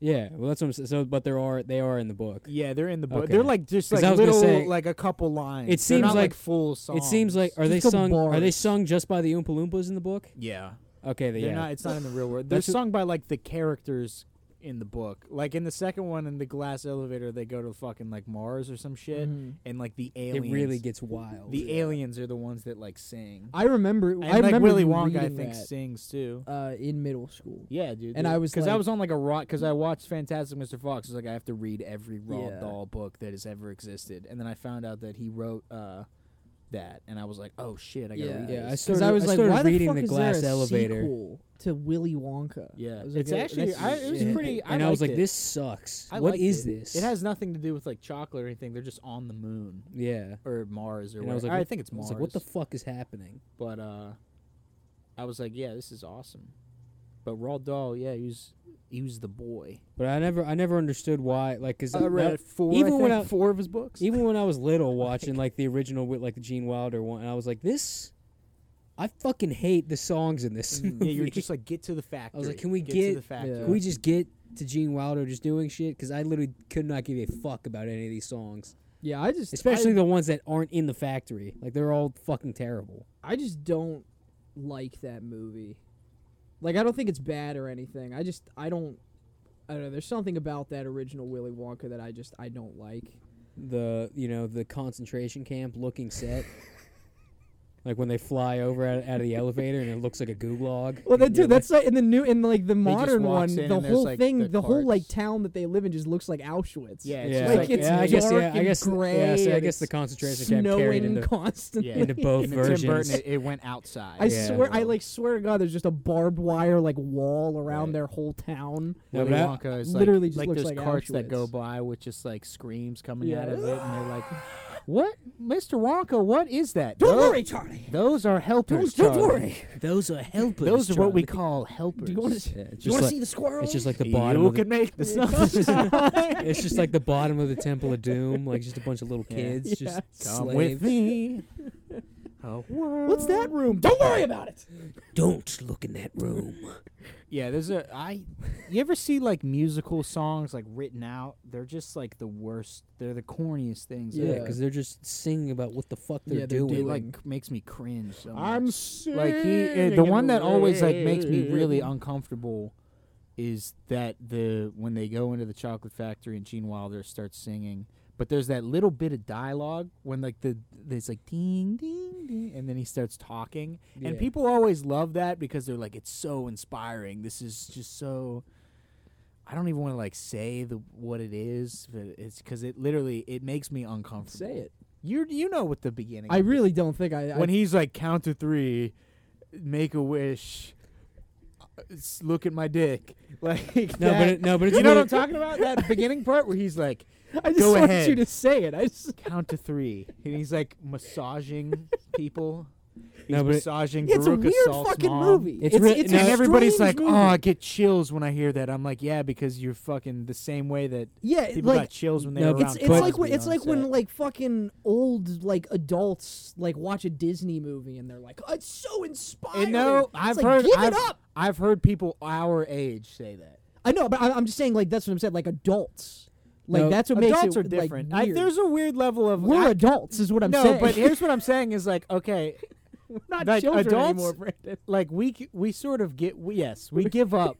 [SPEAKER 2] Yeah. Well, that's what I'm saying. So, but there are they are in the book.
[SPEAKER 1] Yeah, they're in the book.
[SPEAKER 2] Okay.
[SPEAKER 1] They're like just
[SPEAKER 2] 'Cause
[SPEAKER 1] like
[SPEAKER 2] I was gonna
[SPEAKER 1] little,
[SPEAKER 2] say-
[SPEAKER 1] like a couple lines.
[SPEAKER 2] It
[SPEAKER 1] They're
[SPEAKER 2] seems
[SPEAKER 1] not, like,
[SPEAKER 2] like-
[SPEAKER 1] full songs.
[SPEAKER 2] It seems like are
[SPEAKER 3] Just
[SPEAKER 2] they
[SPEAKER 3] go
[SPEAKER 2] sung? Are they
[SPEAKER 3] bars.
[SPEAKER 2] sung just by the Oompa Loompas in the book?
[SPEAKER 1] yeah,
[SPEAKER 2] Okay, they
[SPEAKER 1] they're
[SPEAKER 2] yeah.
[SPEAKER 1] not. It's not in the real world. They're
[SPEAKER 2] That's what-
[SPEAKER 1] sung by like the characters in the book. Like in the second one, in the glass elevator, they go to fucking like Mars or some shit,
[SPEAKER 3] Mhm.
[SPEAKER 1] and like the
[SPEAKER 2] it
[SPEAKER 1] aliens.
[SPEAKER 2] Mm-hmm. really gets wild.
[SPEAKER 1] the aliens are the ones that like sing.
[SPEAKER 3] I remember.
[SPEAKER 1] and
[SPEAKER 3] I
[SPEAKER 1] like
[SPEAKER 3] remember
[SPEAKER 1] Willy
[SPEAKER 3] you
[SPEAKER 1] Wonka, I
[SPEAKER 3] reading
[SPEAKER 1] think
[SPEAKER 3] that,
[SPEAKER 1] sings too.
[SPEAKER 3] uh, in middle school.
[SPEAKER 1] Yeah, dude.
[SPEAKER 3] And I was
[SPEAKER 1] because I
[SPEAKER 3] like-
[SPEAKER 1] was on like a rock because I watched Fantastic Mr. Fox. I was like, I have to read every Roald
[SPEAKER 3] Yeah.
[SPEAKER 1] Dahl book that has ever existed, and then I found out that he wrote uh, that, and I was like, oh shit, I gotta
[SPEAKER 3] Yeah.
[SPEAKER 1] read
[SPEAKER 2] Yeah, I
[SPEAKER 1] this.
[SPEAKER 2] s-
[SPEAKER 3] Because
[SPEAKER 2] started-
[SPEAKER 3] I was
[SPEAKER 2] I
[SPEAKER 3] like,
[SPEAKER 2] started
[SPEAKER 3] why
[SPEAKER 2] reading
[SPEAKER 3] the
[SPEAKER 2] The
[SPEAKER 3] fuck is
[SPEAKER 2] Glass
[SPEAKER 3] there a
[SPEAKER 2] Elevator.
[SPEAKER 3] sequel to Willy Wonka?
[SPEAKER 1] yeah,
[SPEAKER 3] I was
[SPEAKER 1] it's
[SPEAKER 3] like, "Oh,
[SPEAKER 1] actually
[SPEAKER 3] that's-
[SPEAKER 1] I, it was
[SPEAKER 3] yeah."
[SPEAKER 1] pretty.
[SPEAKER 2] and I, was like,
[SPEAKER 1] liked it.
[SPEAKER 2] this sucks.
[SPEAKER 1] I
[SPEAKER 2] what
[SPEAKER 1] liked
[SPEAKER 2] is
[SPEAKER 1] it.
[SPEAKER 2] this?
[SPEAKER 1] It has nothing to do with like chocolate or anything. They're just on the moon
[SPEAKER 2] yeah.
[SPEAKER 1] or Mars or
[SPEAKER 2] And I was
[SPEAKER 1] whatever.
[SPEAKER 2] like,
[SPEAKER 1] I
[SPEAKER 2] what-
[SPEAKER 1] think it's
[SPEAKER 2] I
[SPEAKER 1] Mars.
[SPEAKER 2] was like, what the fuck is happening?
[SPEAKER 1] but uh, I was like, yeah, this is awesome. But Roald Dahl, yeah, he was he was the boy.
[SPEAKER 2] But I never, I never understood why. Like, cause that-
[SPEAKER 1] four,
[SPEAKER 2] I even when think, I-
[SPEAKER 1] four of his books.
[SPEAKER 2] even when I was little, watching like the original with like the Gene Wilder one, and I was like, this, I fucking hate the songs in this.
[SPEAKER 1] yeah, you're
[SPEAKER 2] movie.
[SPEAKER 1] just like, get to the factory.
[SPEAKER 2] "Can we
[SPEAKER 1] to
[SPEAKER 2] get-
[SPEAKER 1] the factory?
[SPEAKER 3] uh,
[SPEAKER 2] Can we just get to Gene Wilder just doing shit? Because I literally could not give a fuck about any of these songs,
[SPEAKER 3] Yeah, I just
[SPEAKER 2] especially the ones that aren't in the factory. Like they're all fucking terrible.
[SPEAKER 3] I just don't like that movie. Like I don't think it's bad or anything. I just I don't I don't know. There's something about that original Willy Wonka that I just I don't like.
[SPEAKER 2] The you know the concentration camp looking set. Like when they fly over out, out of the elevator and it looks like a gulag.
[SPEAKER 3] Well, that,
[SPEAKER 2] And
[SPEAKER 3] dude,
[SPEAKER 2] you're
[SPEAKER 3] that's like in the new in like the
[SPEAKER 1] just
[SPEAKER 3] modern
[SPEAKER 1] walks
[SPEAKER 3] one,
[SPEAKER 1] in
[SPEAKER 3] the
[SPEAKER 1] and there's,
[SPEAKER 3] whole
[SPEAKER 1] like,
[SPEAKER 3] thing, the,
[SPEAKER 1] the
[SPEAKER 3] whole like
[SPEAKER 1] carts.
[SPEAKER 3] town that they live in just looks like Auschwitz.
[SPEAKER 1] Yeah,
[SPEAKER 2] like- yeah,
[SPEAKER 1] it's just
[SPEAKER 3] like,
[SPEAKER 1] like,
[SPEAKER 3] it's
[SPEAKER 2] yeah, I guess, yeah,
[SPEAKER 3] dark
[SPEAKER 2] I
[SPEAKER 3] and
[SPEAKER 2] guess,
[SPEAKER 3] gray
[SPEAKER 2] yeah, so I
[SPEAKER 3] and
[SPEAKER 2] guess the
[SPEAKER 3] it's
[SPEAKER 2] concentration camp carried
[SPEAKER 3] snowing
[SPEAKER 2] into,
[SPEAKER 3] constantly.
[SPEAKER 1] Yeah.
[SPEAKER 2] into both
[SPEAKER 1] in the
[SPEAKER 2] versions.
[SPEAKER 1] Tim Burton, it, it went outside.
[SPEAKER 3] I
[SPEAKER 2] Yeah.
[SPEAKER 3] swear, I like swear to God, there's just a barbed wire like wall around
[SPEAKER 1] Right.
[SPEAKER 3] their whole town.
[SPEAKER 2] No,
[SPEAKER 1] Willy
[SPEAKER 2] but I-
[SPEAKER 1] Wonka is like,
[SPEAKER 3] literally just
[SPEAKER 1] like
[SPEAKER 3] looks
[SPEAKER 1] those
[SPEAKER 3] like
[SPEAKER 1] carts that go
[SPEAKER 3] Auschwitz.
[SPEAKER 1] by with just like screams coming
[SPEAKER 3] Yeah.
[SPEAKER 1] out of it, and they're like, "What, Mr. Wonka? What is that? Tho-
[SPEAKER 3] Charlie.
[SPEAKER 1] those are helpers. Charlie.
[SPEAKER 2] Those are helpers.
[SPEAKER 1] Those are what we call helpers.
[SPEAKER 3] Do you want to?
[SPEAKER 2] Yeah, it's just like,
[SPEAKER 3] the squirrel?
[SPEAKER 2] it's just like the bottom. of the-
[SPEAKER 1] make the
[SPEAKER 2] it's just like the bottom of the Temple of Doom, like just a bunch of little
[SPEAKER 1] Yeah.
[SPEAKER 2] kids.
[SPEAKER 3] Yeah.
[SPEAKER 2] Just
[SPEAKER 1] Come
[SPEAKER 2] slaves.
[SPEAKER 1] with me. Oh,
[SPEAKER 3] What's that room? Don't worry about it.
[SPEAKER 2] Don't look in that room.
[SPEAKER 1] Yeah, there's a I. You ever see like musical songs like written out? They're just like the worst. They're the corniest things.
[SPEAKER 2] yeah,
[SPEAKER 1] ever.
[SPEAKER 2] because they're just singing about what the fuck they're
[SPEAKER 3] Yeah, they're
[SPEAKER 1] It,
[SPEAKER 2] doing.
[SPEAKER 3] doing-
[SPEAKER 1] like makes me cringe. So
[SPEAKER 3] I'm
[SPEAKER 1] much. like he, uh, the one that always like makes me really uncomfortable is that the when they go into the chocolate factory and Gene Wilder starts singing. But there's that little bit of dialogue when like the there's like ding ding ding, and then he starts talking, and
[SPEAKER 2] Yeah.
[SPEAKER 1] people always love that because they're like, it's so inspiring. This is just so. I don't even want to like say the what it is, but it's because it literally it makes me uncomfortable.
[SPEAKER 2] say it.
[SPEAKER 1] You you know what the beginning.
[SPEAKER 3] I
[SPEAKER 1] of it
[SPEAKER 3] really don't think I. I
[SPEAKER 1] when he's like count to three, make a wish, uh, s- look at my dick, like
[SPEAKER 2] No,
[SPEAKER 1] that-
[SPEAKER 2] but it, no, but it's
[SPEAKER 1] you know what
[SPEAKER 2] really-
[SPEAKER 1] I'm talking about? That beginning part where he's like
[SPEAKER 3] I just
[SPEAKER 1] go
[SPEAKER 3] want
[SPEAKER 1] ahead.
[SPEAKER 3] you to say it. I just,
[SPEAKER 1] count to three, and he's like massaging people. He's
[SPEAKER 2] No, but it-
[SPEAKER 1] massaging
[SPEAKER 3] it's a
[SPEAKER 1] Veruca
[SPEAKER 3] weird
[SPEAKER 1] Salt's
[SPEAKER 3] fucking
[SPEAKER 1] mom.
[SPEAKER 3] movie.
[SPEAKER 2] It's
[SPEAKER 3] It's,
[SPEAKER 2] re-
[SPEAKER 3] it's
[SPEAKER 2] no,
[SPEAKER 3] a
[SPEAKER 1] and everybody's
[SPEAKER 3] strange
[SPEAKER 1] like,
[SPEAKER 3] movie.
[SPEAKER 1] "Oh, I get chills when I hear that." I'm like, "Yeah, because you're fucking the same way that
[SPEAKER 3] yeah,
[SPEAKER 1] people
[SPEAKER 3] like
[SPEAKER 1] got chills when they
[SPEAKER 2] No,
[SPEAKER 1] were
[SPEAKER 2] but
[SPEAKER 3] it's
[SPEAKER 1] around."
[SPEAKER 3] it's like
[SPEAKER 1] Cosby
[SPEAKER 3] when, it's
[SPEAKER 1] on
[SPEAKER 3] like
[SPEAKER 1] set.
[SPEAKER 3] when like fucking old like adults like watch a Disney movie and they're like, oh, it's so inspiring.
[SPEAKER 1] And no,
[SPEAKER 3] It's
[SPEAKER 1] I've
[SPEAKER 3] like,
[SPEAKER 1] heard
[SPEAKER 3] give
[SPEAKER 1] I've,
[SPEAKER 3] it up.
[SPEAKER 1] I've heard people our age say that.
[SPEAKER 3] I know, but I, I'm just saying like that's what I'm saying. Like adults, like
[SPEAKER 2] No,
[SPEAKER 3] that's what
[SPEAKER 1] adults
[SPEAKER 3] makes it
[SPEAKER 1] are different.
[SPEAKER 3] Like,
[SPEAKER 1] I,
[SPEAKER 3] weird.
[SPEAKER 1] there's a weird level of
[SPEAKER 3] We're
[SPEAKER 1] I-
[SPEAKER 3] adults, is what I'm
[SPEAKER 1] no,
[SPEAKER 3] saying.
[SPEAKER 1] but here's what I'm saying is like okay,
[SPEAKER 3] We're not
[SPEAKER 1] like,
[SPEAKER 3] children
[SPEAKER 1] adults-
[SPEAKER 3] anymore, Brandon.
[SPEAKER 1] like we c- we sort of get we, yes we give up.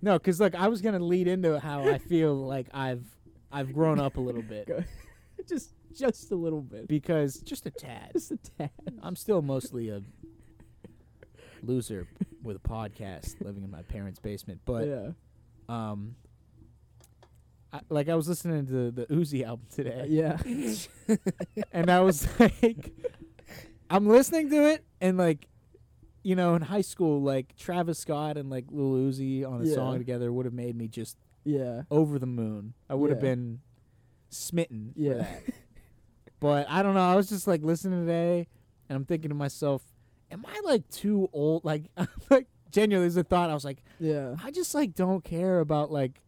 [SPEAKER 1] No, because look, I was gonna lead into how I feel like I've I've grown up a little bit
[SPEAKER 3] just just a little bit,
[SPEAKER 1] because just a tad.
[SPEAKER 3] just a tad.
[SPEAKER 1] I'm still mostly a loser with a podcast living in my parents' basement, but.
[SPEAKER 3] yeah,
[SPEAKER 1] um I, like I was listening to the Uzi album today
[SPEAKER 3] yeah.
[SPEAKER 1] and I was like I'm listening to it and like you know in high school like Travis Scott and like Lil Uzi on a
[SPEAKER 3] Yeah.
[SPEAKER 1] song together would have made me just
[SPEAKER 3] Yeah.
[SPEAKER 1] over the moon. I would have
[SPEAKER 3] Yeah.
[SPEAKER 1] been smitten. for
[SPEAKER 3] Yeah.
[SPEAKER 1] that. But I don't know, I was just like listening today and I'm thinking to myself, am I like too old like like genuinely there's a thought I was like
[SPEAKER 3] Yeah.
[SPEAKER 1] I just like don't care about like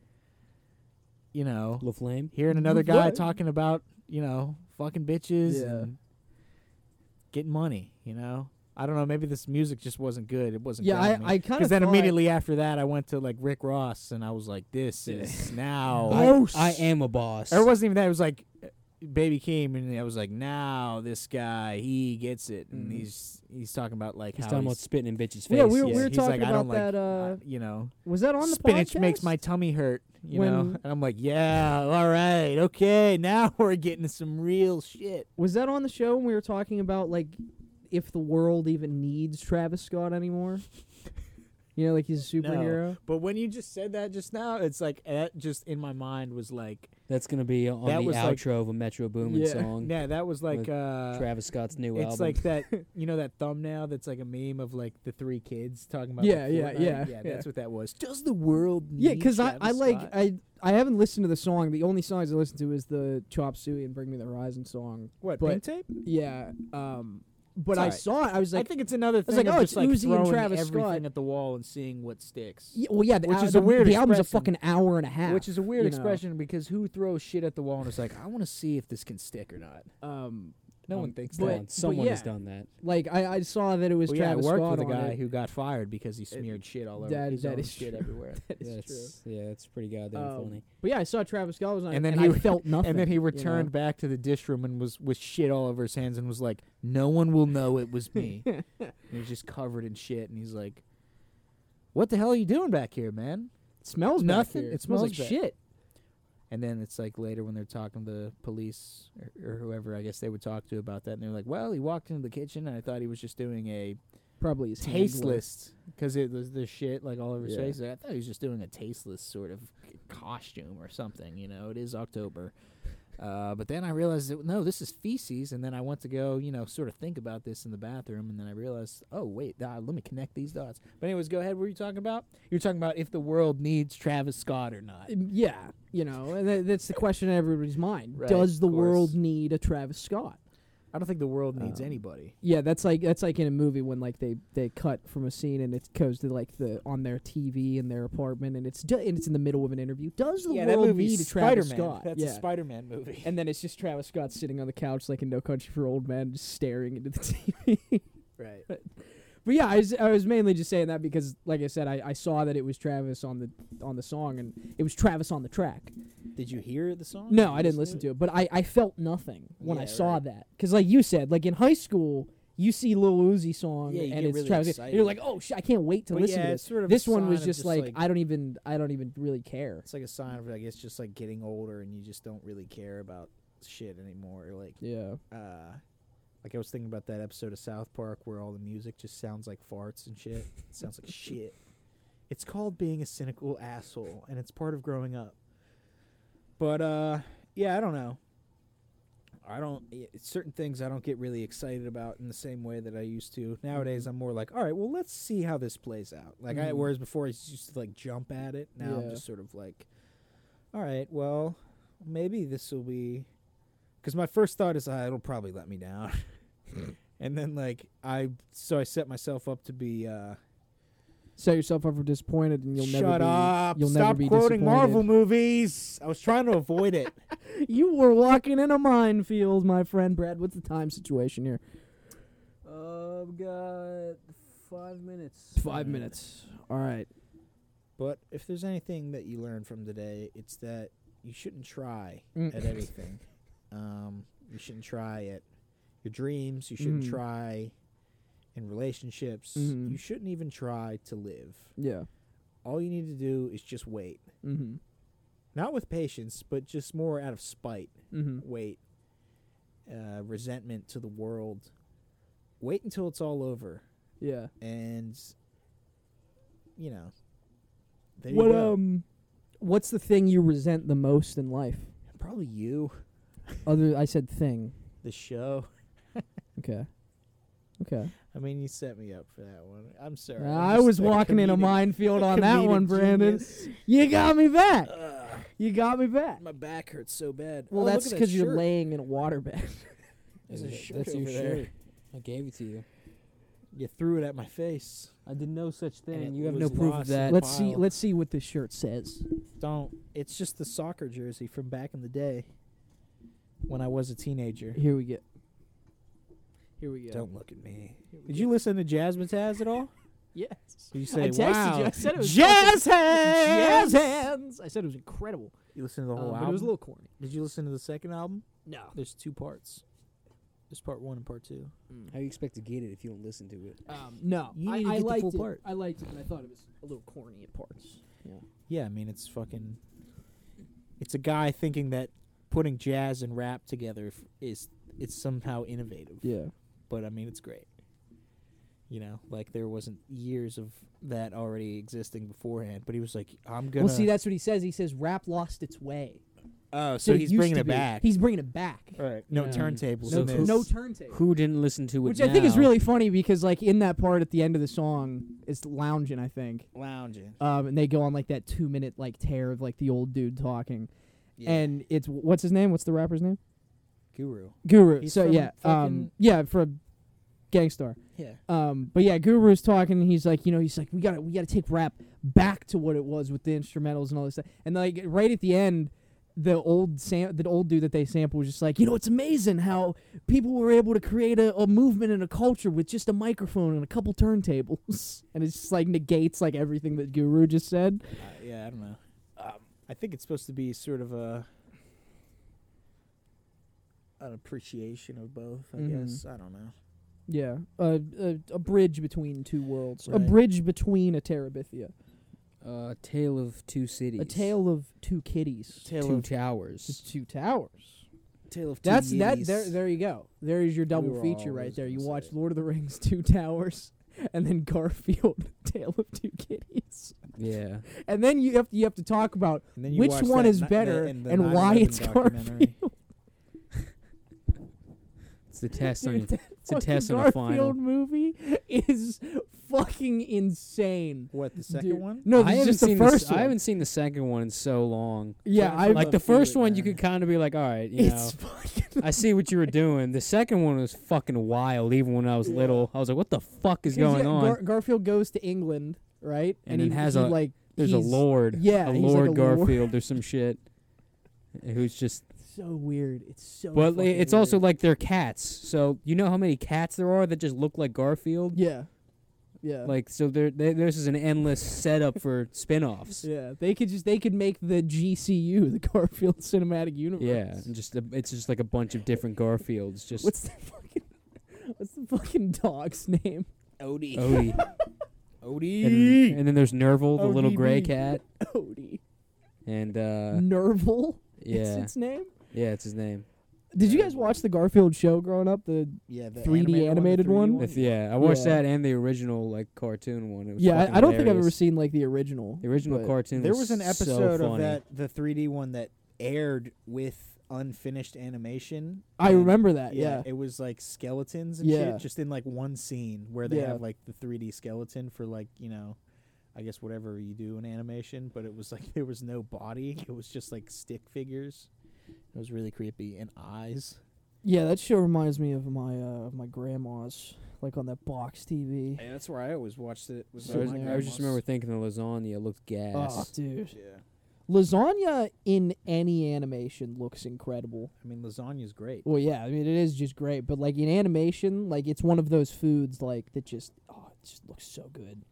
[SPEAKER 1] you know
[SPEAKER 2] La Flame.
[SPEAKER 1] hearing another guy
[SPEAKER 3] Right.
[SPEAKER 1] talking about you know fucking bitches
[SPEAKER 3] Yeah.
[SPEAKER 1] and getting money. You know, I don't know. Maybe this music just wasn't good. It wasn't.
[SPEAKER 3] Yeah, I,
[SPEAKER 1] grabbing me.
[SPEAKER 3] I kind of
[SPEAKER 1] then immediately after that, I went to like Rick Ross and I was like, this
[SPEAKER 3] Yeah. Oh,
[SPEAKER 1] is now.
[SPEAKER 2] I,
[SPEAKER 3] Gross.
[SPEAKER 2] I am a boss.
[SPEAKER 1] or it wasn't even that. It was like uh, Baby Keem and I was like, now this guy he gets it and
[SPEAKER 3] Mhm.
[SPEAKER 1] he's he's talking about like
[SPEAKER 2] He's
[SPEAKER 1] how
[SPEAKER 2] talking about
[SPEAKER 1] he's,
[SPEAKER 2] spitting in bitches' face.
[SPEAKER 3] Yeah, we were-
[SPEAKER 1] yeah,
[SPEAKER 3] we were
[SPEAKER 1] he's
[SPEAKER 3] talking
[SPEAKER 1] like, I don't
[SPEAKER 3] about
[SPEAKER 1] like,
[SPEAKER 3] that, uh,
[SPEAKER 1] you know
[SPEAKER 3] was that on the
[SPEAKER 1] spinach makes
[SPEAKER 3] podcast?
[SPEAKER 1] my tummy hurt you know
[SPEAKER 3] When-
[SPEAKER 1] and i'm like yeah all right okay now we're getting some real shit
[SPEAKER 3] Was that on the show when we were talking about like if the world even needs Travis Scott anymore? you know, like he's a
[SPEAKER 1] No.
[SPEAKER 3] superhero.
[SPEAKER 1] but when you just said that just now it's like that just in my mind was like
[SPEAKER 2] That's gonna be on
[SPEAKER 1] That
[SPEAKER 2] the
[SPEAKER 1] was like-
[SPEAKER 2] outro of a Metro Boomin
[SPEAKER 3] Yeah.
[SPEAKER 2] song.
[SPEAKER 1] yeah that was like
[SPEAKER 2] With
[SPEAKER 1] uh
[SPEAKER 2] Travis Scott's new
[SPEAKER 1] it's
[SPEAKER 2] album.
[SPEAKER 1] like that you know that thumbnail that's like a meme of like the three kids talking about
[SPEAKER 3] Yeah,
[SPEAKER 1] like,
[SPEAKER 3] yeah,
[SPEAKER 1] Fortnite?
[SPEAKER 3] yeah,
[SPEAKER 1] yeah
[SPEAKER 3] yeah.
[SPEAKER 1] that's what that was does the world need
[SPEAKER 3] Yeah, because I, I
[SPEAKER 1] Travis
[SPEAKER 3] like
[SPEAKER 1] Scott?
[SPEAKER 3] I I haven't listened to the song. The only songs I listen to is the Chop Suey and Bring Me the Horizon song.
[SPEAKER 1] what
[SPEAKER 3] but-
[SPEAKER 1] but, tape
[SPEAKER 3] Yeah, um, but
[SPEAKER 1] It's
[SPEAKER 3] I
[SPEAKER 1] alright.
[SPEAKER 3] saw it. I was
[SPEAKER 1] i
[SPEAKER 3] like,
[SPEAKER 1] think it's another thing
[SPEAKER 3] like,
[SPEAKER 1] of
[SPEAKER 3] oh,
[SPEAKER 1] just
[SPEAKER 3] it's
[SPEAKER 1] like
[SPEAKER 3] Uzi and
[SPEAKER 1] throwing
[SPEAKER 3] Travis
[SPEAKER 1] everything
[SPEAKER 3] Scott.
[SPEAKER 1] at the wall and seeing what sticks
[SPEAKER 3] yeah, well, yeah, the,
[SPEAKER 1] Which
[SPEAKER 3] al-
[SPEAKER 1] is
[SPEAKER 3] the,
[SPEAKER 1] a weird
[SPEAKER 3] The album's a
[SPEAKER 1] expression.
[SPEAKER 3] fucking hour and a half,
[SPEAKER 1] Which is a weird
[SPEAKER 3] you know.
[SPEAKER 1] expression because who throws shit at the wall and is like, I want to see if this can stick or not.
[SPEAKER 3] um,
[SPEAKER 1] No
[SPEAKER 2] Um,
[SPEAKER 1] one thinks
[SPEAKER 2] come
[SPEAKER 3] but-
[SPEAKER 1] that.
[SPEAKER 2] on, someone has
[SPEAKER 3] yeah.
[SPEAKER 2] done that.
[SPEAKER 3] like I, I saw that it was
[SPEAKER 1] Well, yeah, I
[SPEAKER 3] Travis
[SPEAKER 1] worked
[SPEAKER 3] Scott
[SPEAKER 1] with a
[SPEAKER 3] on
[SPEAKER 1] guy
[SPEAKER 3] it.
[SPEAKER 1] who got fired because he smeared shit all over
[SPEAKER 3] That-
[SPEAKER 1] his
[SPEAKER 3] that
[SPEAKER 1] own
[SPEAKER 3] is
[SPEAKER 1] shit
[SPEAKER 3] true.
[SPEAKER 1] everywhere.
[SPEAKER 3] That is true.
[SPEAKER 2] That's- yeah, it's pretty goddamn
[SPEAKER 3] Um,
[SPEAKER 2] funny.
[SPEAKER 3] But yeah, I saw Travis Scott was on,
[SPEAKER 1] And
[SPEAKER 3] it,
[SPEAKER 1] then
[SPEAKER 3] and
[SPEAKER 1] he
[SPEAKER 3] I
[SPEAKER 1] re-
[SPEAKER 3] felt nothing.
[SPEAKER 1] and then he
[SPEAKER 3] you know?
[SPEAKER 1] returned back to the dish room and was with shit all over his hands and was like, "No one will know it was me." and he was just covered in shit, and he's like, "What the hell are you doing back here, man?"
[SPEAKER 3] It smells back
[SPEAKER 1] Nothing.
[SPEAKER 3] here.
[SPEAKER 1] It
[SPEAKER 3] smells
[SPEAKER 1] smells
[SPEAKER 3] like
[SPEAKER 1] bad.
[SPEAKER 3] shit.
[SPEAKER 1] And then it's like later when they're talking to the police or, or whoever I guess they would talk to about that, and they're like, "Well, he walked into the kitchen and I thought he was just doing a
[SPEAKER 3] Probably is
[SPEAKER 1] tasteless because it was the shit like all over his
[SPEAKER 2] Yeah.
[SPEAKER 1] face. Like, I thought he was just doing a tasteless sort of costume or something. You know, it is October. Uh, but then I realized that no, this is feces, and then I went to go, you know, sort of think about this in the bathroom, and then I realized, oh wait, uh, let me connect these dots. But anyways, go ahead. What were you talking about? You're talking about if the world needs Travis Scott or not.
[SPEAKER 3] Yeah, you know, and tha- that's the question in everybody's mind.
[SPEAKER 1] Right,
[SPEAKER 3] Does the
[SPEAKER 1] of course.
[SPEAKER 3] world need a Travis Scott?
[SPEAKER 6] I don't think the world needs
[SPEAKER 1] Oh.
[SPEAKER 3] Um,
[SPEAKER 6] anybody.
[SPEAKER 3] Yeah, that's like that's like in a movie when like they they cut from a scene and it goes to like the on their TV in their apartment and it's do- and it's in the middle of an interview. Does the
[SPEAKER 1] yeah, that
[SPEAKER 3] world
[SPEAKER 1] movie's
[SPEAKER 3] need a Travis
[SPEAKER 1] Spider-Man.
[SPEAKER 3] Scott?
[SPEAKER 1] That's
[SPEAKER 3] yeah.
[SPEAKER 1] a Spider-Man movie.
[SPEAKER 3] and then it's just Travis Scott sitting on the couch like in No Country for Old Men, just staring into the TV.
[SPEAKER 6] Right.
[SPEAKER 3] but yeah, I was, I was mainly just saying that because, like I said, I, I saw that it was Travis on the on the song and it was Travis on the track.
[SPEAKER 1] Did you hear the song?
[SPEAKER 3] No, I didn't listen to it, but I, I felt nothing when I
[SPEAKER 1] Yeah,
[SPEAKER 3] saw
[SPEAKER 1] right.
[SPEAKER 3] that because, like you said, like in high school. You see Lil Uzi song
[SPEAKER 1] Yeah, you
[SPEAKER 3] and
[SPEAKER 1] get
[SPEAKER 3] it's
[SPEAKER 1] really
[SPEAKER 3] Travis. Scott, and You're like,
[SPEAKER 1] excited.
[SPEAKER 3] oh, sh- I can't wait to
[SPEAKER 1] But
[SPEAKER 3] listen
[SPEAKER 1] yeah,
[SPEAKER 3] to
[SPEAKER 1] it's
[SPEAKER 3] this.
[SPEAKER 1] sort of a
[SPEAKER 3] This one was
[SPEAKER 1] sign of
[SPEAKER 3] just,
[SPEAKER 1] just,
[SPEAKER 3] like,
[SPEAKER 1] like-
[SPEAKER 3] I don't even, I don't even really care.
[SPEAKER 1] It's like a sign of I guess just like getting older and you just don't really care about shit anymore. Or like
[SPEAKER 3] Yeah,
[SPEAKER 1] uh like I was thinking about that episode of South Park where all the music just sounds like farts and shit. it sounds like shit. It's called being a cynical asshole and it's part of growing up. But uh yeah, I don't know. I don't y- certain things I don't get really excited about in the same way that I used to. Nowadays I'm more like, all right, well let's see how this plays out. Like I
[SPEAKER 3] Mhm.
[SPEAKER 1] whereas before I used to like jump at it. Now I'm
[SPEAKER 3] Yeah.
[SPEAKER 1] just sort of like all right, well, maybe this will be because my first thought is ah, it'll probably let me down and then like i so i set myself up to be uh
[SPEAKER 3] set yourself up for disappointed and you'll
[SPEAKER 1] shut
[SPEAKER 3] never be.
[SPEAKER 1] up
[SPEAKER 3] you'll
[SPEAKER 1] stop
[SPEAKER 3] never be
[SPEAKER 1] quoting marvel
[SPEAKER 3] disappointed.
[SPEAKER 1] movies i was trying to avoid it
[SPEAKER 3] You were walking in a minefield, my friend Brad. What's the time situation here?
[SPEAKER 4] Uh, we got five minutes.
[SPEAKER 3] Five minutes. All right.
[SPEAKER 1] but if there's anything that you learn from today it's that you shouldn't try
[SPEAKER 3] Mm.
[SPEAKER 1] at anything um you shouldn't try at your dreams you shouldn't
[SPEAKER 3] Mhm.
[SPEAKER 1] try in relationships
[SPEAKER 3] Mhm.
[SPEAKER 1] you shouldn't even try to live
[SPEAKER 3] Yeah.
[SPEAKER 1] all you need to do is just wait
[SPEAKER 3] Mm-hmm.
[SPEAKER 1] not with patience but just more out of spite
[SPEAKER 3] Mm-hmm.
[SPEAKER 1] wait, uh, resentment to the world. Wait until it's all over,
[SPEAKER 3] Yeah.
[SPEAKER 1] and you know. There
[SPEAKER 3] what
[SPEAKER 1] you go.
[SPEAKER 3] um, what's the thing you resent the most in life?
[SPEAKER 1] Probably you,
[SPEAKER 3] Other, I said thing.
[SPEAKER 1] the show.
[SPEAKER 3] Okay. Okay.
[SPEAKER 1] I mean, you set me up for that one. I'm sorry.
[SPEAKER 3] Nah,
[SPEAKER 1] I'm
[SPEAKER 3] I
[SPEAKER 1] just
[SPEAKER 3] was walking in a
[SPEAKER 1] comedic-
[SPEAKER 3] minefield
[SPEAKER 1] a
[SPEAKER 3] on that
[SPEAKER 1] comedic
[SPEAKER 3] one, Brandon.
[SPEAKER 1] genius.
[SPEAKER 3] You got me back.
[SPEAKER 1] Ugh,
[SPEAKER 3] You got me back.
[SPEAKER 1] my back hurts so bad.
[SPEAKER 3] Well,
[SPEAKER 1] Oh, look
[SPEAKER 3] that's
[SPEAKER 1] at that
[SPEAKER 3] because you're
[SPEAKER 1] shirt.
[SPEAKER 3] laying in a waterbed.
[SPEAKER 1] There's a
[SPEAKER 4] That's
[SPEAKER 1] shirt
[SPEAKER 4] your
[SPEAKER 1] over there.
[SPEAKER 4] shirt. I gave it to you.
[SPEAKER 1] You threw it at my face.
[SPEAKER 4] I did no such
[SPEAKER 1] it
[SPEAKER 4] thing. You have
[SPEAKER 1] was
[SPEAKER 4] no proof of
[SPEAKER 1] lost.
[SPEAKER 4] that.
[SPEAKER 3] let's see.
[SPEAKER 1] pile.
[SPEAKER 3] Let's see what this shirt says.
[SPEAKER 1] Don't. It's just the soccer jersey from back in the day when I was a teenager.
[SPEAKER 3] Here we get. Here we go.
[SPEAKER 1] Don't look at me.
[SPEAKER 3] Here we
[SPEAKER 1] Did
[SPEAKER 3] go.
[SPEAKER 1] you listen to Jasmine Taz at all?
[SPEAKER 3] Yes.
[SPEAKER 1] Did you say,
[SPEAKER 3] I texted
[SPEAKER 1] wow,
[SPEAKER 3] you. I said it was
[SPEAKER 1] jazz hands.
[SPEAKER 3] Jazz hands. I said it was incredible,
[SPEAKER 1] You listened to the
[SPEAKER 3] um,
[SPEAKER 1] whole
[SPEAKER 3] but
[SPEAKER 1] album.
[SPEAKER 3] it was a little corny.
[SPEAKER 1] Did you listen to the second album?
[SPEAKER 3] No.
[SPEAKER 1] There's two parts. There's part one and part two.
[SPEAKER 3] Mm.
[SPEAKER 4] How you expect to get it if you don't listen to it?
[SPEAKER 3] Um, no.
[SPEAKER 1] You
[SPEAKER 3] I,
[SPEAKER 1] need to
[SPEAKER 3] I
[SPEAKER 1] get the
[SPEAKER 3] liked
[SPEAKER 1] full
[SPEAKER 3] it.
[SPEAKER 1] part.
[SPEAKER 3] I liked it, and I thought it was a little corny at parts.
[SPEAKER 1] Yeah, I mean it's fucking. It's a guy thinking that putting jazz and rap together f- is it's somehow innovative,
[SPEAKER 3] Yeah.
[SPEAKER 1] but I mean it's great. You know, like there wasn't years of that already existing beforehand, but he was like, "I'm gonna."
[SPEAKER 3] Well, see, that's what he says. He says rap lost its way.
[SPEAKER 1] Oh, so
[SPEAKER 3] It
[SPEAKER 1] he's
[SPEAKER 3] used
[SPEAKER 1] bringing
[SPEAKER 3] to
[SPEAKER 1] it
[SPEAKER 3] be.
[SPEAKER 1] back.
[SPEAKER 3] He's bringing it back.
[SPEAKER 1] right. No
[SPEAKER 4] Yeah.
[SPEAKER 1] turntables.
[SPEAKER 3] No,
[SPEAKER 1] in
[SPEAKER 3] tu-
[SPEAKER 1] this.
[SPEAKER 3] no turntable.
[SPEAKER 4] Who didn't listen to it?
[SPEAKER 3] Which I think is
[SPEAKER 4] now?
[SPEAKER 3] really funny because, like, in that part at the end of the song, it's lounging. I think.
[SPEAKER 1] lounging.
[SPEAKER 3] Um, and they go on like that two minute like tear of like the old dude talking,
[SPEAKER 1] Yeah.
[SPEAKER 3] and it's what's his name? What's the rapper's name?
[SPEAKER 1] Guru.
[SPEAKER 3] Guru.
[SPEAKER 1] He's
[SPEAKER 3] so
[SPEAKER 1] from
[SPEAKER 3] yeah,
[SPEAKER 1] fucking-
[SPEAKER 3] um, yeah, from Gangstar.
[SPEAKER 1] Yeah.
[SPEAKER 3] Um, but yeah, Guru's talking, and he's like, you know, he's like, we gotta, we gotta take rap back to what it was with the instrumentals and all this stuff. And like right at the end, the old sam, the old dude that they sampled was just like, you know, it's amazing how people were able to create a, a movement and a culture with just a microphone and a couple turntables. and it's just like negates like everything that Guru just said.
[SPEAKER 1] Uh, yeah, I don't know. Um, I think it's supposed to be sort of a an appreciation of both. I
[SPEAKER 3] Mhm.
[SPEAKER 1] guess I don't know.
[SPEAKER 3] Yeah, uh, a, a bridge between two worlds, a
[SPEAKER 1] Right.
[SPEAKER 3] bridge between a Terabithia,
[SPEAKER 4] uh, Tale of Two Cities.
[SPEAKER 3] a tale of two kitties,
[SPEAKER 1] Tale
[SPEAKER 4] two
[SPEAKER 1] of
[SPEAKER 4] Towers.
[SPEAKER 3] two towers.
[SPEAKER 1] tale of two
[SPEAKER 3] That's that.
[SPEAKER 1] Yetis.
[SPEAKER 3] There, there you go. There is your double
[SPEAKER 1] We were
[SPEAKER 3] feature
[SPEAKER 1] all
[SPEAKER 3] right there.
[SPEAKER 1] losing
[SPEAKER 3] You watch
[SPEAKER 1] sight.
[SPEAKER 3] Lord of the Rings, Two Towers, and then Garfield, Tale of Two Kitties,
[SPEAKER 4] Yeah.
[SPEAKER 3] and then you have to, you have to talk about
[SPEAKER 1] And then you
[SPEAKER 3] which
[SPEAKER 1] watch
[SPEAKER 3] one
[SPEAKER 1] that
[SPEAKER 3] is
[SPEAKER 1] ni- the-
[SPEAKER 3] better
[SPEAKER 1] and, the
[SPEAKER 3] and why
[SPEAKER 1] 9/11
[SPEAKER 3] it's
[SPEAKER 1] documentary.
[SPEAKER 3] Garfield.
[SPEAKER 1] it's
[SPEAKER 2] the test on
[SPEAKER 3] Dude,
[SPEAKER 2] you. It's a
[SPEAKER 3] fucking
[SPEAKER 2] test on a final.
[SPEAKER 3] Garfield movie is fucking insane.
[SPEAKER 1] What the second
[SPEAKER 3] Dude.
[SPEAKER 1] one?
[SPEAKER 3] No,
[SPEAKER 2] I
[SPEAKER 3] this
[SPEAKER 2] haven't
[SPEAKER 3] is just the
[SPEAKER 2] seen
[SPEAKER 3] first
[SPEAKER 2] I
[SPEAKER 3] one.
[SPEAKER 2] haven't seen the second one in so long.
[SPEAKER 3] yeah,
[SPEAKER 1] Jennifer
[SPEAKER 3] I
[SPEAKER 1] Love
[SPEAKER 2] Like the
[SPEAKER 1] Hewitt,
[SPEAKER 2] first one, you
[SPEAKER 1] man.
[SPEAKER 2] could kind of be like, all right, you know,
[SPEAKER 3] it's fucking
[SPEAKER 2] I see what you were doing. The second one was fucking wild. Even when I was little, I was like, what the fuck is
[SPEAKER 3] 'Cause, yeah,
[SPEAKER 2] going on?
[SPEAKER 3] Gar- Garfield goes to England, right?
[SPEAKER 2] And it
[SPEAKER 3] he
[SPEAKER 2] has
[SPEAKER 3] he,
[SPEAKER 2] a-
[SPEAKER 3] like
[SPEAKER 2] There's a
[SPEAKER 3] he's
[SPEAKER 2] Lord.
[SPEAKER 3] yeah,
[SPEAKER 2] a
[SPEAKER 3] he's like
[SPEAKER 2] Lord
[SPEAKER 3] a lord.
[SPEAKER 2] Garfield or some shit. Who's just
[SPEAKER 3] So weird. It's so.
[SPEAKER 2] But
[SPEAKER 3] Oh, fucking
[SPEAKER 2] it's also
[SPEAKER 3] weird.
[SPEAKER 2] like they're cats. So you know how many cats there are that just look like Garfield?
[SPEAKER 3] yeah, yeah,
[SPEAKER 2] Like so there there- this is an endless setup for spin-offs.
[SPEAKER 3] yeah. They could just they could make the GCU, the Garfield Cinematic Universe.
[SPEAKER 2] Yeah, and just a, it's just like a bunch of different Garfields just
[SPEAKER 3] What's the fucking What's the fucking dog's name?
[SPEAKER 1] Odie.
[SPEAKER 2] Odie.
[SPEAKER 3] Oh.
[SPEAKER 1] Odie.
[SPEAKER 3] E?
[SPEAKER 2] and, and then there's Nerval, the little gray
[SPEAKER 1] ODB.
[SPEAKER 2] cat,
[SPEAKER 3] Odie.
[SPEAKER 2] and uh
[SPEAKER 3] Nerval is
[SPEAKER 2] yeah.
[SPEAKER 3] its name.
[SPEAKER 2] Yeah, it's his name.
[SPEAKER 3] Did you guys watch the Garfield show growing up? The
[SPEAKER 1] yeah, the
[SPEAKER 3] 3D animated one?
[SPEAKER 2] If- yeah, I watched
[SPEAKER 3] Yeah.
[SPEAKER 2] that and the original like cartoon one. It was
[SPEAKER 3] yeah,
[SPEAKER 2] fucking
[SPEAKER 3] I, I don't think I've
[SPEAKER 2] hilarious.
[SPEAKER 3] ever seen like the original.
[SPEAKER 2] the original
[SPEAKER 3] but-
[SPEAKER 2] cartoon.
[SPEAKER 1] There was an
[SPEAKER 2] so
[SPEAKER 1] episode of
[SPEAKER 2] funny.
[SPEAKER 1] that the 3D one that aired with unfinished animation.
[SPEAKER 3] I
[SPEAKER 1] and-
[SPEAKER 3] remember that. Yeah,
[SPEAKER 1] It was like skeletons and
[SPEAKER 3] Yeah.
[SPEAKER 1] shit, just in like one scene where they
[SPEAKER 3] Yeah.
[SPEAKER 1] have like the 3D skeleton for like, you know, I guess whatever you do in animation, but it was like there was no body. It was just like stick figures. It was really creepy and eyes.
[SPEAKER 3] yeah. That show reminds me of my uh, of my grandma's, like on that box TV.
[SPEAKER 1] Yeah, that's where I always watched it. Was
[SPEAKER 2] I, was,
[SPEAKER 3] my
[SPEAKER 2] I was just remember thinking the lasagna looked gas.
[SPEAKER 3] Oh, dude,
[SPEAKER 1] Yeah.
[SPEAKER 3] lasagna in any animation looks incredible.
[SPEAKER 1] I mean, lasagna's great.
[SPEAKER 3] Well, yeah, I mean it is just great, but like in animation, like it's one of those foods like that just oh, it just looks so good,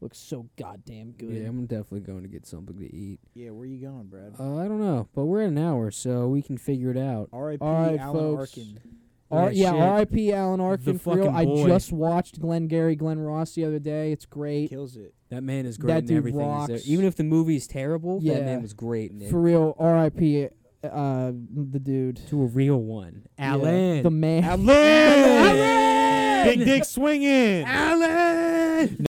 [SPEAKER 3] looks so goddamn good.
[SPEAKER 2] Yeah, I'm definitely going to get something to eat.
[SPEAKER 1] Yeah, where you going, Brad?
[SPEAKER 2] Uh, I don't know, but we're at an hour, so we can figure it out.
[SPEAKER 1] R.I.P.
[SPEAKER 3] all right,
[SPEAKER 1] Alan
[SPEAKER 3] folks.
[SPEAKER 1] Arkin.
[SPEAKER 3] R-
[SPEAKER 2] Yeah,
[SPEAKER 3] yeah,
[SPEAKER 2] shit.
[SPEAKER 3] R.I.P. Alan Arkin.
[SPEAKER 2] The
[SPEAKER 3] for real.
[SPEAKER 2] fucking
[SPEAKER 3] I
[SPEAKER 2] boy.
[SPEAKER 3] just watched Glenn Gary, Glenn Ross the other day. It's great.
[SPEAKER 1] Kills it.
[SPEAKER 2] That man is
[SPEAKER 3] That
[SPEAKER 2] great in
[SPEAKER 3] dude
[SPEAKER 2] everything. he's there.
[SPEAKER 3] rocks.
[SPEAKER 2] Even if the movie's terrible, that
[SPEAKER 3] Yeah.
[SPEAKER 2] man was great in it.
[SPEAKER 3] For real, R.I.P. Uh, the dude,
[SPEAKER 2] to a real one,
[SPEAKER 3] Yeah,
[SPEAKER 2] Alan.
[SPEAKER 3] the man.
[SPEAKER 2] Alan. Alan.
[SPEAKER 1] swinging.
[SPEAKER 2] Alan.